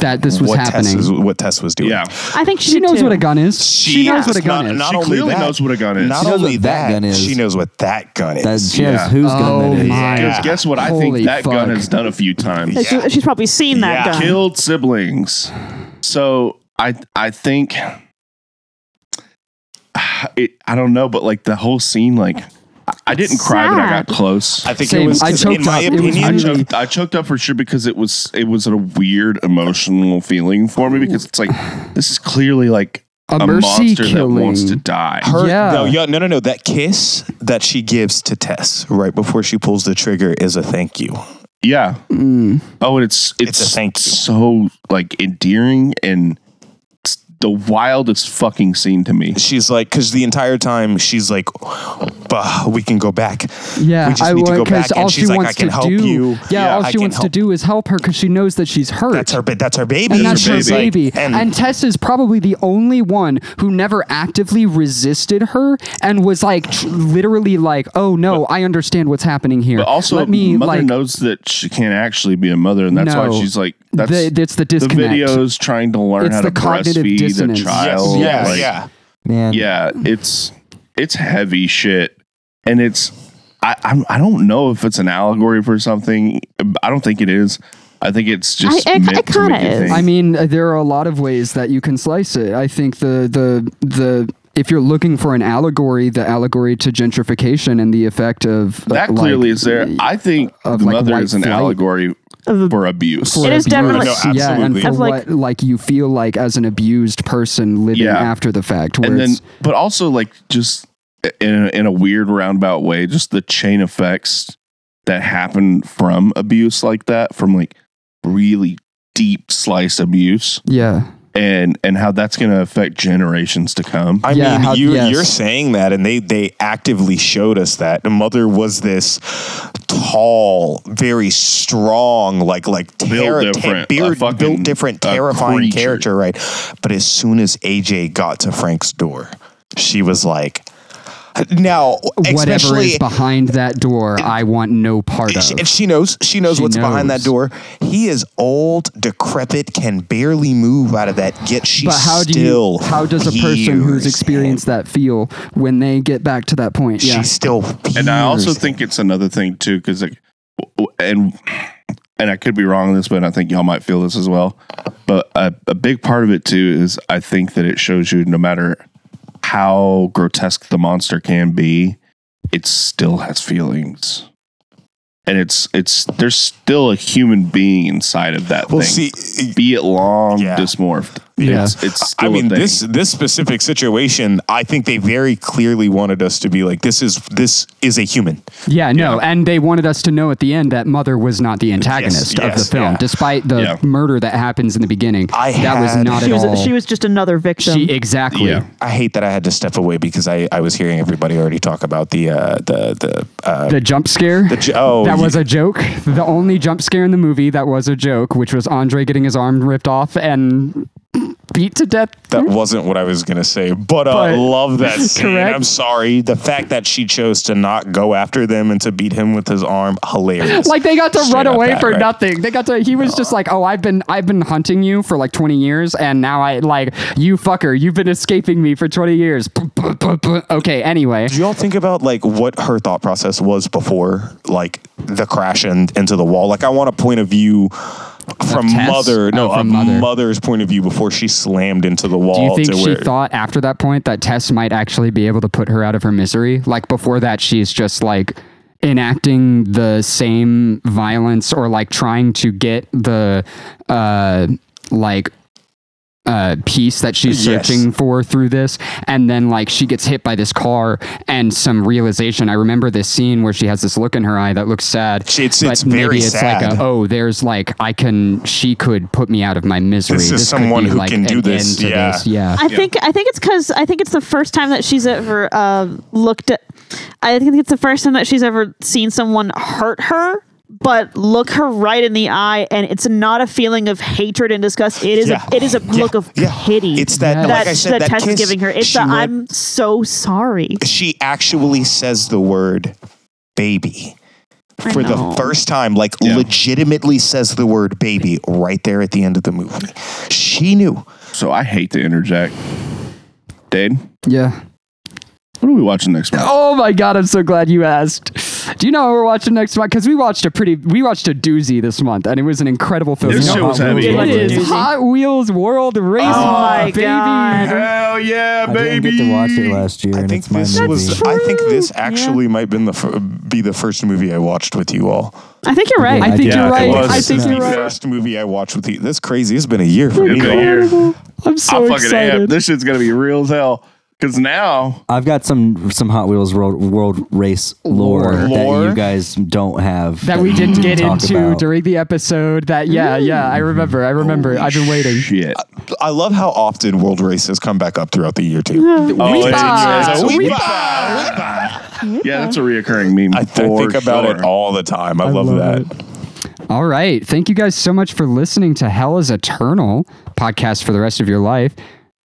[SPEAKER 5] that this was
[SPEAKER 4] what Tess
[SPEAKER 5] happening.
[SPEAKER 4] was, what Tess was doing.
[SPEAKER 3] Yeah.
[SPEAKER 1] I think she,
[SPEAKER 5] she knows
[SPEAKER 1] too.
[SPEAKER 5] what a gun is. She
[SPEAKER 1] Yeah.
[SPEAKER 5] knows what a gun
[SPEAKER 4] not,
[SPEAKER 5] is.
[SPEAKER 4] Not
[SPEAKER 3] She
[SPEAKER 4] only
[SPEAKER 3] clearly
[SPEAKER 4] that,
[SPEAKER 3] knows what a gun is.
[SPEAKER 4] Not
[SPEAKER 2] She knows
[SPEAKER 4] only
[SPEAKER 2] what that
[SPEAKER 4] that,
[SPEAKER 2] gun is.
[SPEAKER 4] she knows what that gun is.
[SPEAKER 2] that she
[SPEAKER 3] Yeah.
[SPEAKER 2] knows whose gun
[SPEAKER 5] Oh
[SPEAKER 2] that is
[SPEAKER 5] my.
[SPEAKER 3] Because
[SPEAKER 5] Yeah.
[SPEAKER 3] guess what? I
[SPEAKER 5] Holy
[SPEAKER 3] think that gun
[SPEAKER 5] fuck.
[SPEAKER 3] has done a few times.
[SPEAKER 1] It's-
[SPEAKER 4] Yeah.
[SPEAKER 1] She's probably seen that
[SPEAKER 4] Yeah.
[SPEAKER 1] gun.
[SPEAKER 3] Killed siblings. So I I think it, I don't know, but like the whole scene, like I- I didn't cry, but I
[SPEAKER 1] sad.
[SPEAKER 3] got close.
[SPEAKER 4] I think
[SPEAKER 5] Same.
[SPEAKER 4] it was.
[SPEAKER 5] I choked
[SPEAKER 4] in my
[SPEAKER 5] up. It was
[SPEAKER 3] I
[SPEAKER 4] opinion,
[SPEAKER 5] really-
[SPEAKER 3] choked, I choked up for sure because it was it was a weird emotional feeling for me because it's like this is clearly like
[SPEAKER 5] A
[SPEAKER 3] a,
[SPEAKER 5] mercy
[SPEAKER 3] monster that wants to
[SPEAKER 5] killing.
[SPEAKER 3] die.
[SPEAKER 4] her
[SPEAKER 5] Yeah.
[SPEAKER 4] no, yeah, no, no, no. That kiss that she gives to Tess right before she pulls the trigger is a thank you.
[SPEAKER 3] Yeah.
[SPEAKER 5] Mm.
[SPEAKER 3] Oh, and it's it's,
[SPEAKER 4] It's a thank you.
[SPEAKER 3] so like endearing and it's the wildest fucking scene to me.
[SPEAKER 4] She's like, because the entire time she's like, "Bah, we can go back.
[SPEAKER 5] Yeah,
[SPEAKER 4] we just need to
[SPEAKER 5] want-
[SPEAKER 4] go back.
[SPEAKER 5] all
[SPEAKER 4] And
[SPEAKER 5] she
[SPEAKER 4] she's like,
[SPEAKER 5] wants
[SPEAKER 4] I can
[SPEAKER 5] to
[SPEAKER 4] help
[SPEAKER 5] do,
[SPEAKER 4] you.
[SPEAKER 5] Yeah, all
[SPEAKER 4] I
[SPEAKER 5] she
[SPEAKER 4] can
[SPEAKER 5] wants to
[SPEAKER 4] help-
[SPEAKER 5] do is help her because she knows that she's hurt.
[SPEAKER 4] That's her. ba- That's her baby.
[SPEAKER 5] and that's her
[SPEAKER 3] She's
[SPEAKER 5] baby.
[SPEAKER 3] like-
[SPEAKER 5] and,
[SPEAKER 4] and-
[SPEAKER 5] Tess is probably the only one who never actively resisted her and was like tr- literally like, "Oh no, I understand what's happening here."
[SPEAKER 3] But also,
[SPEAKER 5] let me
[SPEAKER 3] mother
[SPEAKER 5] like
[SPEAKER 3] knows that she can't actually be a mother, and that's
[SPEAKER 5] No.
[SPEAKER 3] why she's like that's
[SPEAKER 5] The- it's the disconnect.
[SPEAKER 3] videos trying to learn
[SPEAKER 5] It's
[SPEAKER 3] how
[SPEAKER 5] the
[SPEAKER 3] to
[SPEAKER 5] cognitive
[SPEAKER 3] breastfeed
[SPEAKER 5] dissonance.
[SPEAKER 3] a child.
[SPEAKER 4] Yeah,
[SPEAKER 3] like,
[SPEAKER 4] yeah.
[SPEAKER 2] man.
[SPEAKER 3] yeah it's it's heavy shit and it's i I'm, i don't know if it's an allegory for something i don't think it is i think it's just
[SPEAKER 1] I- I-
[SPEAKER 3] meant
[SPEAKER 1] it
[SPEAKER 3] to make
[SPEAKER 1] kinda
[SPEAKER 3] you
[SPEAKER 1] is.
[SPEAKER 3] think.
[SPEAKER 5] I mean, uh, there are a lot of ways that you can slice it. I think the the the if you're looking for an allegory, the allegory to gentrification and the effect of uh,
[SPEAKER 3] that
[SPEAKER 5] like,
[SPEAKER 3] clearly is there i think the
[SPEAKER 5] of, like,
[SPEAKER 3] mother
[SPEAKER 5] white
[SPEAKER 3] is an
[SPEAKER 5] flight.
[SPEAKER 3] allegory for abuse
[SPEAKER 1] It is
[SPEAKER 5] abuse.
[SPEAKER 1] definitely-
[SPEAKER 4] No,
[SPEAKER 5] yeah, and
[SPEAKER 4] absolutely.
[SPEAKER 5] for
[SPEAKER 1] Of, like-
[SPEAKER 5] what like you feel like as an abused person living
[SPEAKER 3] Yeah.
[SPEAKER 5] after the fact. Where
[SPEAKER 3] and then
[SPEAKER 5] it's,
[SPEAKER 3] but also like just in a, in a weird roundabout way just the chain effects that happen from abuse like that from like really deep slice abuse
[SPEAKER 5] yeah,
[SPEAKER 3] and and how that's going to affect generations to come
[SPEAKER 4] I
[SPEAKER 5] Yeah,
[SPEAKER 4] mean,
[SPEAKER 5] how-
[SPEAKER 4] you,
[SPEAKER 5] yes.
[SPEAKER 4] you're saying that, and they they actively showed us that. The mother was this tall, very strong, like like terri- ter-
[SPEAKER 3] different,
[SPEAKER 4] beard-
[SPEAKER 3] a fucking-
[SPEAKER 4] built different,
[SPEAKER 3] a
[SPEAKER 4] terrifying
[SPEAKER 3] creature.
[SPEAKER 4] character, right? But as soon as AJ got to Frank's door, she was like, "Now,
[SPEAKER 5] whatever
[SPEAKER 4] especially
[SPEAKER 5] is behind that door, I want no part of.
[SPEAKER 4] She, and she knows. She knows
[SPEAKER 5] She
[SPEAKER 4] what's behind
[SPEAKER 5] knows.
[SPEAKER 4] that door. He is old, decrepit, can barely move out of that. Yet she
[SPEAKER 5] but how do
[SPEAKER 4] still.
[SPEAKER 5] you? How does a person who's
[SPEAKER 4] hears
[SPEAKER 5] experienced that feel when they get back to that point?
[SPEAKER 4] him.
[SPEAKER 5] Yeah,
[SPEAKER 4] She still.
[SPEAKER 3] and I also
[SPEAKER 4] hears him.
[SPEAKER 3] think it's another thing too, because like, w- w- and and I could be wrong on this, but I think y'all might feel this as well. But a, a big part of it too is I think that it shows you no matter how grotesque the monster can be, it still has feelings, and it's it's there's still a human being inside of that
[SPEAKER 4] Well,
[SPEAKER 3] thing.
[SPEAKER 4] see,
[SPEAKER 3] be it long
[SPEAKER 4] Yeah.
[SPEAKER 3] dysmorphed.
[SPEAKER 5] Yeah.
[SPEAKER 3] It's, it's
[SPEAKER 4] I
[SPEAKER 3] still a
[SPEAKER 4] mean
[SPEAKER 3] thing.
[SPEAKER 4] this this specific situation. I think they very clearly wanted us to be like this is this is a human.
[SPEAKER 5] yeah, no, and they wanted us to know at the end that Mother was not the antagonist of
[SPEAKER 4] yes,
[SPEAKER 5] the film,
[SPEAKER 4] yeah.
[SPEAKER 5] despite the
[SPEAKER 3] Yeah.
[SPEAKER 5] murder that happens in the beginning.
[SPEAKER 4] I
[SPEAKER 5] that was
[SPEAKER 4] had-
[SPEAKER 5] not
[SPEAKER 1] She
[SPEAKER 5] at
[SPEAKER 1] was,
[SPEAKER 5] all.
[SPEAKER 1] she was just another victim.
[SPEAKER 5] She- exactly.
[SPEAKER 3] Yeah.
[SPEAKER 4] I hate that I had to step away because I, I was hearing everybody already talk about the uh, the the uh,
[SPEAKER 5] The jump scare.
[SPEAKER 4] j- oh
[SPEAKER 5] that
[SPEAKER 4] you-
[SPEAKER 5] was a joke. The only jump scare in the movie that was a joke, which was Andre getting his arm ripped off and beat to death.
[SPEAKER 4] That wasn't what I was gonna say, but uh, I
[SPEAKER 5] Mm-hmm. But-
[SPEAKER 4] love that scene.
[SPEAKER 5] Correct.
[SPEAKER 4] I'm sorry. The fact that she chose to not go after them and to beat him with his arm, hilarious.
[SPEAKER 5] like they got to
[SPEAKER 4] Straight
[SPEAKER 5] run
[SPEAKER 4] up
[SPEAKER 5] away
[SPEAKER 4] that,
[SPEAKER 5] for
[SPEAKER 4] right?
[SPEAKER 5] nothing. They got to. He was just like, "Oh, I've been, I've been hunting you for like 20 years, and now I like you, fucker. You've been escaping me for 20 years." Okay. Anyway,
[SPEAKER 4] Do y'all think about like what her thought process was before like the crash and into the wall? Like I want a point of view from
[SPEAKER 5] Tess?
[SPEAKER 4] mother, no,
[SPEAKER 5] Oh, from
[SPEAKER 4] a
[SPEAKER 5] mother.
[SPEAKER 4] mother's point of view before she slammed into the
[SPEAKER 5] do you
[SPEAKER 4] wall.
[SPEAKER 5] think
[SPEAKER 4] to
[SPEAKER 5] she
[SPEAKER 4] where,
[SPEAKER 5] thought after that point that Tess might actually be able to put her out of her misery? Like before that, she's just like enacting the same violence or like trying to get the uh like uh, piece that she's
[SPEAKER 4] Yes.
[SPEAKER 5] searching for through this. And then, like, she gets hit by this car and some realization. I remember this scene where she has this look in her eye that looks sad.
[SPEAKER 4] She- it's- it's very
[SPEAKER 5] like,
[SPEAKER 4] sad.
[SPEAKER 5] a, oh, there's like, I can, she could put me out of my misery.
[SPEAKER 4] This is
[SPEAKER 5] could
[SPEAKER 4] someone who can
[SPEAKER 5] an
[SPEAKER 4] do this.
[SPEAKER 5] end to
[SPEAKER 4] Yeah.
[SPEAKER 5] Yeah.
[SPEAKER 1] I think I think it's because I think it's the first time that she's ever uh, looked at. I think it's the first time that she's ever seen someone hurt her, but look her right in the eye, and it's not a feeling of hatred and disgust. It is
[SPEAKER 4] Yeah.
[SPEAKER 1] a, it is a
[SPEAKER 4] Yeah.
[SPEAKER 1] look of
[SPEAKER 4] Yeah.
[SPEAKER 1] pity.
[SPEAKER 4] It's that-
[SPEAKER 5] Yeah.
[SPEAKER 1] that,
[SPEAKER 4] like I said,
[SPEAKER 1] that,
[SPEAKER 4] that
[SPEAKER 1] Tess is
[SPEAKER 4] kiss,
[SPEAKER 1] giving her. It's
[SPEAKER 4] she
[SPEAKER 1] the
[SPEAKER 4] went-
[SPEAKER 1] I'm so sorry.
[SPEAKER 4] she actually says the word baby
[SPEAKER 1] I
[SPEAKER 4] for the
[SPEAKER 1] know.
[SPEAKER 4] first time like
[SPEAKER 3] Yeah.
[SPEAKER 4] legitimately says the word baby right there at the end of the movie she knew
[SPEAKER 3] so I hate to interject, Dade.
[SPEAKER 5] Yeah.
[SPEAKER 3] What are we watching next? Month?
[SPEAKER 5] Oh my God, I'm so glad you asked. Do you know what we're watching next month? Because we watched a pretty, we watched a doozy this month, and it was an incredible film.
[SPEAKER 3] This
[SPEAKER 5] You know
[SPEAKER 3] shit
[SPEAKER 5] Hot
[SPEAKER 3] was
[SPEAKER 5] Wheels
[SPEAKER 3] heavy.
[SPEAKER 5] World
[SPEAKER 1] It
[SPEAKER 5] Race?
[SPEAKER 1] is.
[SPEAKER 5] Hot Wheels World Race.
[SPEAKER 1] my
[SPEAKER 5] baby.
[SPEAKER 1] God.
[SPEAKER 3] Hell yeah,
[SPEAKER 2] I
[SPEAKER 3] baby!
[SPEAKER 2] didn't get to watch it last year,
[SPEAKER 4] I
[SPEAKER 2] and
[SPEAKER 4] think
[SPEAKER 2] it's my
[SPEAKER 4] this
[SPEAKER 2] movie.
[SPEAKER 4] was. I think this actually might been the fir- be the first movie I watched with you all.
[SPEAKER 1] I think you're right.
[SPEAKER 5] I think
[SPEAKER 2] Yeah,
[SPEAKER 5] you're
[SPEAKER 2] it
[SPEAKER 5] right.
[SPEAKER 2] was.
[SPEAKER 5] I think
[SPEAKER 2] Yeah.
[SPEAKER 5] you're
[SPEAKER 4] The
[SPEAKER 5] right.
[SPEAKER 4] first movie I watched with you. That's crazy. It's been a year for
[SPEAKER 3] It's
[SPEAKER 4] me.
[SPEAKER 3] been a year.
[SPEAKER 5] I'm so
[SPEAKER 3] I'm fucking amped.
[SPEAKER 5] excited.
[SPEAKER 3] This shit's gonna be real as hell. Cause now
[SPEAKER 2] I've got some some Hot Wheels world, world race lore,
[SPEAKER 3] Lore?
[SPEAKER 2] that you guys don't have
[SPEAKER 5] That we didn't get
[SPEAKER 2] talk
[SPEAKER 5] into
[SPEAKER 2] about.
[SPEAKER 5] during the episode. That yeah, yeah, I remember. I remember. I've been waiting.
[SPEAKER 3] shit.
[SPEAKER 4] I love how often world race has come back up throughout the year too.
[SPEAKER 3] Oh, it's- it's a
[SPEAKER 4] We
[SPEAKER 3] weep.
[SPEAKER 4] buy.
[SPEAKER 3] Yeah, that's a reoccurring meme.
[SPEAKER 4] I, th- I
[SPEAKER 3] for
[SPEAKER 4] think about
[SPEAKER 3] sure.
[SPEAKER 4] it all the time. I, love, that.
[SPEAKER 5] All right. Thank you guys so much for listening to Hell is Eternal podcast for the rest of your life.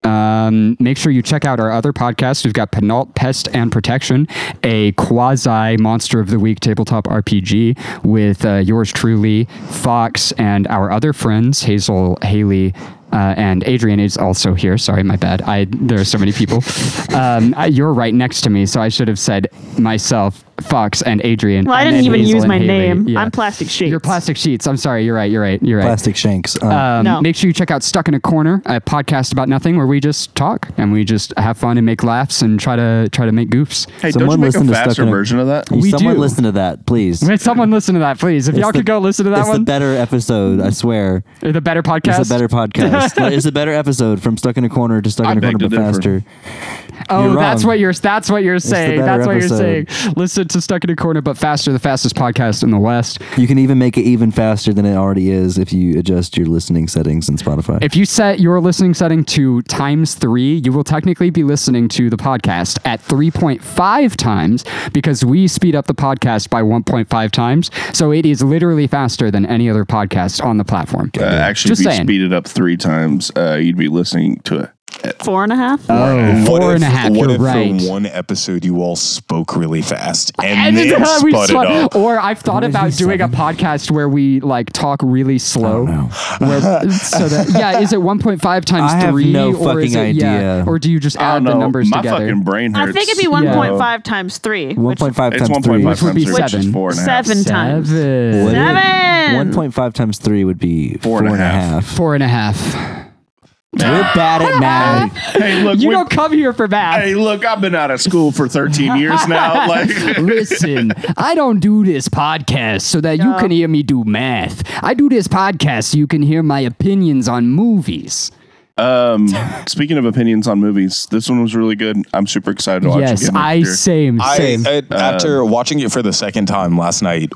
[SPEAKER 5] Um, make sure you check out our other podcasts. We've got Penalt Pest and Protection, a quasi monster of the week tabletop RPG with uh, yours truly, Fox, and our other friends, Hazel, Haley, uh, and Adrian is also here. Sorry, my bad. I there are so many people. Um, I- you're right next to me, so I should have said myself, Fox, and Adrian.
[SPEAKER 1] well, I
[SPEAKER 5] and
[SPEAKER 1] didn't
[SPEAKER 5] then
[SPEAKER 1] even
[SPEAKER 5] Hazel
[SPEAKER 1] use
[SPEAKER 5] and
[SPEAKER 1] my
[SPEAKER 5] Haley.
[SPEAKER 1] name.
[SPEAKER 5] Yeah.
[SPEAKER 1] I'm plastic sheets.
[SPEAKER 5] Your plastic sheets. I'm sorry. You're right. You're right. You're right.
[SPEAKER 2] Plastic Shanks. Um,
[SPEAKER 5] Um,
[SPEAKER 1] No.
[SPEAKER 5] Make sure you check out Stuck in a Corner, a podcast about nothing, where we just talk and we just have fun and make laughs and try to try to make goofs.
[SPEAKER 3] Hey, don't you
[SPEAKER 2] Someone
[SPEAKER 3] make a Uh,
[SPEAKER 2] listen to Stuck
[SPEAKER 3] faster
[SPEAKER 2] in a-
[SPEAKER 3] version of that?
[SPEAKER 2] Will
[SPEAKER 5] we
[SPEAKER 2] someone
[SPEAKER 5] do.
[SPEAKER 2] listen to that, please.
[SPEAKER 5] Wait, someone listen to that, please. If
[SPEAKER 2] It's
[SPEAKER 5] y'all
[SPEAKER 2] the-
[SPEAKER 5] could go listen to that
[SPEAKER 2] it's
[SPEAKER 5] one,
[SPEAKER 2] the better episode, I swear.
[SPEAKER 5] Or the better podcast.
[SPEAKER 2] It's a better podcast. Like, it's a better episode from Stuck in a Corner to Stuck
[SPEAKER 3] I
[SPEAKER 2] in a
[SPEAKER 3] beg
[SPEAKER 2] Corner, but
[SPEAKER 3] to differ.
[SPEAKER 2] faster.
[SPEAKER 5] oh,
[SPEAKER 2] You're
[SPEAKER 5] that's
[SPEAKER 2] wrong.
[SPEAKER 5] what you're. That's what you're
[SPEAKER 2] the
[SPEAKER 5] saying.
[SPEAKER 2] better
[SPEAKER 5] That's what
[SPEAKER 2] episode.
[SPEAKER 5] you're saying. Listen to Stuck in a Corner, but faster, the fastest podcast in the West.
[SPEAKER 2] You can even make it even faster than it already is if you adjust your listening settings in Spotify.
[SPEAKER 5] If you set your listening setting to times three, you will technically be listening to the podcast at 3.5 times because we speed up the podcast by 1.5 times. So it is literally faster than any other podcast on the platform.
[SPEAKER 3] Uh, actually,
[SPEAKER 5] Just
[SPEAKER 3] if you
[SPEAKER 5] saying.
[SPEAKER 3] speed it up three times, uh, you'd be listening to it.
[SPEAKER 1] Four and a half.
[SPEAKER 4] What
[SPEAKER 5] Four
[SPEAKER 4] if-
[SPEAKER 5] and a half,
[SPEAKER 4] What
[SPEAKER 5] you're
[SPEAKER 4] if
[SPEAKER 5] right.
[SPEAKER 4] for one episode you all spoke really fast
[SPEAKER 5] And
[SPEAKER 4] and,
[SPEAKER 5] then
[SPEAKER 4] then
[SPEAKER 5] we
[SPEAKER 4] sped it
[SPEAKER 5] swap-
[SPEAKER 4] up?
[SPEAKER 5] Or I've thought
[SPEAKER 2] did
[SPEAKER 5] about
[SPEAKER 2] he
[SPEAKER 5] doing a
[SPEAKER 2] say?
[SPEAKER 5] podcast where we like talk really slow. Where, so that yeah, is it 1.5 times
[SPEAKER 2] I have
[SPEAKER 5] three?
[SPEAKER 2] no
[SPEAKER 5] or is
[SPEAKER 2] fucking
[SPEAKER 5] it, yeah,
[SPEAKER 2] idea.
[SPEAKER 5] or do you just
[SPEAKER 3] I
[SPEAKER 5] add
[SPEAKER 3] don't
[SPEAKER 5] the
[SPEAKER 3] know.
[SPEAKER 5] numbers
[SPEAKER 3] My
[SPEAKER 5] together?
[SPEAKER 3] fucking brain
[SPEAKER 1] I
[SPEAKER 3] hurts.
[SPEAKER 1] think it'd be 1.5 times three.
[SPEAKER 2] One
[SPEAKER 1] which-
[SPEAKER 2] point five
[SPEAKER 3] It's
[SPEAKER 2] times
[SPEAKER 3] one
[SPEAKER 2] three.
[SPEAKER 3] point five times
[SPEAKER 5] would be
[SPEAKER 3] three, which is
[SPEAKER 5] seven.
[SPEAKER 3] four and a half.
[SPEAKER 1] Seven times.
[SPEAKER 5] Seven.
[SPEAKER 1] Seven.
[SPEAKER 2] One point five times three would be
[SPEAKER 3] Four and a half.
[SPEAKER 5] Four and a half.
[SPEAKER 2] We're bad at math.
[SPEAKER 3] Hey, look,
[SPEAKER 5] You
[SPEAKER 3] we-
[SPEAKER 5] don't come here for math.
[SPEAKER 3] hey, look, I've been out of school for 13 years now. Like,
[SPEAKER 5] Listen, I don't do this podcast so that you can hear me do math. I do this podcast so you can hear my opinions on movies.
[SPEAKER 3] um, speaking of opinions on movies, this one was really good. I'm super excited to watch it.
[SPEAKER 5] yes,
[SPEAKER 3] again
[SPEAKER 5] I
[SPEAKER 3] next year.
[SPEAKER 5] same
[SPEAKER 4] I,
[SPEAKER 5] same.
[SPEAKER 4] uh, after
[SPEAKER 3] Um,
[SPEAKER 4] watching it for the second time last night,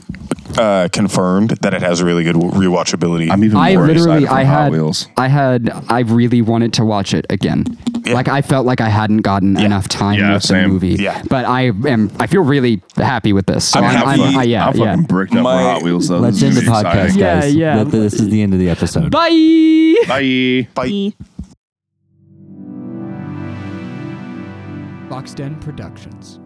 [SPEAKER 4] uh, confirmed that it has really good rewatchability.
[SPEAKER 3] I'm even more
[SPEAKER 5] I
[SPEAKER 3] excited
[SPEAKER 5] literally,
[SPEAKER 3] for
[SPEAKER 5] I
[SPEAKER 3] Hot
[SPEAKER 5] had,
[SPEAKER 3] Wheels.
[SPEAKER 5] I had, I really wanted to watch it again. Like I felt like I hadn't gotten enough time
[SPEAKER 3] Yeah,
[SPEAKER 5] with the
[SPEAKER 3] same.
[SPEAKER 5] movie.
[SPEAKER 4] Yeah.
[SPEAKER 5] But I am, I feel really happy with this. So
[SPEAKER 3] I'm,
[SPEAKER 5] I'm, I'm,
[SPEAKER 3] happy.
[SPEAKER 5] I- yeah,
[SPEAKER 3] I'm
[SPEAKER 5] yeah.
[SPEAKER 3] fucking bricked up
[SPEAKER 4] My-
[SPEAKER 3] for Hot Wheels, though.
[SPEAKER 2] Let's
[SPEAKER 3] This
[SPEAKER 2] end the
[SPEAKER 3] is gonna be
[SPEAKER 2] podcast,
[SPEAKER 3] exciting.
[SPEAKER 5] Yeah,
[SPEAKER 2] guys.
[SPEAKER 5] yeah.
[SPEAKER 2] That- this is the end of the episode.
[SPEAKER 5] Bye.
[SPEAKER 3] Bye.
[SPEAKER 1] E.
[SPEAKER 5] Boxden Productions.